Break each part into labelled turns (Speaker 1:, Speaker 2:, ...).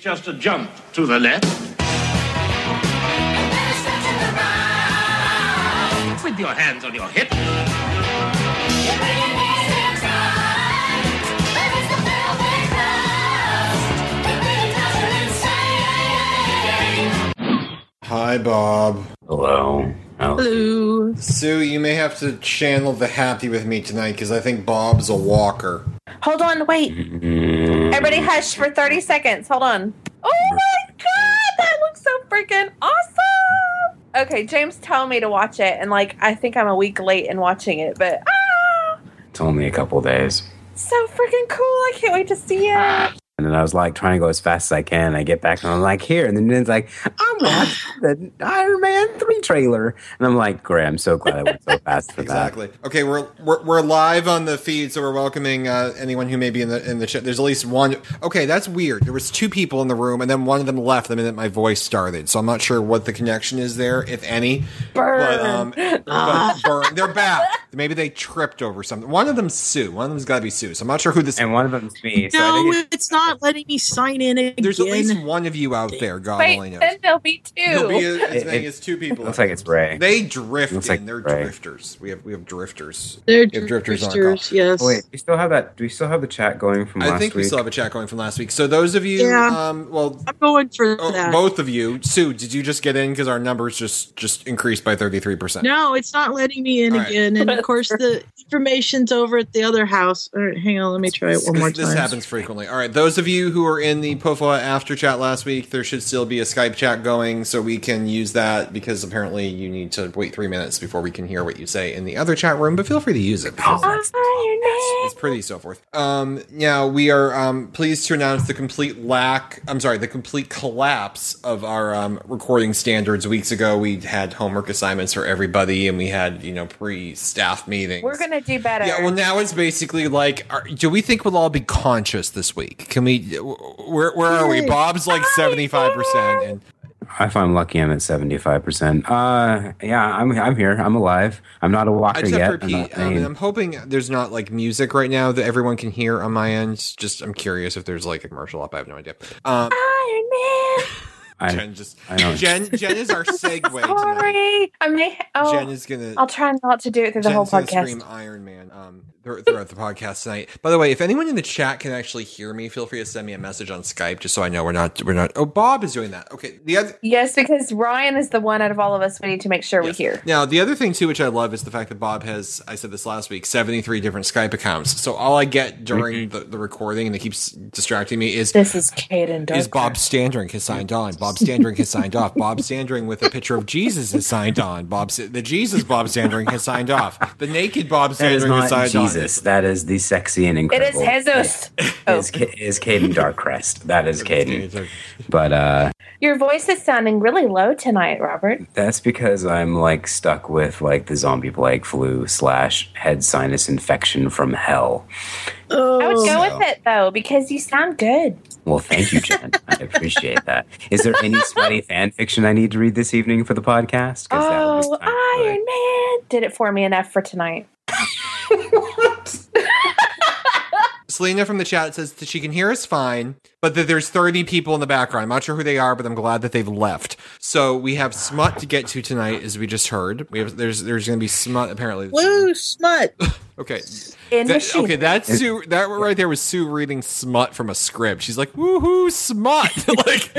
Speaker 1: just a jump to the left. With your hands on your hips.
Speaker 2: Hi, Bob.
Speaker 3: Hello. Oh,
Speaker 4: Hello.
Speaker 2: Sue, you may have to channel the happy with me tonight because I think Bob's a walker.
Speaker 4: Hold on, wait.
Speaker 3: mm,
Speaker 4: Everybody hush for 30 seconds. Hold on. Oh my god, that looks so freaking awesome. Okay, James told me to watch it and like I think I'm a week late in watching it, but ah,
Speaker 3: It's only a couple days.
Speaker 4: so freaking cool. I can't wait to see it.
Speaker 3: And then I was like trying to go as fast as I can. I get back and I'm like, here. And then it's like, I'm watching the Iron Man 3 trailer. And I'm like, great. I'm so glad I went so fast for
Speaker 2: Exactly. Okay, we're, we're we're live on the feed, so we're welcoming uh, anyone who may be in the in the chat. There's at least one. Okay, that's weird. There was two people in the room, and then one of them left the minute my voice started. So I'm not sure what the connection is there, if any. But, um, but burn. they're back. Maybe they tripped over something. One of them's Sue. One of them's got to be Sue. So I'm not sure who this.
Speaker 3: that. And one of them's me. So I
Speaker 5: No,
Speaker 3: think it's,
Speaker 5: it's not letting me sign in again.
Speaker 2: there's at least one of you out there. God only
Speaker 4: Wait,
Speaker 2: knows.
Speaker 4: then there'll be
Speaker 2: There'll be
Speaker 4: two.
Speaker 2: as
Speaker 3: It-
Speaker 2: many
Speaker 3: it-
Speaker 2: as two people.
Speaker 3: looks like it's Ray.
Speaker 2: They drift
Speaker 3: Looks
Speaker 2: in.
Speaker 3: like
Speaker 2: They're
Speaker 3: Ray.
Speaker 2: drifters. We have we have drifters.
Speaker 5: They're
Speaker 2: You have drifters on
Speaker 5: drifters,
Speaker 2: call.
Speaker 5: yes.
Speaker 3: Oh, wait, we still have that. Do we still have the chat going from
Speaker 2: I
Speaker 3: last
Speaker 2: think we
Speaker 3: week?
Speaker 2: still have a chat going from last week. So those of you,
Speaker 5: Yeah.
Speaker 2: um, well,
Speaker 5: I'm going for
Speaker 2: oh,
Speaker 5: that.
Speaker 2: both of you, Sue, did you just get in because our numbers just just increased by thirty three percent?
Speaker 5: No, it's not letting me in
Speaker 2: All right.
Speaker 5: again. And of course, the information's over at the other house. All right, hang on, let me try it one more
Speaker 2: This, this
Speaker 5: time.
Speaker 2: happens frequently. All right, those of you who are in the POFA after chat last week, there should still be a Skype chat going, so we can use that because apparently you need to wait three minutes before we can hear what you say in the other chat room. But feel free to use it. because
Speaker 3: Oh,
Speaker 2: it's pretty so forth. Um, now we are um, pleased to announce the complete lack. I'm sorry, the complete collapse of our um, recording standards. Weeks ago, we had homework assignments for everybody, and we had you know pre-staff meetings.
Speaker 4: We're gonna do better.
Speaker 2: yeah. Well, now it's basically like, are, do we think we'll all be conscious this week? Can we? Where where are we? Bob's like seventy five percent, and
Speaker 3: If I'm lucky, I'm at 75%. Uh, yeah, I'm, I'm here. I'm alive. I'm not a walker
Speaker 2: I just
Speaker 3: yet.
Speaker 2: have to
Speaker 3: I'm
Speaker 2: repeat.
Speaker 3: not
Speaker 2: Um,
Speaker 3: saying-
Speaker 2: and I'm hoping there's not like music right now that everyone can hear on my end. Just I'm curious if there's like a commercial up. I have no idea. Um,
Speaker 4: Iron Man.
Speaker 3: I,
Speaker 2: Jen just
Speaker 3: I know.
Speaker 2: Jen Jen is our segue. tonight.
Speaker 4: Sorry. I may oh
Speaker 2: Jen is gonna.
Speaker 4: I'll try not to do it through the
Speaker 2: Jen's
Speaker 4: whole
Speaker 2: gonna
Speaker 4: podcast.
Speaker 2: scream Iron Man um, thr- throughout the podcast tonight. By the way, if anyone in the chat can actually hear me, feel free to send me a message on Skype just so I know we're not we're not. Oh, Bob is doing that. Okay, the other
Speaker 4: Yes, because Ryan is the one out of all of us we need to make sure
Speaker 2: Yes.
Speaker 4: we hear.
Speaker 2: Now, the other thing too, which I love, is the fact that Bob has. I said this last week. Seventy-three different Skype accounts. So all I get during
Speaker 3: Mm-hmm.
Speaker 2: the, the recording, and it keeps distracting me, is
Speaker 4: This is Caden Darker.
Speaker 2: is Bob Standring has signed on. Bob Standring has signed off. Bob Standring with a picture of Jesus has signed on. Bob, Sa- the Jesus Bob Standring has signed off. The naked Bob
Speaker 3: that is
Speaker 2: Standring has
Speaker 3: not
Speaker 2: signed
Speaker 3: Jesus.
Speaker 2: on.
Speaker 3: That is the sexy and
Speaker 4: It
Speaker 3: incredible.
Speaker 4: is Jesus. Oh,
Speaker 3: Is, Ca- is Caden Darkcrest. That is Caden. But uh,
Speaker 4: your voice is sounding really low tonight, Robert.
Speaker 3: that's because I'm like stuck with like the zombie plague flu slash head sinus infection from hell.
Speaker 4: I would
Speaker 5: Oh,
Speaker 4: go
Speaker 3: So-
Speaker 4: with it though because you sound good.
Speaker 3: Well, thank you, Jen. I appreciate that. Is there any sweaty fan fiction I need to read this evening for the podcast? 'Cause that was
Speaker 4: Oh,
Speaker 3: time for it.
Speaker 4: Iron Man did it for me enough for tonight.
Speaker 2: Selena from the chat says that she can hear us fine, but that there's 30 people in the background. I'm not sure who they are, but I'm glad that they've left. So we have smut to get to tonight, as we just heard. We have there's there's going to be smut apparently.
Speaker 5: Woo, smut.
Speaker 2: Okay,
Speaker 4: In
Speaker 2: That-
Speaker 4: machine.
Speaker 2: okay, that's Sue. That right there was Sue reading smut from a script. She's like, "Woohoo, smut!" like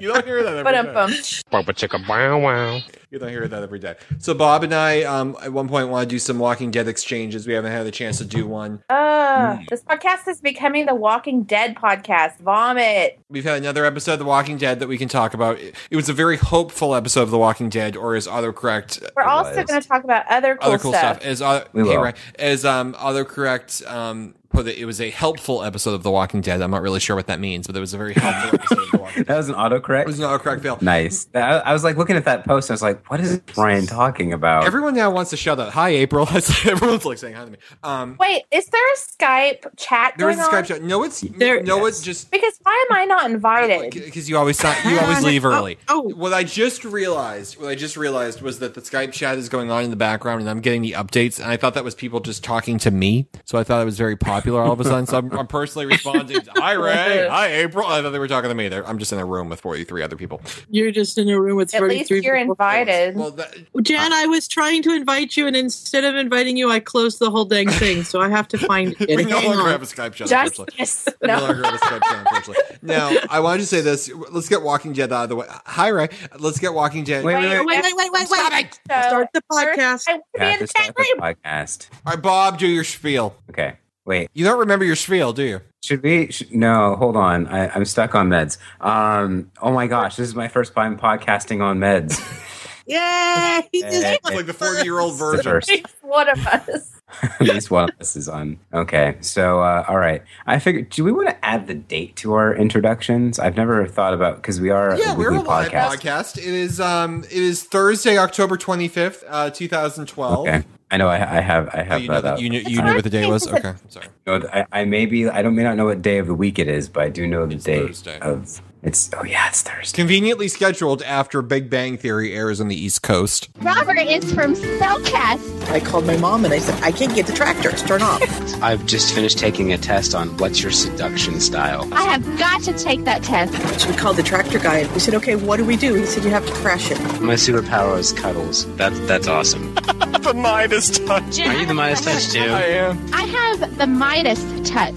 Speaker 2: you don't hear that every
Speaker 4: But um,
Speaker 2: day.
Speaker 4: bum.
Speaker 2: You don't hear that every day. So Bob and I, um, at one point, want to do some Walking Dead exchanges. We haven't had a chance to do one.
Speaker 4: Uh,
Speaker 2: Hmm.
Speaker 4: this podcast is becoming the Walking Dead podcast. Vomit.
Speaker 2: We've had another episode of The Walking Dead that we can talk about. It, it was a very hopeful episode of The Walking Dead, or is autocorrect
Speaker 4: We're
Speaker 3: It
Speaker 4: also
Speaker 3: was.
Speaker 4: going to talk about other cool,
Speaker 2: other cool
Speaker 4: stuff.
Speaker 2: stuff. As uh,
Speaker 3: We
Speaker 2: hey,
Speaker 3: will.
Speaker 2: Ryan, as um, autocorrect um, put it, it was a helpful episode of The Walking Dead. I'm not really sure what that means, but it was a very helpful episode of The Walking Dead.
Speaker 3: That was an autocorrect.
Speaker 2: It was an autocorrect fail.
Speaker 3: nice. I, I was like looking at that post. And I was like, what is Brian talking about?
Speaker 2: Everyone now wants to shout out, "Hi, April!" Everyone's like saying hi to me. Um,
Speaker 4: Wait, is there a Skype chat
Speaker 2: there is
Speaker 4: going
Speaker 2: a Skype
Speaker 4: on?
Speaker 2: chat. No, it's
Speaker 5: There-
Speaker 2: no,
Speaker 3: Yes.
Speaker 2: it's just
Speaker 4: Because why am I not invited?
Speaker 2: because you always sign, you always leave early.
Speaker 5: Oh, oh.
Speaker 2: What I just realized, what I just realized was that the Skype chat is going on in the background, and I'm getting the updates. And I thought that was people just talking to me, so I thought it was very popular all of a sudden. So I'm, I'm personally responding. to, Hi Ray. Hi April. I thought they were talking to me. There. I'm just in a room with 43 other people.
Speaker 5: You're just in a room with
Speaker 4: At least
Speaker 5: 33
Speaker 4: you're
Speaker 5: people.
Speaker 4: invited.
Speaker 2: Well, that,
Speaker 5: Jan, I was trying to invite you, and instead of inviting you, I closed the whole dang thing. So I have to find it.
Speaker 2: we no
Speaker 5: Hang
Speaker 2: longer
Speaker 5: on.
Speaker 2: have a Skype chat. unfortunately.
Speaker 4: Justice.
Speaker 2: No.
Speaker 4: No.
Speaker 2: longer have a Skype chat, unfortunately. Now, I wanted to say this. Let's get Walking Dead out of the way. Hi, Ray. Let's get Walking Dead.
Speaker 3: Wait, wait,
Speaker 5: wait, wait, wait, wait, wait.
Speaker 4: Stop it. So,
Speaker 5: Start the podcast.
Speaker 4: I want to
Speaker 3: Yeah,
Speaker 4: be in the
Speaker 3: this is
Speaker 4: chat room.
Speaker 3: a podcast.
Speaker 2: All right, Bob, do your spiel.
Speaker 3: Okay, wait.
Speaker 2: You don't remember your spiel, do you?
Speaker 3: Should we? Sh- no, hold on. I, I'm stuck on meds. Um. Oh my gosh, this is my first time podcasting on meds.
Speaker 5: Yay! He just
Speaker 3: Eh,
Speaker 2: It's like the 40 year old
Speaker 3: It's the
Speaker 2: version.
Speaker 3: first.
Speaker 4: It's one of us.
Speaker 3: At least one of us is on. Okay, so uh, all right. I figured. Do we want to add the date to our introductions? I've never thought about because we are
Speaker 2: Yeah,
Speaker 3: a
Speaker 2: we're
Speaker 3: weekly
Speaker 2: a live
Speaker 3: podcast.
Speaker 2: podcast. It is um, it is Thursday, October twenty fifth, uh, two thousand twelve.
Speaker 3: Okay. I know. I, I have. I
Speaker 2: Oh,
Speaker 3: have
Speaker 2: you know
Speaker 3: that
Speaker 2: that
Speaker 3: up.
Speaker 2: you knew, you
Speaker 4: It's
Speaker 2: knew what the day
Speaker 4: Thursday.
Speaker 2: was. Okay, sorry.
Speaker 3: know th- I, I maybe I don't may not know what day of the week it is, but I do know the
Speaker 2: It's
Speaker 3: day
Speaker 2: Thursday.
Speaker 3: of it's. Oh yeah, it's Thursday.
Speaker 2: Conveniently scheduled after Big Bang Theory airs on the East Coast.
Speaker 6: Robert is from Cellcast.
Speaker 7: I called my mom and I said, I can't get the tractor. It's turned off.
Speaker 8: I've just finished taking a test on what's your seduction style.
Speaker 6: I have got to take that test.
Speaker 7: so we called the tractor guy and we said, okay, what do we do? He said, you have to crash it.
Speaker 8: My superpower is cuddles. That's that's awesome.
Speaker 6: Jen,
Speaker 8: Are you the Midas touch too?
Speaker 2: am.
Speaker 6: I have the Midas touch.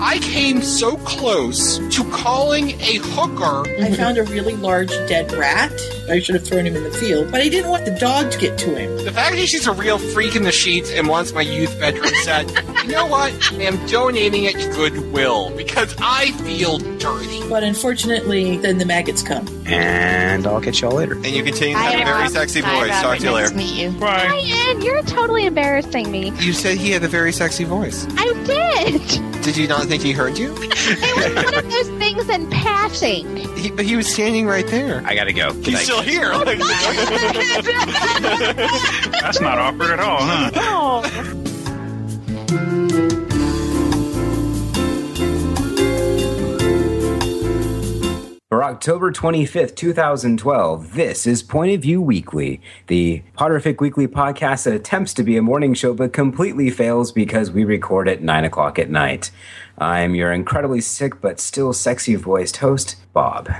Speaker 9: I came so close to calling a hooker
Speaker 10: I found a really large dead rat. I should have thrown him in the field, but I didn't want the dog to get to him.
Speaker 9: the fact that she's a real freak in the sheets and wants my youth veteran set. you know what? I am donating it to Goodwill because I feel dirty.
Speaker 10: But unfortunately, then the maggots come.
Speaker 8: And I'll catch y'all later.
Speaker 2: And you continue to
Speaker 6: I
Speaker 2: have a
Speaker 6: am
Speaker 2: very
Speaker 6: Robert.
Speaker 2: sexy
Speaker 6: Hi,
Speaker 2: voice. Talk
Speaker 6: Robert.
Speaker 2: to you
Speaker 6: Nice
Speaker 2: later.
Speaker 6: meet you. Brian, you're totally embarrassing me.
Speaker 9: You said he had a very sexy voice.
Speaker 6: I did.
Speaker 9: Did you not think he heard you?
Speaker 6: It was one of those things in passing.
Speaker 9: He, but he was standing right there.
Speaker 8: I gotta go.
Speaker 9: He's still here.
Speaker 11: That's not awkward at all, huh?
Speaker 4: Oh.
Speaker 3: For October twenty fifth, two thousand twelve, this is Point of View Weekly, the Potterfic Weekly podcast that attempts to be a morning show but completely fails because we record at nine o'clock at night. I'm your incredibly sick but still sexy voiced host, Bob.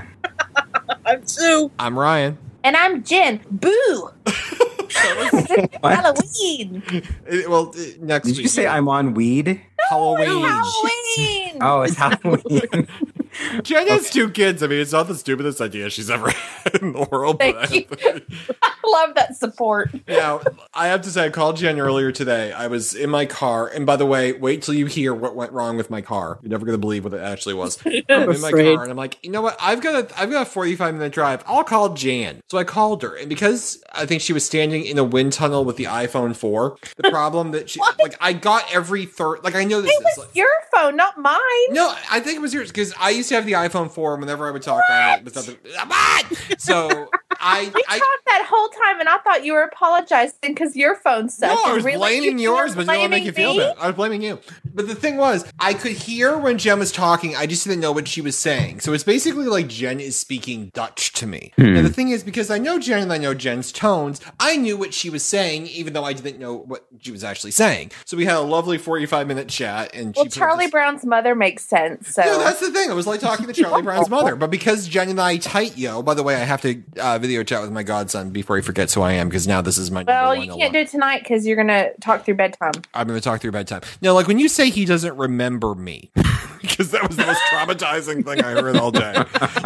Speaker 5: I'm so.
Speaker 2: I'm Ryan.
Speaker 4: And I'm Jen. Boo.
Speaker 3: What?
Speaker 4: Halloween.
Speaker 2: Uh, Well, uh, next
Speaker 3: Did
Speaker 2: week.
Speaker 3: you say I'm on weed?
Speaker 2: Halloween?
Speaker 4: Halloween.
Speaker 3: Oh, it's Halloween.
Speaker 2: Jen has two kids. I mean, it's not the stupidest idea she's ever had in the world. but I-
Speaker 4: Thank you. I love that support.
Speaker 2: now, I have to say, I called Jen earlier today. I was in my car, and by the way, wait till you hear what went wrong with my car. You're never going to believe what it actually was. I'm in my
Speaker 5: afraid.
Speaker 2: car, and I'm like, you know what? I've got a I've got a 45 minute drive. I'll call Jan. So I called her, and because I think she was standing in a wind tunnel with the iPhone 4, the problem that she
Speaker 4: What?
Speaker 2: like I got every third like I know this
Speaker 4: It
Speaker 2: is
Speaker 4: was
Speaker 2: like,
Speaker 4: your phone, not mine.
Speaker 2: no, I think it was yours because I used to have the iPhone 4, and whenever I would talk on it, it was nothing. What? So I,
Speaker 4: We
Speaker 2: I
Speaker 4: talked that whole time, and I thought you were apologizing because your phone sucked.
Speaker 2: No, I
Speaker 4: And
Speaker 2: was
Speaker 4: really,
Speaker 2: blaming
Speaker 4: you were
Speaker 2: yours, but you don't make you feel
Speaker 4: blaming me?
Speaker 2: bad. I was blaming you. But the thing was, I could hear when Jen was talking. I just didn't know what she was saying. So it's basically like Jen is speaking Dutch to me. And the thing is, because I know Jen and I know Jen's tones, I knew what she was saying, even though I didn't know what she was actually saying. So we had a lovely forty-five minute chat, and
Speaker 4: Well,
Speaker 2: she put up
Speaker 4: Charlie
Speaker 2: this-
Speaker 4: Brown's mother makes sense. So
Speaker 2: no, that's the thing. I was like talking to Charlie Brown's mother, but because Jen and I tight yo. By the way, I have to uh, video chat with my godson before he forgets who I am because now this is my.
Speaker 4: well,
Speaker 2: number
Speaker 4: you
Speaker 2: one
Speaker 4: can't do it tonight because you're gonna talk through bedtime.
Speaker 2: I'm going to talk through bedtime. No, like when you say he doesn't remember me, because that was the most traumatizing thing I heard all day.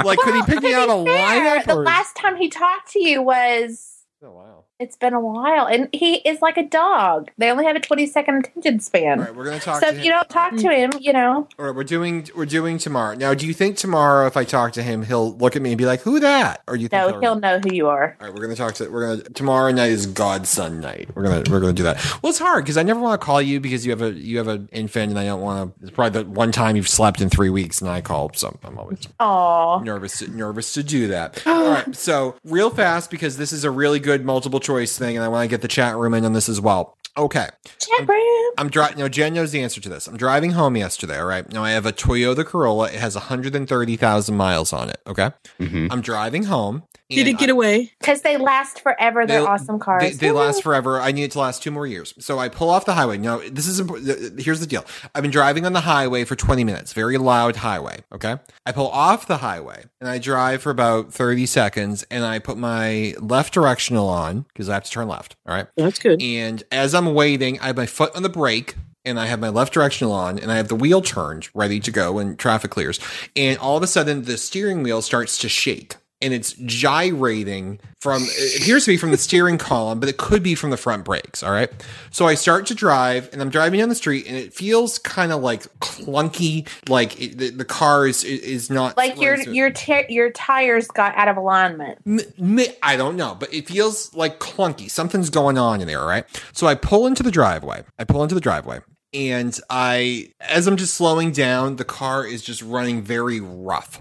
Speaker 2: Like, could he
Speaker 4: Well,
Speaker 2: pick me
Speaker 4: to
Speaker 2: out a
Speaker 4: be fair,
Speaker 2: lineup?
Speaker 4: The
Speaker 2: Or...
Speaker 4: last time he talked to you was
Speaker 2: Oh, wow.
Speaker 4: it's been a while, and he is like a dog. They only have a 20 second attention span.
Speaker 2: All right, we're going to talk.
Speaker 4: So
Speaker 2: to
Speaker 4: if
Speaker 2: him.
Speaker 4: you don't talk to him, you know,
Speaker 2: All right, we're doing we're doing tomorrow. Now, do you think tomorrow, if I talk to him, he'll look at me and be like, "Who that?" Or do you think
Speaker 4: no, he'll know who you are.
Speaker 2: All right, we're gonna talk to we're gonna tomorrow night is Godson night. We're gonna we're gonna do that. Well, it's hard because I never want to call you because you have a you have an infant and I don't want to. It's probably the one time you've slept in three weeks and I call, so I'm always
Speaker 4: Aw.
Speaker 2: nervous nervous to do that. All right, so real fast because this is a really good multiple choice thing, and I want to get the chat room in on this as well. Okay,
Speaker 4: Chat room.
Speaker 2: I'm driving. No, Jen knows the answer to this. I'm driving home yesterday. All right, now I have a Toyota Corolla. It has 130,000 miles on it. Okay,
Speaker 3: Mhm.
Speaker 2: I'm driving home.
Speaker 5: Did it get away?
Speaker 4: Because they last forever. They're
Speaker 2: They-
Speaker 4: awesome cars.
Speaker 2: They, they last forever. I need it to last two more years. So I pull off the highway. Now, this is important. Here's the deal I've been driving on the highway for 20 minutes, very loud highway. Okay. I pull off the highway and I drive for about 30 seconds and I put my left directional on because I have to turn left. All right.
Speaker 5: That's good.
Speaker 2: And as I'm waiting, I have my foot on the brake. And I have my left directional on, and I have the wheel turned, ready to go when traffic clears. And all of a sudden, the steering wheel starts to shake, and it's gyrating from it appears to be from the steering column, but it could be from the front brakes. All right. So I start to drive and I'm driving down the street and it feels kind of like clunky, like it, the, the car is, is not
Speaker 4: like your your ti- your tires got out of alignment.
Speaker 2: M- I don't know, but it feels like clunky. Something's going on in there, right? So I pull into the driveway. I pull into the driveway. And I, as I'm just slowing down, the car is just running very rough.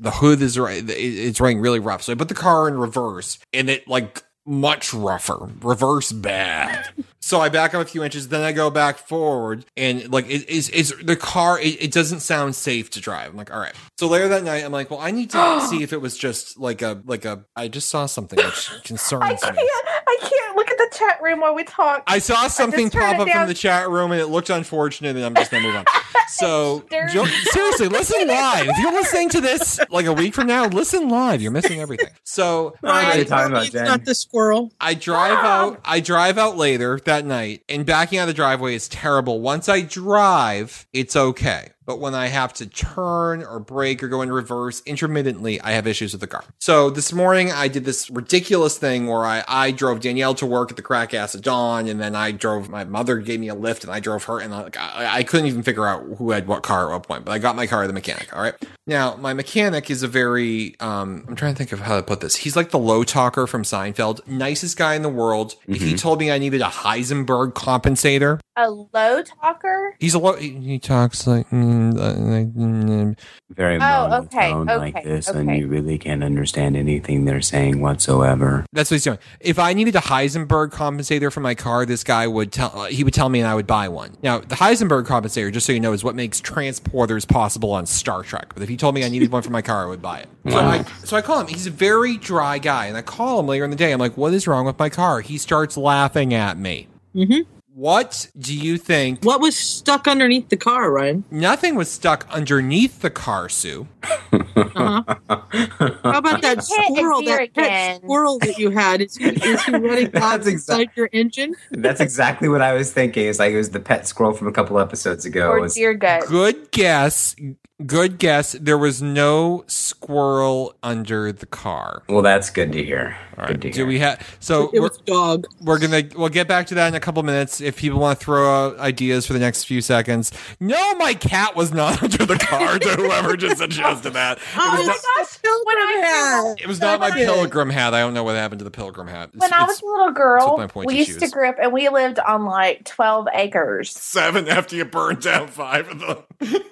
Speaker 2: The hood is right; it's running really rough. So I put the car in reverse, and it like much rougher, reverse bad. so I back up a few inches, then I go back forward, and like it is is the car. It, it doesn't sound safe to drive. I'm like, all right. So later that night, I'm like, well, I need to see if it was just like a like a. I just saw something which
Speaker 4: I
Speaker 2: concerns
Speaker 4: can't.
Speaker 2: me.
Speaker 4: I can't look at the chat room while we talk.
Speaker 2: I saw something
Speaker 4: just
Speaker 2: pop
Speaker 4: turned it
Speaker 2: up from
Speaker 4: down.
Speaker 2: the chat room and it looked unfortunate, and I'm just gonna move on. So,
Speaker 4: There's-
Speaker 2: jo- seriously, listen live. If you're listening to this like a week from now, listen live. You're missing everything. So,
Speaker 5: Ryan,
Speaker 2: I-
Speaker 5: tell me it's not the squirrel.
Speaker 2: I drive out. I drive out later that night, and backing out of the driveway is terrible. Once I drive, it's okay, but when I have to turn or brake or go in reverse intermittently, I have issues with the car. So this morning, I did this ridiculous thing where I I drove Danielle to work at the crack ass of dawn, and then I drove my mother gave me a lift, and I drove her, and like I, I couldn't even figure out who had what car at what point. But I got my car at the mechanic. All right. Now my mechanic is a very um, I'm trying to think of how to put this. He's like the low talker from Seinfeld, nicest guy in the world. If he
Speaker 4: Mhm.
Speaker 2: told me I needed a Heisenberg compensator,
Speaker 4: A low talker.
Speaker 2: he's a low. He, he talks like mm, uh, like, mm,
Speaker 3: very
Speaker 4: Oh, okay,
Speaker 3: monotone like
Speaker 4: okay,
Speaker 3: this, and
Speaker 4: okay.
Speaker 3: you really can't understand anything they're saying whatsoever.
Speaker 2: That's what he's doing. If I needed a Heisenberg compensator for my car, this guy would tell uh, he would tell me, and I would buy one. Now, the Heisenberg compensator, just so you know, is what makes transporters possible on Star Trek. But if he told me I needed one for my car, I would buy it. So
Speaker 3: Wow.
Speaker 2: I so I call him. He's a very dry guy, and I call him later in the day. I'm like, "What is wrong with my car?" He starts laughing at me.
Speaker 5: Mm-hmm.
Speaker 2: What do you think?
Speaker 5: What was stuck underneath the car, Ryan?
Speaker 2: Nothing was stuck underneath the car, Sue.
Speaker 5: How about that squirrel? That pet squirrel that you had is he, is he running
Speaker 3: That's
Speaker 5: out inside your engine?
Speaker 3: That's exactly what I was thinking. It's like it was the pet squirrel from a couple episodes ago. It was-
Speaker 4: gut.
Speaker 2: Oh, Good guess. Good guess. There was no squirrel under the car.
Speaker 3: well, that's good to hear. Good to hear.
Speaker 2: Do we have so
Speaker 5: It was dog?
Speaker 2: We're gonna we'll get back to that in a couple minutes if people want to throw out ideas for the next few seconds. No, my cat was not under the car to whoever just suggested that. It was not,
Speaker 5: Oh gosh!
Speaker 4: When I,
Speaker 2: it was not my pilgrim hat. I don't know what happened to the pilgrim hat. It's-
Speaker 4: when I
Speaker 2: it's
Speaker 4: was a little
Speaker 2: that's
Speaker 4: girl,
Speaker 2: what my point
Speaker 4: we
Speaker 2: is
Speaker 4: used
Speaker 2: used.
Speaker 4: to grip and we lived on like 12 acres.
Speaker 2: seven after you burned down five of them.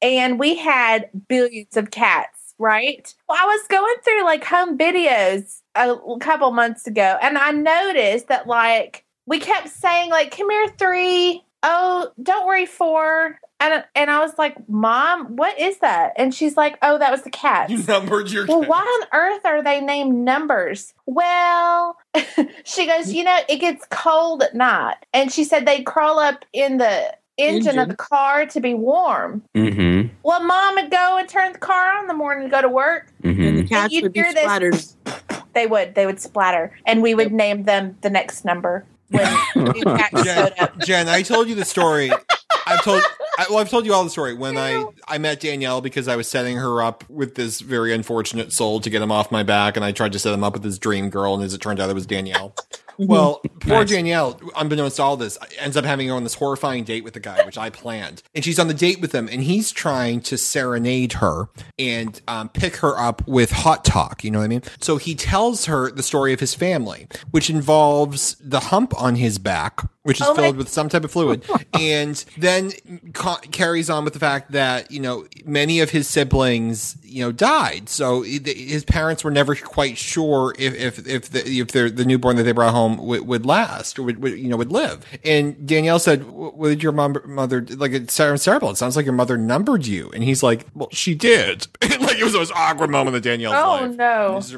Speaker 4: and we had billions of cats, right? Well, I was going through like home videos a couple months ago, and I noticed that like we kept saying like, "Come here, three. Oh, don't worry, four. And and I was like, "Mom, what is that?" And she's like, "Oh, that was the cats."
Speaker 2: You numbered your
Speaker 4: Well,
Speaker 2: cat.
Speaker 4: why on earth are they named numbers? Well, she goes, you know, it gets cold at night, and she said they crawl up in the engine of
Speaker 5: Engine.
Speaker 4: the car to be warm.
Speaker 3: Mm-hmm.
Speaker 4: Well, mom would go and turn the car on in the morning to go to work.
Speaker 3: Mm-hmm.
Speaker 5: The cats
Speaker 4: you'd
Speaker 5: would be
Speaker 4: hear this-
Speaker 5: splattered.
Speaker 4: They would. They would splatter. And we would name them the next number.
Speaker 2: Jen, Jen, I told you the story. I've told I, well, I've told you all the story when I I met Danielle because I was setting her up with this very unfortunate soul to get him off my back, and I tried to set him up with this dream girl, and as it turned out, it was Danielle.
Speaker 4: Mm-hmm.
Speaker 2: Well, poor Danielle, unbeknownst to all this, ends up having her on this horrifying date with the guy, which I planned. And she's on the date with him, and he's trying to serenade her and um, pick her up with hot talk. You know what I mean? So he tells her the story of his family, which involves the hump on his back, which is
Speaker 4: Oh my-
Speaker 2: filled with some type of fluid, and then ca- carries on with the fact that you know many of his siblings you know died, so i- th- his parents were never quite sure if if if the, if the, the newborn that they brought home film would, would last, would, would you know would live. And Danielle said, "W- "What did your mom, mother like?" It sounds terrible. It sounds like your mother numbered you. And he's like, "Well, she did." like it was the most awkward moment of Danielle's life.
Speaker 4: Oh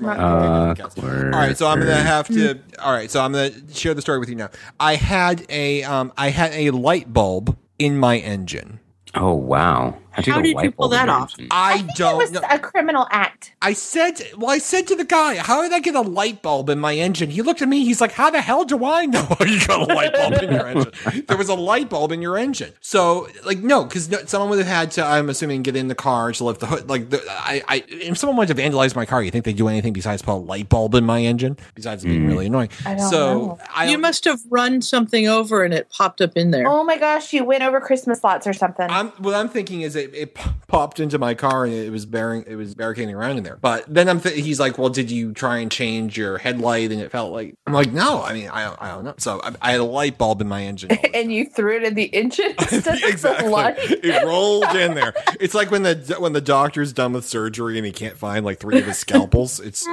Speaker 4: no!
Speaker 3: Uh,
Speaker 2: All right, so I'm gonna have to. All right, so I'm gonna share the story with you now. I had a um, I had a light bulb in my engine.
Speaker 3: Oh wow!
Speaker 2: How did you pull that off? I don't.
Speaker 4: It was a criminal act.
Speaker 2: I said, well, I said to the guy, "How did I get a light bulb in my engine?" He looked at me. He's like, "How the hell do I know you got a light bulb in your engine? There was a light bulb in your engine." So, like, no, because no, someone would have had to. I'm assuming get in the car to lift the hood. Like, the, I, I, if someone wanted to vandalize my car, you think they do anything besides put a light bulb in my engine? Besides being really annoying. so,
Speaker 5: you must have run something over and it popped up in there.
Speaker 4: Oh my gosh, you went over Christmas lots or something.
Speaker 2: I'm, what I'm thinking is it, it p- popped into my car and it was bearing it was barricading around in there. But then I'm th- he's like, well, did you try and change your headlight? And it felt like I'm like, no, I mean, I don't, I don't know. So I, I had a light bulb in my engine.
Speaker 4: and you threw it in the engine instead of the light.
Speaker 2: it rolled in there. It's like when the when the doctor's done with surgery and he can't find like three of his scalpels. It's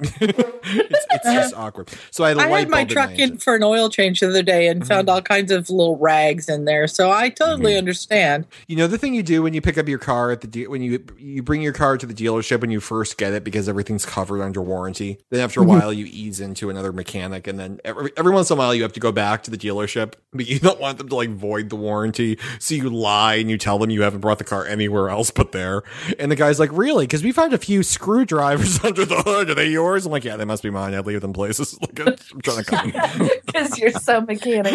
Speaker 2: it's, it's, it's just awkward. So I had a
Speaker 5: I
Speaker 2: light
Speaker 5: had my
Speaker 2: bulb
Speaker 5: truck
Speaker 2: in Mm-hmm.
Speaker 5: in for an oil change the other day and found all kinds of little rags in there. So I totally understand.
Speaker 2: You know the thing you do when you pick up your car at the de- when you you bring your car to the dealership when you first get it because everything's covered under warranty. Then after a
Speaker 12: Mhm.
Speaker 3: Mm-hmm.
Speaker 2: while you ease into another mechanic, and then every, every once in a while you have to go back to the dealership, but you don't want them to like void the warranty, so you lie and you tell them you haven't brought the car anywhere else but there. And the guy's like, "Really? Because we found a few screwdrivers under the hood. Are they yours?" I'm like, "Yeah, they must be mine. I leave them places. Like, I'm trying to come.
Speaker 4: Because you're so mechanic.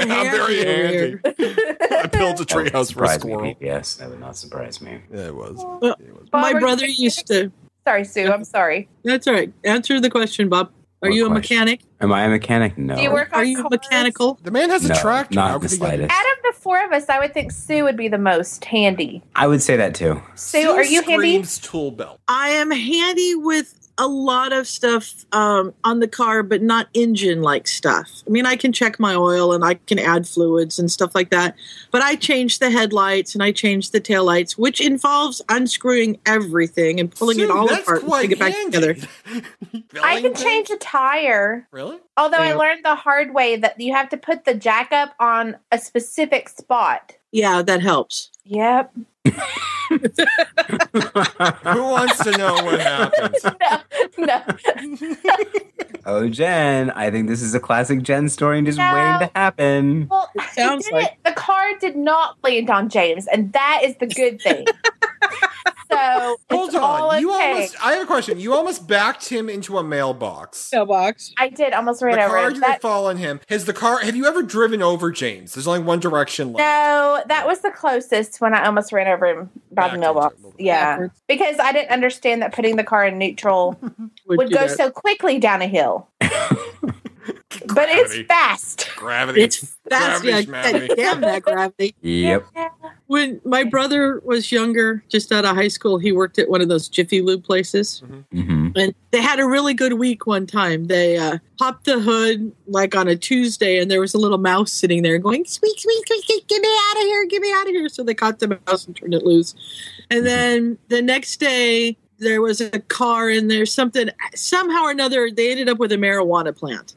Speaker 2: I'm very handy. I built a treehouse for a
Speaker 3: surprise me,
Speaker 2: squirrel.
Speaker 3: Pete. Yes, that would not surprise me.
Speaker 2: Yeah, it was.
Speaker 5: Well, my
Speaker 4: Bob, are
Speaker 5: brother
Speaker 4: you-
Speaker 5: used to.
Speaker 4: Sorry, Sue. I'm sorry.
Speaker 5: That's all right. Answer the question, Bob. Are
Speaker 3: What
Speaker 5: you a
Speaker 3: question?
Speaker 5: mechanic?
Speaker 3: Am I a mechanic? No.
Speaker 4: Do you work on
Speaker 5: Are you mechanical?
Speaker 2: The man
Speaker 3: no, Not the slightest.
Speaker 4: Out of the four of us, I would think Sue would be the most handy.
Speaker 3: I would say that too.
Speaker 4: Sue, are you handy?
Speaker 2: tool belt.
Speaker 5: I am handy with a lot of stuff um, on the car, but not engine like stuff. I mean, I can check my oil and I can add fluids and stuff like that. But I change the headlights and I change the taillights, which involves unscrewing everything and pulling it
Speaker 4: Sue,
Speaker 5: all
Speaker 4: that's
Speaker 5: apart
Speaker 4: quite
Speaker 5: to get back together.
Speaker 4: I can change a tire.
Speaker 2: Really?
Speaker 4: Although I
Speaker 5: Yeah.
Speaker 4: learned the hard way that you have to put the jack up on a specific spot.
Speaker 5: Yeah, that helps.
Speaker 4: Yep.
Speaker 2: Who wants to know what happened?
Speaker 4: no.
Speaker 3: Oh, Jen, I think this is a classic Jen story and just
Speaker 4: No.
Speaker 3: waiting to happen.
Speaker 4: Well, it
Speaker 5: sounds
Speaker 4: didn't- the car did not land on James, and that is the good thing. so
Speaker 2: Hold
Speaker 4: it's all
Speaker 2: on. You
Speaker 4: okay.
Speaker 2: almost I have a question. You almost backed him into a mailbox.
Speaker 5: Mailbox.
Speaker 4: I did almost
Speaker 2: The
Speaker 4: ran over
Speaker 2: car
Speaker 4: him.
Speaker 2: didn't
Speaker 4: That-
Speaker 2: fall on him. Has the car have you ever driven over James? There's only one direction left.
Speaker 4: no, that was the closest when I almost ran over him by the mailbox. Yeah, because I didn't understand that putting the car in neutral would,
Speaker 5: do
Speaker 4: go
Speaker 5: that.
Speaker 4: so quickly down a hill. but it's
Speaker 5: Gravity.
Speaker 4: fast.
Speaker 2: Gravity.
Speaker 5: It's fast. Yeah,
Speaker 4: Gravity,
Speaker 5: that- damn that gravity.
Speaker 3: Yep.
Speaker 5: When my brother was younger, just out of high school, he worked at one of those Jiffy Lube places.
Speaker 3: mm-hmm.
Speaker 5: And they had a really good week one time. They uh, popped the hood like on a Tuesday, and there was a little mouse sitting there going, squeak, squeak, squeak, squeak, get me out of here, get me out of here. So they caught the mouse and turned it loose. And then the next day, there was a car in there, something, somehow or another, they ended up with a marijuana plant.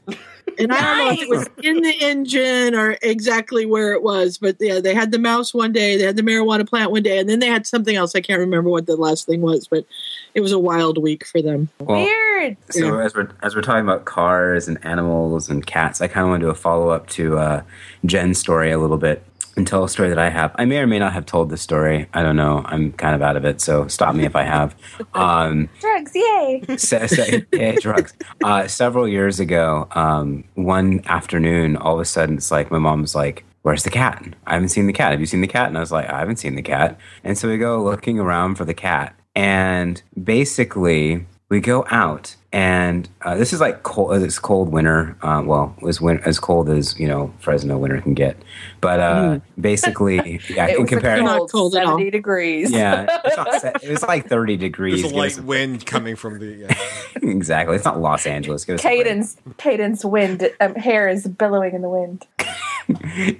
Speaker 5: And I don't know if it was in the engine or exactly where it was, but yeah, they had the mouse one day, they had the marijuana plant one day, and then they had something else. I can't remember what the last thing was, but it was a wild week for them.
Speaker 3: Well,
Speaker 4: Weird.
Speaker 3: So as we're as we're talking about cars and animals and cats, I kind of want to do a follow up to uh, Jen's story a little bit and tell a story that I have. I may or may not have told this story. I don't know. I'm kind of out of it, so stop me if I have. Um,
Speaker 4: Drugs, yay.
Speaker 3: so, so, yeah, drugs. Uh, several years ago, um, one afternoon, all of a sudden, it's like my mom's like, "Where's the cat? I haven't seen the cat. Have you seen the cat?" And I was like, "I haven't seen the cat." And so we go looking around for the cat, and basically, we go out, and uh, this is like cold. It's cold winter. Uh, well, as win- as cold as you know Fresno winter can get, but uh, basically, yeah, in comparison,
Speaker 4: seventy degrees.
Speaker 3: Yeah, it's not se- it was like thirty degrees.
Speaker 2: There's a
Speaker 3: Give us
Speaker 2: light wind coming from the yeah.
Speaker 3: exactly. It's not Los Angeles. Give us a break.
Speaker 4: Caden's Caden's wind um, hair is billowing in the wind.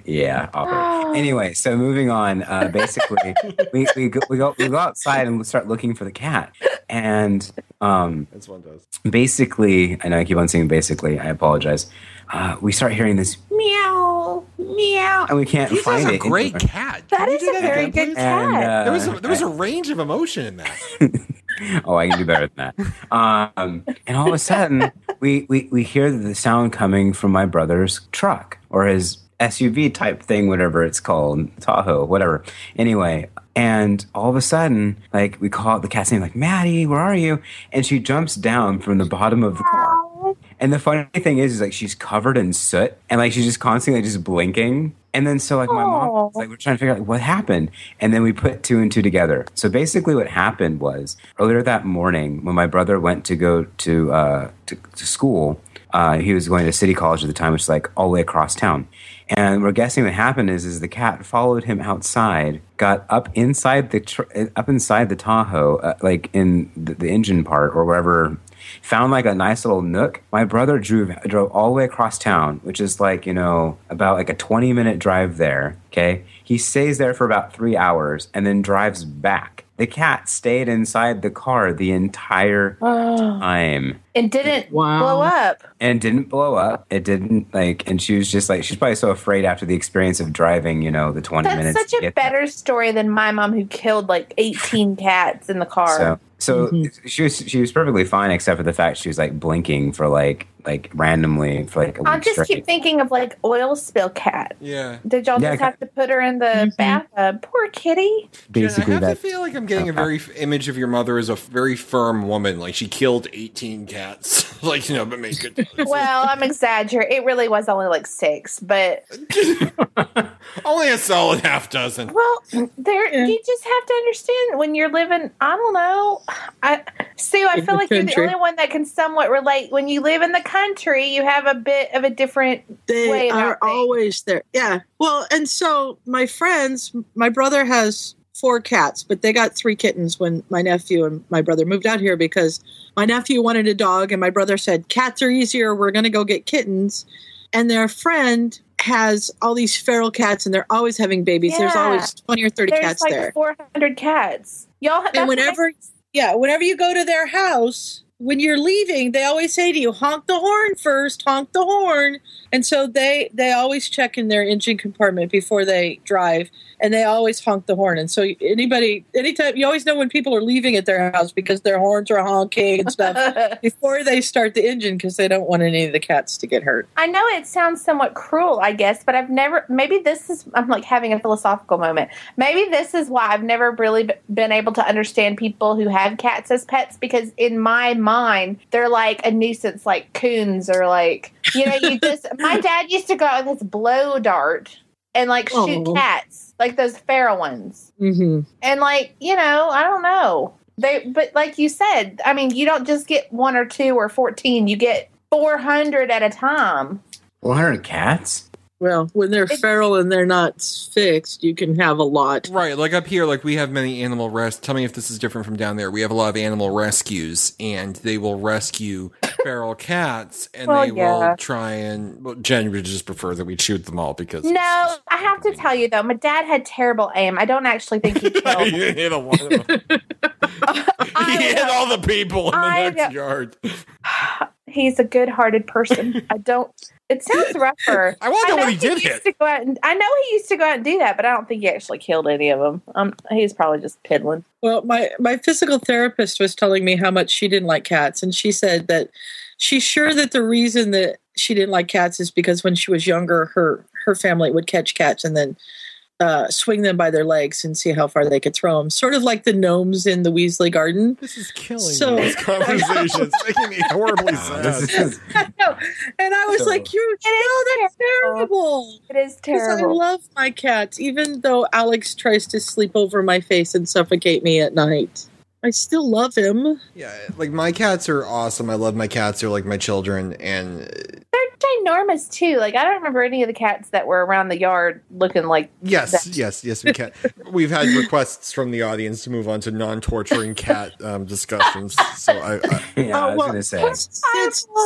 Speaker 3: yeah. awkward. Anyway, so moving on. Uh, basically, we, we, go, we go we go outside and we start looking for the cat. And um,
Speaker 2: That's one does.
Speaker 3: basically, I know I keep on saying basically. I apologize. Uh, we start hearing this
Speaker 4: Meow, meow.
Speaker 3: and we can't
Speaker 2: He
Speaker 3: find
Speaker 2: has a
Speaker 3: it.
Speaker 2: great
Speaker 3: anywhere.
Speaker 2: cat.
Speaker 4: That is a very good cat.
Speaker 3: And, uh,
Speaker 2: there was a, there was a range of emotion in that.
Speaker 3: oh, I can do better than that. Um, and all of a sudden, we, we, we hear the sound coming from my brother's truck or his SUV type thing, whatever it's called, Tahoe, whatever. Anyway, and all of a sudden, like we call out the cat's name, like Maddie, where are you? And she jumps down from the bottom of the car. And the funny thing is, is like she's covered in soot, and like she's just constantly just blinking. And then so like my mom was like we're trying to figure out like, what happened, and then we put two and two together. So basically, what happened was earlier that morning when my brother went to go to uh, to, to school, uh, he was going to City College at the time, which is like all the way across town. And we're guessing what happened is is the cat followed him outside, got up inside the tr- up inside the Tahoe, uh, like in the, the engine part or wherever found like a nice little nook. My brother drove drove all the way across town, which is like you know about like a twenty minute drive there. Okay, he stays there for about three hours and then drives back. The cat stayed inside the car the entire uh, time
Speaker 4: And didn't blow up.
Speaker 3: and didn't blow up. It didn't like, and she was just like she's probably so afraid after the experience of driving, you know, the twenty
Speaker 4: That's
Speaker 3: minutes.
Speaker 4: such
Speaker 3: to
Speaker 4: a
Speaker 3: get
Speaker 4: better story than my mom who killed like 18 cats in the car.
Speaker 3: So, so she was she was perfectly fine except for the fact she was like blinking for like like randomly for like a
Speaker 4: I
Speaker 3: week
Speaker 4: just
Speaker 3: straight.
Speaker 4: keep thinking of like oil spill cat.
Speaker 2: Yeah.
Speaker 4: Did y'all
Speaker 3: Yeah,
Speaker 4: just
Speaker 3: I-
Speaker 4: have to put her in the
Speaker 5: Mm-hmm.
Speaker 4: bathtub? Poor kitty.
Speaker 2: Basically, I have
Speaker 3: that-
Speaker 2: to feel like I'm getting a very f- image of your mother as a f- very firm woman. Like she killed 18 cats. like you know, but make it
Speaker 4: well, I'm exaggerating. It really was only like six, but
Speaker 2: only a solid half dozen.
Speaker 4: well, there you just have to understand when you're living. I don't know. I Sue, I
Speaker 2: In
Speaker 4: feel
Speaker 2: the
Speaker 4: like you're the
Speaker 2: country.
Speaker 4: only one that can somewhat relate. When you live in the country, you have a bit of a different way.
Speaker 5: They
Speaker 4: about
Speaker 5: are always there. Yeah. Well, and so my friends, my brother has four cats, but they got three kittens when my nephew and my brother moved out here because my nephew wanted a dog and my brother said, Cats are easier. We're going to go get kittens. And their friend has all these feral cats and they're always having babies. There's
Speaker 4: Yeah.
Speaker 5: always 20 or 30
Speaker 4: There's
Speaker 5: cats
Speaker 4: like
Speaker 5: there.
Speaker 4: 400 cats. Y'all that's
Speaker 5: And
Speaker 4: what
Speaker 5: whenever,
Speaker 10: yeah, whenever you
Speaker 5: go
Speaker 10: to their house, when you're leaving, they always say to you, honk the horn first, honk the horn. And so they they always check in their engine compartment before they drive and they always honk the horn. And so anybody anytime you always know when people are leaving at their house because their horns are honking and stuff before they start the engine because they don't want any of the cats to get hurt.
Speaker 4: I know it sounds somewhat cruel, I guess, but I've never, maybe this is, I'm like having a philosophical moment. Maybe this is why I've never really b- been able to understand people who have cats as pets because in my mind, they're like a nuisance, like coons or like, you know, you just, my dad used to go out with his blow dart and like shoot
Speaker 5: Oh.
Speaker 4: cats, like those feral ones.
Speaker 10: Mm-hmm.
Speaker 5: Mhm.
Speaker 4: And like, you know, I don't know. They but like you said, I mean, you don't just get one or two or 14, you get 400 at a time.
Speaker 3: 400 cats?
Speaker 5: Well, when they're feral and they're not fixed, you can have a lot.
Speaker 2: Right, like up here, like we have many animal rest. Tell me if this is different from down there. We have a lot of animal rescues, and they will rescue feral cats, and
Speaker 4: Well,
Speaker 2: they
Speaker 4: yeah.
Speaker 2: will try and. Well, Jen would just prefer that we shoot them all because
Speaker 4: No, I have to tell you though, my dad had terrible aim. I don't actually think he killed.
Speaker 2: you hit a lot of them. he hit all the people in the
Speaker 4: I
Speaker 2: next
Speaker 4: know.
Speaker 2: yard.
Speaker 4: He's a good-hearted person. I don't. It sounds rougher.
Speaker 2: I wonder
Speaker 4: know
Speaker 2: what he did
Speaker 4: used
Speaker 2: hit.
Speaker 4: To go out and, I know he used to go out and do that, but I don't think he actually killed any of them. Um, he's probably just piddling.
Speaker 10: Well,
Speaker 5: my my physical therapist was telling me how much she didn't like cats, and she said that she's sure that the reason that she didn't like cats is because when she was younger, her her family would catch cats and then uh, swing them by their legs and see how far they could throw them, sort of like the gnomes in the Weasley Garden.
Speaker 2: This is killing
Speaker 5: so,
Speaker 2: These conversations making me horribly sad.
Speaker 5: and I was
Speaker 2: So-
Speaker 5: like, "You
Speaker 4: no,
Speaker 5: that's terrible.
Speaker 4: It is
Speaker 5: Because I
Speaker 4: terrible.
Speaker 5: love my cats, even though Alex tries to sleep over my face and suffocate me at night. I still love him.
Speaker 2: Yeah, like my cats are awesome. I love my cats. They're like my children, and uh,
Speaker 4: ginormous too. Like I don't remember any of the cats that were around the yard looking like
Speaker 2: Yes,
Speaker 4: that.
Speaker 2: yes, yes, we can. We've had requests from the audience to move on to non-torturing cat um, discussions. So I, I
Speaker 3: yeah,
Speaker 5: Oh, well, Since,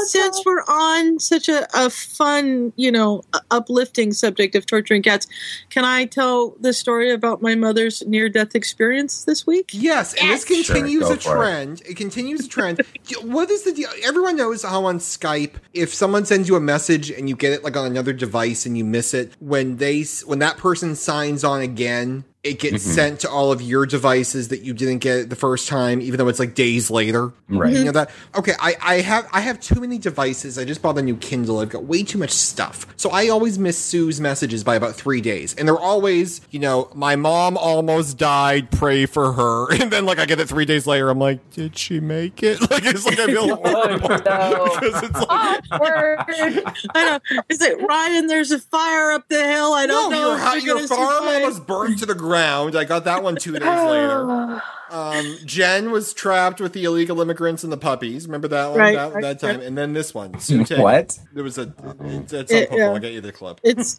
Speaker 5: since we're on such a, a fun, you know, u- uplifting subject of torturing cats, can I tell the story about my mother's near death experience this week?
Speaker 2: Yes, and this continues
Speaker 5: Sure,
Speaker 2: a
Speaker 5: go for it.
Speaker 2: trend. It. continues a trend. Do- what is the deal? Everyone knows how on Skype, if someone sends you a message and you get it like on another device and you miss it, when they s- when that person signs on again, it
Speaker 5: Mm-hmm.
Speaker 2: gets
Speaker 12: Mhm.
Speaker 2: sent to all of your devices that you didn't get it the first time, even though it's like days later.
Speaker 12: Right.
Speaker 5: Mm-hmm.
Speaker 2: You know that. Okay, I, I have I have too many devices. I just bought a new Kindle. I've got way too much stuff. So I always miss Sue's messages by about three days. And they're always, you know, my mom almost died, pray for her. And then like I get it three days later, I'm like, did she make it? Like it's like I feel horrible. because it's like
Speaker 5: I know. Is it Ryan? There's a fire up the hill. I don't know.
Speaker 2: your,
Speaker 5: if
Speaker 2: ho-
Speaker 5: you're
Speaker 2: your
Speaker 5: gonna
Speaker 2: farm
Speaker 5: survive."
Speaker 2: almost burned to the ground. I got that one two days later.
Speaker 4: Oh,
Speaker 2: Um, Jen was trapped with the illegal immigrants and the puppies. Remember that one?
Speaker 5: Right.
Speaker 2: that, that time. And then this one. take-
Speaker 3: What?
Speaker 2: There was a. It's, it's
Speaker 5: It-
Speaker 2: on
Speaker 5: yeah.
Speaker 2: I'll get you the clip.
Speaker 5: It's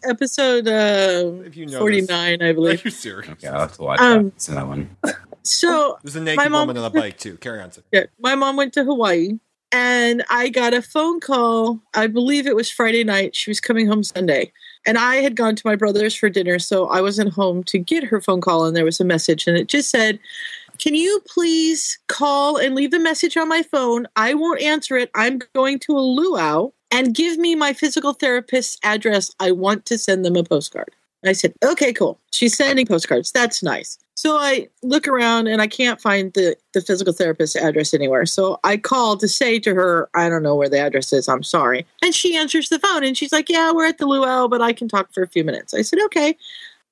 Speaker 5: episode uh,
Speaker 2: know
Speaker 5: 49, I believe.
Speaker 2: Are you serious?
Speaker 3: Yeah, I'll have to watch
Speaker 5: Um,
Speaker 3: that. It's another one.
Speaker 5: So
Speaker 2: There's a naked
Speaker 5: my mom-
Speaker 2: woman on a bike too. Carry on. Sir.
Speaker 5: Yeah, my mom went to Hawaii, and I got a phone call. I believe it was Friday night. She was coming home Sunday, and I had gone to my brother's for dinner, so I wasn't home to get her phone call. And there was a message, and it just said, "Can you please call and leave a message on my phone? I won't answer it. I'm going to a luau, and give me my physical therapist's address. I want to send them a postcard." I said, okay, cool. She's sending postcards. That's nice. So I look around and I can't find the, the physical therapist's address anywhere. So I call to say to her, I don't know where the address is. I'm sorry. And she answers the phone and she's like, yeah, we're at the luau, but I can talk for a few minutes. I said, okay.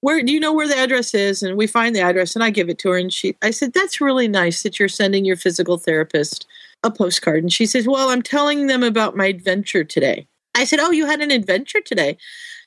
Speaker 5: Where do you know where the address is? And we find the address and I give it to her. And she, I said, that's really nice that you're sending your physical therapist a postcard. And she says, well, I'm telling them about my adventure today. I said, oh, you had an adventure today.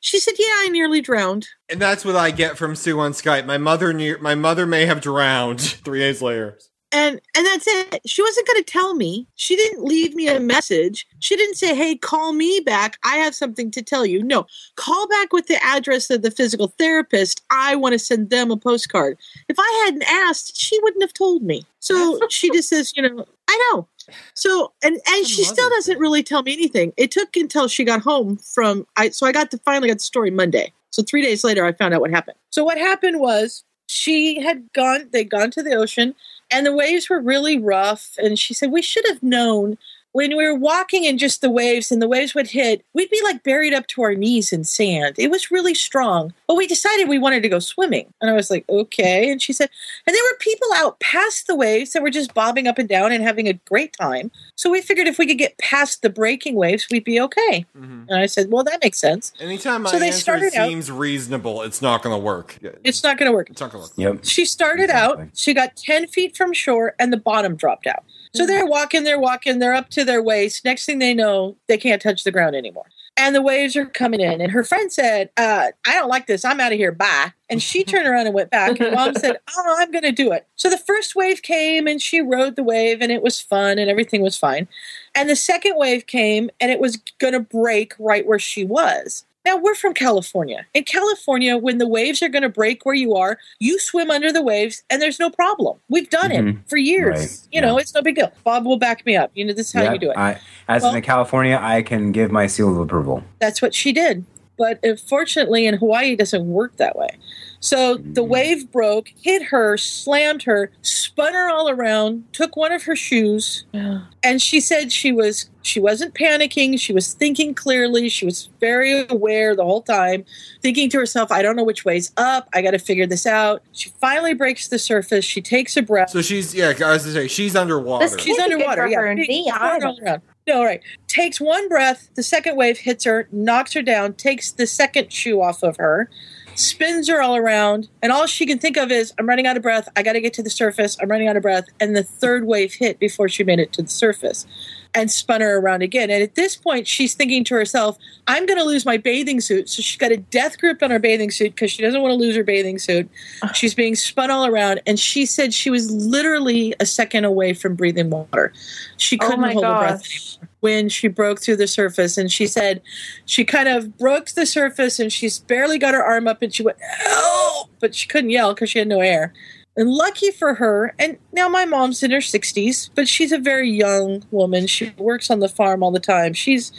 Speaker 5: She said, yeah, I nearly drowned.
Speaker 2: And that's what I get from Sue on Skype. My mother near my mother may have drowned three days later.
Speaker 5: and and that's it she wasn't going to tell me she didn't leave me a message she didn't say hey call me back i have something to tell you no call back with the address of the physical therapist i want to send them a postcard if i hadn't asked she wouldn't have told me so she just says you know i know so and and she still doesn't really tell me anything it took until she got home from i so i got to finally got the story monday so three days later i found out what happened
Speaker 10: So what happened was she had gone they'd gone to the ocean and the waves were really rough and she said we should have known when we were walking in just the waves and the waves would hit, we'd be like buried up to our knees in sand. It was really strong. But we decided we wanted to go swimming. And I was like, okay. And she said, and there were people out past the waves that were just bobbing up and down and having a great time. So we figured if we could get past the breaking waves, we'd be okay. And I said, well, that makes sense.
Speaker 2: Anytime my
Speaker 10: So they
Speaker 2: answer
Speaker 10: started out-
Speaker 2: seems reasonable, it's not going to work.
Speaker 10: It's not going to work.
Speaker 2: It's not going to work.
Speaker 3: Yep.
Speaker 10: She started out, she got 10 feet from shore, and the bottom dropped out. So they're walking, they're walking, they're up to their waist. Next thing they know, they can't touch the ground anymore. And the waves are coming in. And her friend said, uh, I don't like this. I'm out of here. Bye. And she turned around and went back. And mom said, Oh, I'm going to do it. So the first wave came and she rode the wave and it was fun and everything was fine. And the second wave came and it was going to break right where she was. Now we're from California. In California, when the waves are going to break where you are, you swim under the waves and there's no problem. We've done
Speaker 3: Mhm.
Speaker 10: it for years.
Speaker 3: Right.
Speaker 10: You know, it's no big deal. Bob will back me up. You know, this is how you
Speaker 3: Yep,
Speaker 10: do it.
Speaker 3: I, as
Speaker 10: Well-
Speaker 3: in California, I can give my seal of approval.
Speaker 10: That's what she did. But unfortunately, in Hawaii, it doesn't work that way. So the wave broke, hit her, slammed her, spun her all around, took one of her shoes, and she said she was she wasn't panicking. She was thinking clearly. She was very aware the whole time, thinking to herself, "I don't know which way's up. I got to figure this out." She finally breaks the surface. She takes a breath.
Speaker 2: So she's yeah. I was going to say she's underwater.
Speaker 10: She's underwater. Yeah. Big- swirl around. No, right. Takes one breath. The second wave hits her, knocks her down, takes the second shoe off of her, spins her all around, and all she can think of is, "I'm running out of breath. I got to get to the surface. I'm running out of breath." And the third wave hit before she made it to the surface, and spun her around again. And at this point, she's thinking to herself, "I'm going to lose my bathing suit." So she's got a death grip on her bathing suit because she doesn't want to lose her bathing suit. She's being spun all around, and she said she was literally a second away from breathing water. She
Speaker 4: Oh
Speaker 10: couldn't
Speaker 4: my
Speaker 10: hold her breath
Speaker 4: gosh.
Speaker 5: when she broke through the surface. And she said she kind of broke the surface and she's barely got her arm up and she went, help! But she couldn't yell because she had no air. And lucky for her, and now my mom's in her 60s, but she's a very young woman. She works on the farm all the time. She's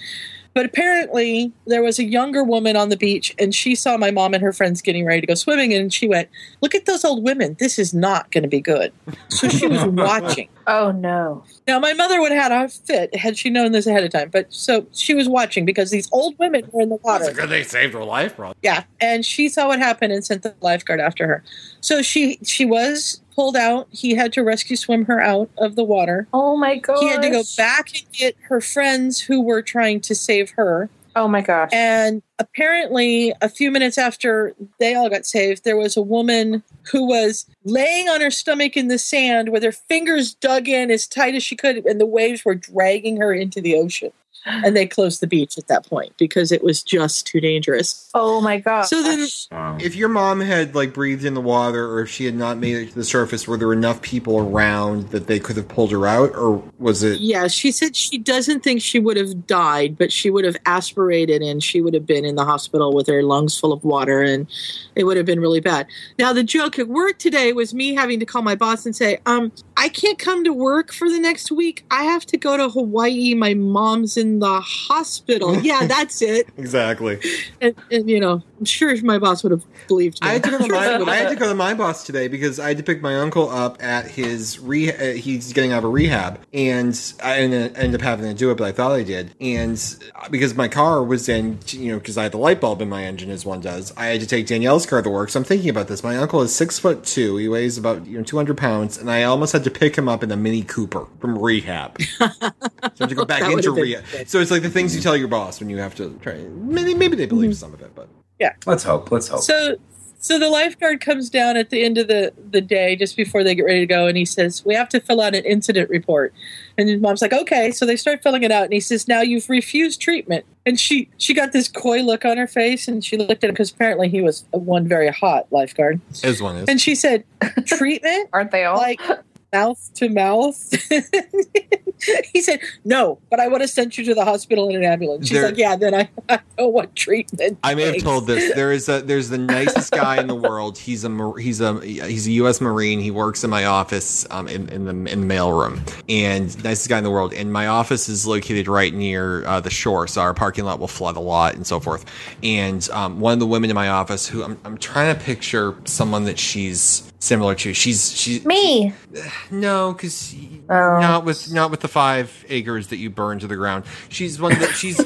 Speaker 5: but apparently, there was a younger woman on the beach, and she saw my mom and her friends getting ready to go swimming, and she went, "Look at those old women. This is not going to be good." So she was watching.
Speaker 4: Oh no!
Speaker 5: Now my mother would have had a fit had she known this ahead of time, but so she was watching because these old women were in the water.
Speaker 2: That's good they saved her life, bro.
Speaker 5: Yeah, and she saw what happened and sent the lifeguard after her. So she she was pulled out. He had to rescue swim her out of the water.
Speaker 4: Oh my god!
Speaker 5: He had to go back and get her friends who were trying to save her.
Speaker 4: Oh my gosh!
Speaker 5: And apparently, a few minutes after they all got saved, there was a woman who was laying on her stomach in the sand with her fingers dug in as tight as she could, and the waves were dragging her into the ocean. And they closed the beach at that point because it was just too dangerous.
Speaker 4: Oh my gosh!
Speaker 5: So then,
Speaker 3: Um,
Speaker 2: If your mom had like breathed in the water, or if she had not made it to the surface, were there enough people around that they could have pulled her out, or was it?
Speaker 13: Yeah, she said she doesn't think she would have died, but she would have aspirated and she would have been in the hospital with her lungs full of water and it would have been really bad. Now, the joke at work today was me having to call my boss and say, um, I can't come to work for the next week. I have to go to Hawaii. My mom's in the hospital. Yeah, that's it.
Speaker 2: Exactly.
Speaker 13: And, and you know, I'm sure my boss would have believed me.
Speaker 2: I had to go to my I had to go to my boss today because I had to pick my uncle up at his re uh, he's getting out of rehab and I didn't end up having to do it but I thought I did and because my car was in you know because I had the light bulb in my engine as one does I had to take Danielle's car to work so I'm thinking about this my uncle is six foot two he weighs about you know 200 pounds and I almost had to pick him up in a Mini Cooper from rehab so I had to go back
Speaker 13: That
Speaker 2: into
Speaker 13: would've been
Speaker 2: rehab so it's like the things you tell your boss when you have to try maybe maybe they
Speaker 13: Mm-hmm.
Speaker 2: believe some of it but
Speaker 5: yeah.
Speaker 3: Let's hope. Let's
Speaker 2: Oh.
Speaker 3: hope.
Speaker 5: So so the lifeguard comes down at the end of the, the day just before they get ready to go and he says, We have to fill out an incident report. And his mom's like, Okay. So they start filling it out and he says, Now you've refused treatment. And she she got this coy look on her face and she looked at him because apparently he was one very hot lifeguard.
Speaker 2: as one is
Speaker 5: And she said, Treatment?
Speaker 4: Aren't they all?
Speaker 5: like mouth to mouth? he said, No, but I would have sent you to the hospital in an ambulance. She's
Speaker 2: There-
Speaker 5: like, Yeah, then I, I know what treatment.
Speaker 2: I may have
Speaker 5: takes."
Speaker 2: told this. There is a there's the nicest guy in the world. He's a mar- he's a he's a U.S. Marine. He works in my office um, in in the in the mailroom. And nicest guy in the world. And my office is located right near uh, the shore, so our parking lot will flood a lot and so forth. And um, one of the women in my office, who I'm, I'm trying to picture someone that she's similar to. She's she
Speaker 4: me.
Speaker 2: no, because
Speaker 4: Oh.
Speaker 2: not with not with the five acres that you burn to the ground. She's one that she's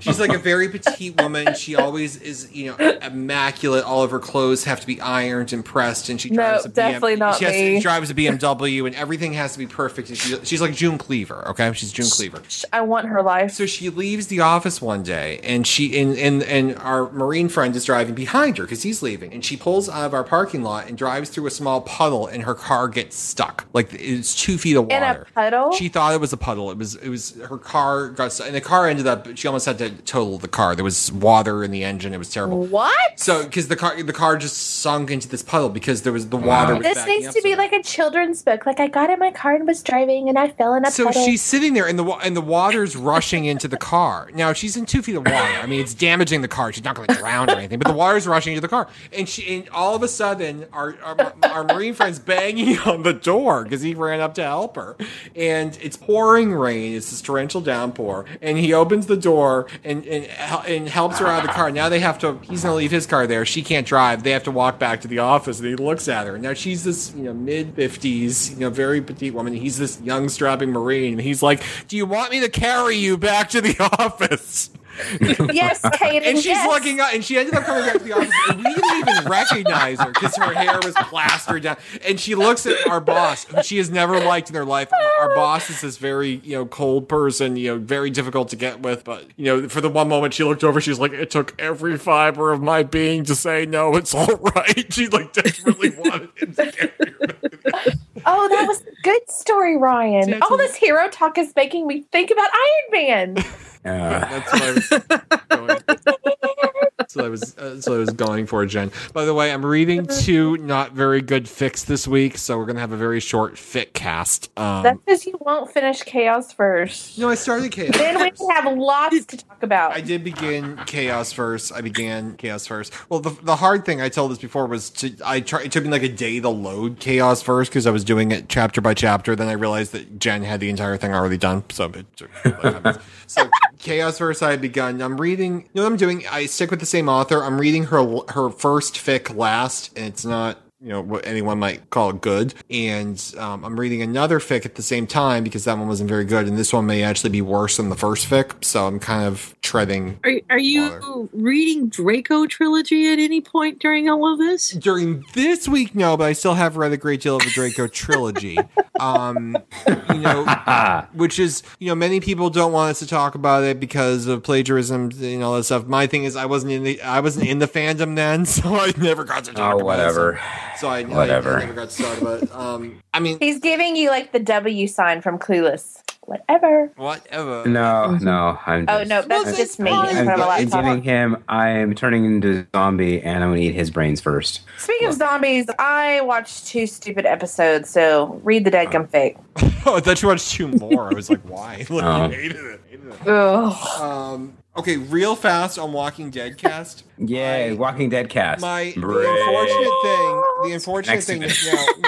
Speaker 2: she's like a very petite woman. She always is, you know, immaculate. All of her clothes have to be ironed and pressed, and she
Speaker 4: No,
Speaker 2: drives a
Speaker 4: definitely
Speaker 2: BM,
Speaker 4: not
Speaker 2: she has-
Speaker 4: me.
Speaker 2: she drives a BMW, and everything has to be perfect. And she, she's like June Cleaver. Okay, she's June Cleaver.
Speaker 4: I want her life.
Speaker 2: So she leaves the office one day, and she and and, and our marine friend is driving behind her because he's leaving, and she pulls out of our parking lot and drives through a small puddle, and her car gets stuck. Like it's two feet of
Speaker 4: In
Speaker 2: water.
Speaker 4: a puddle?
Speaker 2: She thought it was a puddle. It was it was her car got stuck, and the car ended up. She almost had to total the car. There was water in the engine. It was terrible.
Speaker 4: Oh. what?
Speaker 2: So because the car the car just sunk into this puddle because there was the water. was
Speaker 4: This
Speaker 2: backing
Speaker 4: needs
Speaker 2: up
Speaker 4: to
Speaker 2: so
Speaker 4: be like a children's book. Like I got in my car and was driving, and I fell in a
Speaker 2: so
Speaker 4: puddle.
Speaker 2: she's sitting there, and the wa- and the water's rushing into the car. Now she's in two feet of water. I mean, it's damaging the car. She's not going to drown or anything, but the water's rushing into the car. And she, and all of a sudden, our our, our marine friend's banging on the door because he ran up to help her. And it's pouring rain. It's this torrential downpour. And he opens the door and and hel- and helps her out of the car. Now they have to. He's going to leave his car there. She can't drive. They have to walk back to the office. And he looks at her. Now she's this you know mid fifties, you know very petite woman. He's this young strapping marine. And he's like, "Do you want me to carry you back to the office?"
Speaker 4: yes, Kate.
Speaker 2: And she's
Speaker 4: yes.
Speaker 2: looking up, and she ended up coming back to the office. And we didn't even recognize her because her hair was plastered down. And she looks at our boss, who she has never liked in her life. Our boss is this very, you know, cold person, you know, very difficult to get with. But you know, for the one moment she looked over, she's like, "It took every fiber of my being to say no. It's all right." She like desperately wanted him to get
Speaker 4: Oh, that was a good story, Ryan. All this hero talk is making me think about Iron Man.
Speaker 3: Uh,
Speaker 2: That's what I was going. so I was uh, so I was going for Jen. By the way, I'm reading two not very good fix this week, so we're gonna have a very short fit cast. Um,
Speaker 4: That's because you won't finish chaos first.
Speaker 2: No, I started chaos.
Speaker 4: Then we have lots to talk about.
Speaker 2: I did begin chaos first. I began chaos first. Well, the, the hard thing I told this before was to I try. It took me like a day to load chaos first because I was doing it chapter by chapter. Then I realized that Jen had the entire thing already done, so it took so chaos verse i had begun i'm reading you know what i'm doing i stick with the same author i'm reading her her first fic last and it's not you know what anyone might call good and um, i'm reading another fic at the same time because that one wasn't very good and this one may actually be worse than the first fic so i'm kind of treading
Speaker 5: Are, are you reading Draco trilogy at any point during all of this?
Speaker 2: During this week, no, but I still have read a great deal of the Draco trilogy. um, you know,
Speaker 3: Oh,
Speaker 2: which is you know many people don't want us to talk about it because of plagiarism and all that stuff. My thing is, I wasn't in the I wasn't in the fandom then, so I never got to talk
Speaker 3: Oh,
Speaker 2: about
Speaker 3: whatever.
Speaker 2: it. So, so I, I
Speaker 3: Whatever.
Speaker 2: never got to talk about it. Um, I mean,
Speaker 4: He's giving you like the W sign from Clueless. Whatever.
Speaker 2: whatever.
Speaker 3: No, no, I'm.
Speaker 4: Oh,
Speaker 3: just-
Speaker 4: no, that's just me.
Speaker 3: I'm,
Speaker 4: in front of a
Speaker 3: I'm
Speaker 4: laptop.
Speaker 3: giving him. I am turning into a zombie, and I'm gonna eat his brains first.
Speaker 4: Speaking of zombies, I watched two stupid episodes, so read the Deadgum Fake.
Speaker 2: Oh, I thought you watched two more. I was like, why? Like, you
Speaker 3: Oh.
Speaker 2: hated it, hated it.
Speaker 4: Ugh.
Speaker 2: Um, okay, real fast on Walking Dead cast.
Speaker 3: Yay, Walking Dead cast.
Speaker 2: My the
Speaker 3: Brains.
Speaker 2: unfortunate thing, the unfortunate thing is now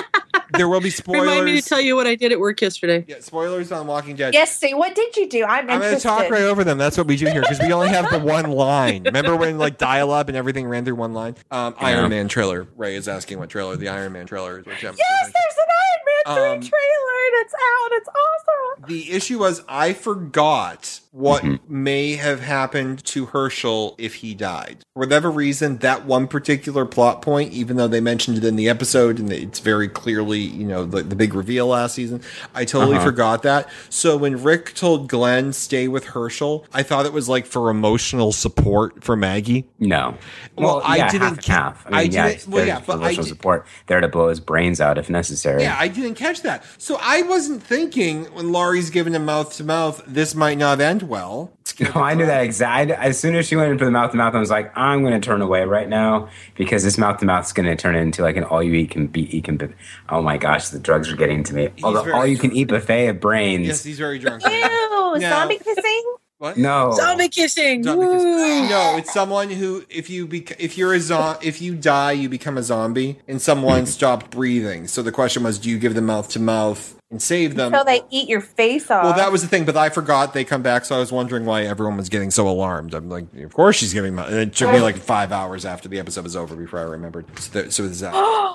Speaker 2: there will be spoilers.
Speaker 5: Remind me to tell you what I did at work yesterday.
Speaker 2: yeah, spoilers on Walking Dead.
Speaker 4: Yes, see, what did you do? I'm,
Speaker 2: I'm going to
Speaker 4: interested.
Speaker 2: talk right over them. That's what we do here because we only have the one line. Remember when like dial up and everything ran through one line? Um,
Speaker 3: Yeah.
Speaker 2: Iron Man trailer. Ray is asking what trailer. The Iron Man trailer is what Jen was
Speaker 4: Yes, there's an Iron Man 3
Speaker 2: Um,
Speaker 4: trailer and it's out. It's awesome.
Speaker 2: The issue was I forgot what may have happened to Herschel if he died. For whatever reason, that one particular plot point, even though they mentioned it in the episode and it's very clearly, you know, the, the big reveal last season, I totally
Speaker 3: Uh-huh.
Speaker 2: forgot that. So when Rick told Glenn stay with Herschel, I thought it was like for emotional support for Maggie.
Speaker 3: No.
Speaker 2: Well, I
Speaker 3: yeah,
Speaker 2: didn't
Speaker 3: half and
Speaker 2: ca-
Speaker 3: half. I
Speaker 2: I
Speaker 3: mean, yeah,
Speaker 2: didn't- well,
Speaker 3: they're
Speaker 2: yeah, but I
Speaker 3: emotional
Speaker 2: did-
Speaker 3: support there to blow his brains out if necessary.
Speaker 2: Yeah, I didn't catch that. So I wasn't thinking when Laurie's giving him mouth to mouth, this might not end well.
Speaker 3: No, I knew that exact. As soon as she went in for the mouth to mouth, I was like, I'm going to turn away right now because this mouth to mouth is going to turn into like an all you eat can be eat can. Be. Oh my gosh, the drugs are getting to me. Although
Speaker 2: very
Speaker 3: all you can eat buffet of brains.
Speaker 2: Yes, he's very drunk.
Speaker 4: Ew,
Speaker 2: No.
Speaker 4: zombie kissing?
Speaker 2: What?
Speaker 3: no.
Speaker 10: Zombie kissing.
Speaker 2: Zombie kiss-
Speaker 10: Woo.
Speaker 2: No, it's someone who if you bec- if you're a zo- if you die you become a zombie and someone stopped breathing. So the question was, do you give them mouth to mouth and save them?
Speaker 4: Until they eat your face off.
Speaker 2: well, that was the thing, but I forgot they come back, so I was wondering why everyone was getting so alarmed. I'm like, of course she's giving. Mouth. And it took me like five hours after the episode was over before I remembered. So, there, so is that?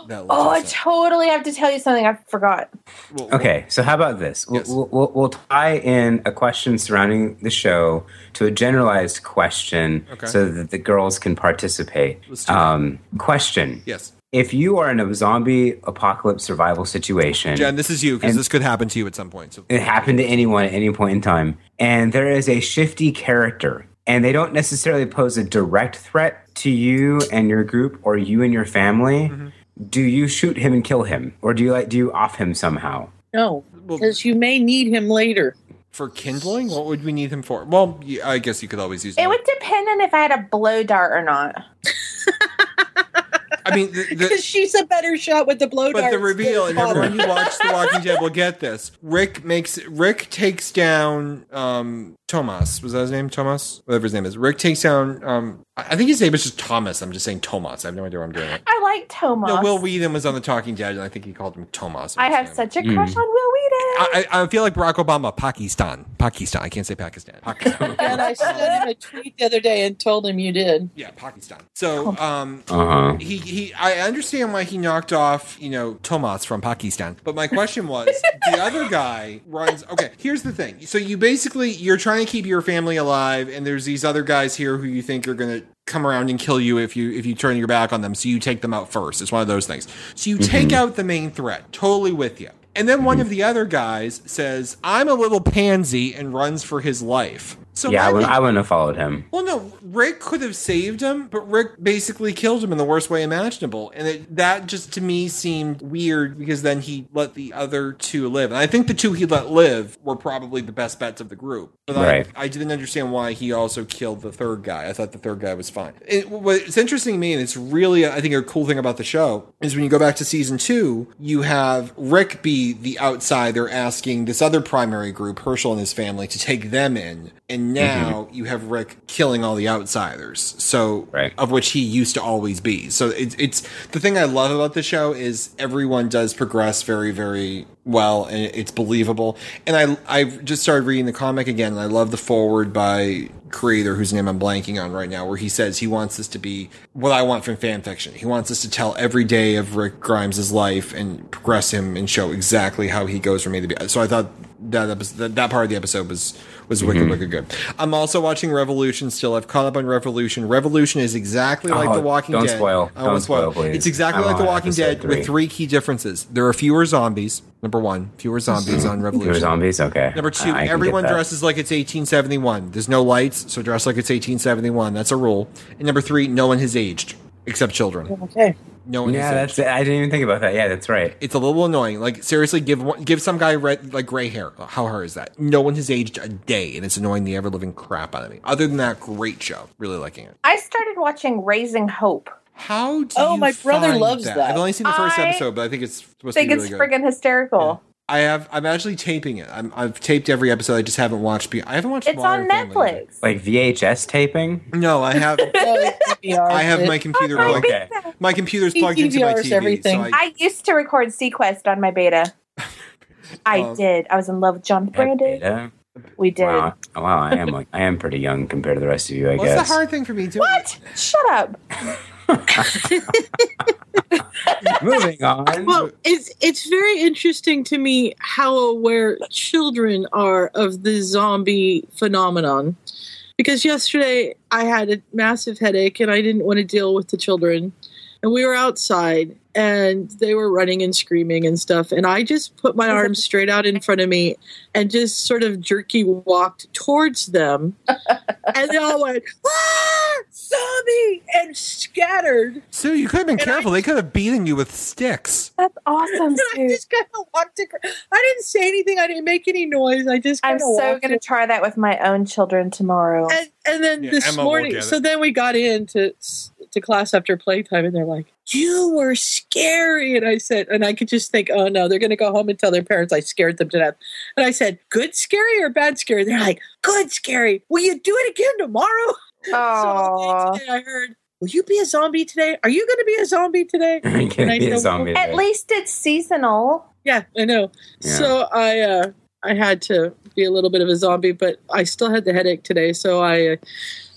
Speaker 2: that
Speaker 4: Oh, I totally have to tell you something I forgot.
Speaker 2: well,
Speaker 3: Okay, so how about this? We'll,
Speaker 2: Yes.
Speaker 3: we'll, we'll, we'll tie in a question surrounding the show to a generalized question
Speaker 2: Okay.
Speaker 3: so that the girls can participate.
Speaker 2: Let's do that.
Speaker 3: Um, question
Speaker 2: Yes,
Speaker 3: If you are in a zombie apocalypse survival situation,
Speaker 2: Jen, this is you because
Speaker 3: And- Eh.
Speaker 2: this could happen to you at some point. So
Speaker 3: it happened to anyone at any point in time, and there is a shifty character, and they don't necessarily pose a direct threat to you and your group or you and your family.
Speaker 2: Mm-hmm.
Speaker 3: Do you shoot him and kill him, or do you like do you off him somehow?
Speaker 10: No,
Speaker 2: Well-
Speaker 10: because you may need him later.
Speaker 2: for kindling, what would we need him for? Well, you- I guess you could always use.
Speaker 4: It would depend on if I had a blow dart or not.
Speaker 2: I mean, the, the,
Speaker 10: Because she's a better shot with the blow
Speaker 2: But
Speaker 10: dart.
Speaker 2: the reveal, and everyone who watched The Walking Dead will get this. Rick makes Rick takes down um Tomas. Was that his name? Tomas? Whatever his name is. Rick takes down um I I think his name is just Thomas. I'm just saying Tomas. I have no idea where I'm doing it.
Speaker 4: I like Tomas.
Speaker 2: No, Will Whedon was on the Talking Dead, and I think he called him Tomas.
Speaker 4: I have such a crush on Will Wheaton.
Speaker 2: I, I I feel like Barack Obama, Pakistan, Pakistan. I can't say Pakistan. Pakistan.
Speaker 10: and I sent him a tweet the other day and told him you did.
Speaker 2: yeah, Pakistan. So, um,
Speaker 3: Uh huh.
Speaker 2: he he I understand why he knocked off, you know, Tomas from Pakistan. But my question was, the other guy runs Okay, here's the thing. So you basically you're trying to keep your family alive and there's these other guys here who you think are going to come around and kill you if you if you turn your back on them. So you take them out first. It's one of those things. So you take
Speaker 3: Mm-hmm.
Speaker 2: out the main threat. Totally with you. And then one of the other guys says, "I'm a little pansy" and runs for his life. So
Speaker 3: yeah, I
Speaker 2: why
Speaker 3: wouldn't,
Speaker 2: did-
Speaker 3: I wouldn't have followed him.
Speaker 2: Well, no, Rick could have saved him, but Rick basically killed him in the worst way imaginable. And it, that just to me seemed weird because then he let the other two live. And I think the two he let live were probably the best bets of the group. But I-
Speaker 3: Right.
Speaker 2: I, didn't understand why he also killed the third guy. I thought the third guy was fine. It, what's interesting to me, and it's really, I think, a cool thing about the show, is when you go back to season two, you have Rick be the outsider asking this other primary group, Herschel and his family, to take them in. And now you have Rick killing all the outsiders. So of which he used to always be. So it's it's the thing I love about the show is everyone does progress very very well and it's believable. And I I just started reading the comic again and I love the forward by creator whose name I'm blanking on right now where he says he wants this to be what I want from fan fiction. He wants us to tell every day of Rick Grimes' life and progress him and show exactly how he goes from A to B. So I thought that episode, that, that part of the episode was was wicked
Speaker 3: Mhm.
Speaker 2: wicked good. I'm also watching Revolution still. I've caught up on Revolution. Revolution is exactly like
Speaker 3: Oh,
Speaker 2: The Walking
Speaker 3: don't
Speaker 2: Dead.
Speaker 3: spoil.
Speaker 2: I won't
Speaker 3: Don't
Speaker 2: spoil.
Speaker 3: spoil, please.
Speaker 2: It's exactly
Speaker 3: I'm
Speaker 2: like The
Speaker 3: on
Speaker 2: Walking
Speaker 3: episode
Speaker 2: Dead
Speaker 3: three.
Speaker 2: with three key differences. There are fewer zombies. Number one, fewer zombies on Revolution.
Speaker 3: Mm-hmm. Fewer zombies, okay.
Speaker 2: Number two,
Speaker 3: I- I can
Speaker 2: everyone
Speaker 3: get that.
Speaker 2: dresses like it's 1871. There's no lights, so dress like it's 1871. That's a rule. And number three, no one has aged except children.
Speaker 10: Okay.
Speaker 2: No one.
Speaker 3: Yeah,
Speaker 2: has
Speaker 3: that's it. I didn't even think about that. Yeah, that's right.
Speaker 2: It's a little annoying. Like seriously, give one, give some guy red like gray hair. How hard is that? No one has aged a day, and it's annoying the ever living crap out of me. Other than that, great show. Really liking it.
Speaker 4: I started watching Raising Hope.
Speaker 2: How do
Speaker 4: Oh,
Speaker 2: my Find I've only seen the first episode, but I think it's
Speaker 4: I
Speaker 2: supposed
Speaker 4: think
Speaker 2: to be
Speaker 4: it's
Speaker 2: really good.
Speaker 4: friggin' hysterical.
Speaker 2: I have. I'm actually taping it. I'm, I've taped every episode. I just haven't watched. Be- I haven't watched.
Speaker 4: It's on
Speaker 2: Modern Family yet.
Speaker 4: Netflix.
Speaker 3: Like VHS taping?
Speaker 2: No, I have. I have my computer.
Speaker 4: Oh,
Speaker 2: plugged-
Speaker 4: okay.
Speaker 2: My computer's plugged into my TV. So I,
Speaker 4: I used to record Sequest on my beta. I
Speaker 3: Um,
Speaker 4: did. I was in love with John Brandon.
Speaker 3: Yeah.
Speaker 4: We did.
Speaker 3: Wow, wow, I am like I am pretty young compared to the rest of you, I
Speaker 4: What's the
Speaker 3: guess.
Speaker 2: hard thing for me to
Speaker 4: What? Shut up.
Speaker 3: Moving on.
Speaker 5: Well, it's it's very interesting to me how aware children are of the zombie phenomenon. Because yesterday I had a massive headache and I didn't want to deal with the children. And we were outside and they were running and screaming and stuff. And I just put my arms straight out in front of me and just sort of jerky walked towards them. and they all went, ah, zombie, and scattered.
Speaker 2: So you could have been careful. they could have beaten you with sticks.
Speaker 4: That's awesome.
Speaker 10: I just kind of walked. Across. I didn't say anything. I didn't make any noise. I just.
Speaker 4: I'm
Speaker 10: kinda
Speaker 4: so
Speaker 10: walked
Speaker 4: gonna try that with my own children tomorrow.
Speaker 10: And, and then
Speaker 4: Yeah,
Speaker 10: this
Speaker 4: Emma will
Speaker 10: morning,
Speaker 4: get
Speaker 10: so
Speaker 4: it.
Speaker 10: then we got in to to class after playtime, and they're like, "You were scary," and I said, and I could just think, "Oh no, they're going to go home and tell their parents I scared them to death." And I said, "Good scary or bad scary?" They're like, "Good scary." Will you do it again tomorrow? So all day today I heard, "Will you be a zombie today? Are you going to be a zombie today?"
Speaker 3: you gonna
Speaker 10: And I
Speaker 3: be a
Speaker 10: said,
Speaker 3: zombie
Speaker 10: "Well,
Speaker 3: today?"
Speaker 4: least it's seasonal.
Speaker 5: Yeah, I know.
Speaker 3: Yeah.
Speaker 5: So I uh, I had to be a little bit of a zombie, but I still had the headache today, so I uh,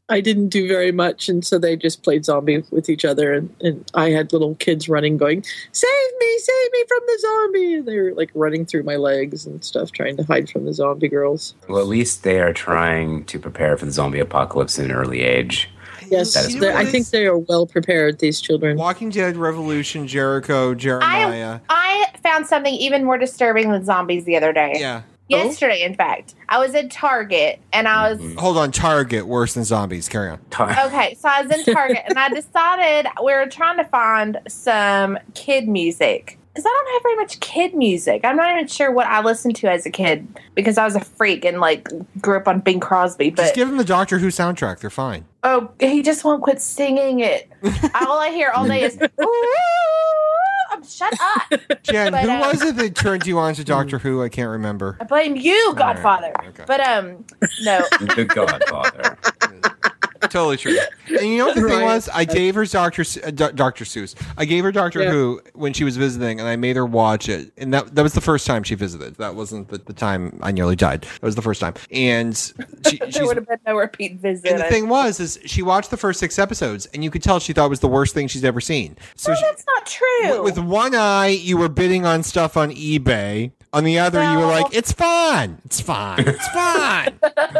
Speaker 5: I didn't do very much, and so they just played zombie with each other, and, and I had little kids running, going, "Save me! Save me from the zombie!" And they were like running through my legs and stuff, trying to hide from the zombie girls.
Speaker 3: Well, at least they are trying to prepare for the zombie apocalypse at an early age.
Speaker 5: Yes,
Speaker 3: That is
Speaker 5: they- I think they are well prepared. These children.
Speaker 2: Walking Dead, Revolution, Jericho, Jeremiah.
Speaker 4: I I found something even more disturbing than zombies the other day.
Speaker 2: yeah.
Speaker 4: Yesterday, in fact, I was in Target and I was
Speaker 2: Hold on, Target worse than zombies. Carry on.
Speaker 4: Okay, so I was in Target and I decided we were trying to find some kid music because I don't have very much kid music. I'm not even sure what I listened to as a kid because I was a freak and like grew up on Bing Crosby. But
Speaker 2: Just give them the Doctor Who soundtrack. They're fine.
Speaker 4: oh, he just won't quit singing it. all I hear all day is "Ooh, um, shut up.
Speaker 2: Jen,
Speaker 4: But,
Speaker 2: who
Speaker 4: uh,
Speaker 2: was it that turned you
Speaker 3: Hmm.
Speaker 2: on to Doctor Who? I can't remember.
Speaker 4: I blame you, Godfather. But um, no,
Speaker 3: The Godfather.
Speaker 2: totally true. And you know what the thing
Speaker 4: Right.
Speaker 2: was? I gave her Doctor uh, Do- Doctor Seuss. I gave her Doctor
Speaker 4: Yeah.
Speaker 2: Who when she was visiting, and I made her watch it. And that that was the first time she visited. That wasn't the, the time I nearly died. That was the first time. And she,
Speaker 4: there
Speaker 2: she's
Speaker 4: would have been no repeat visit.
Speaker 2: And the thing was, is she watched the first six episodes, and you could tell she thought it was the worst thing she's ever seen. So she,
Speaker 4: that's not true.
Speaker 2: with one eye, you were bidding on stuff on eBay. On the other, you were like, "It's fine, it's fine, it's fine." That's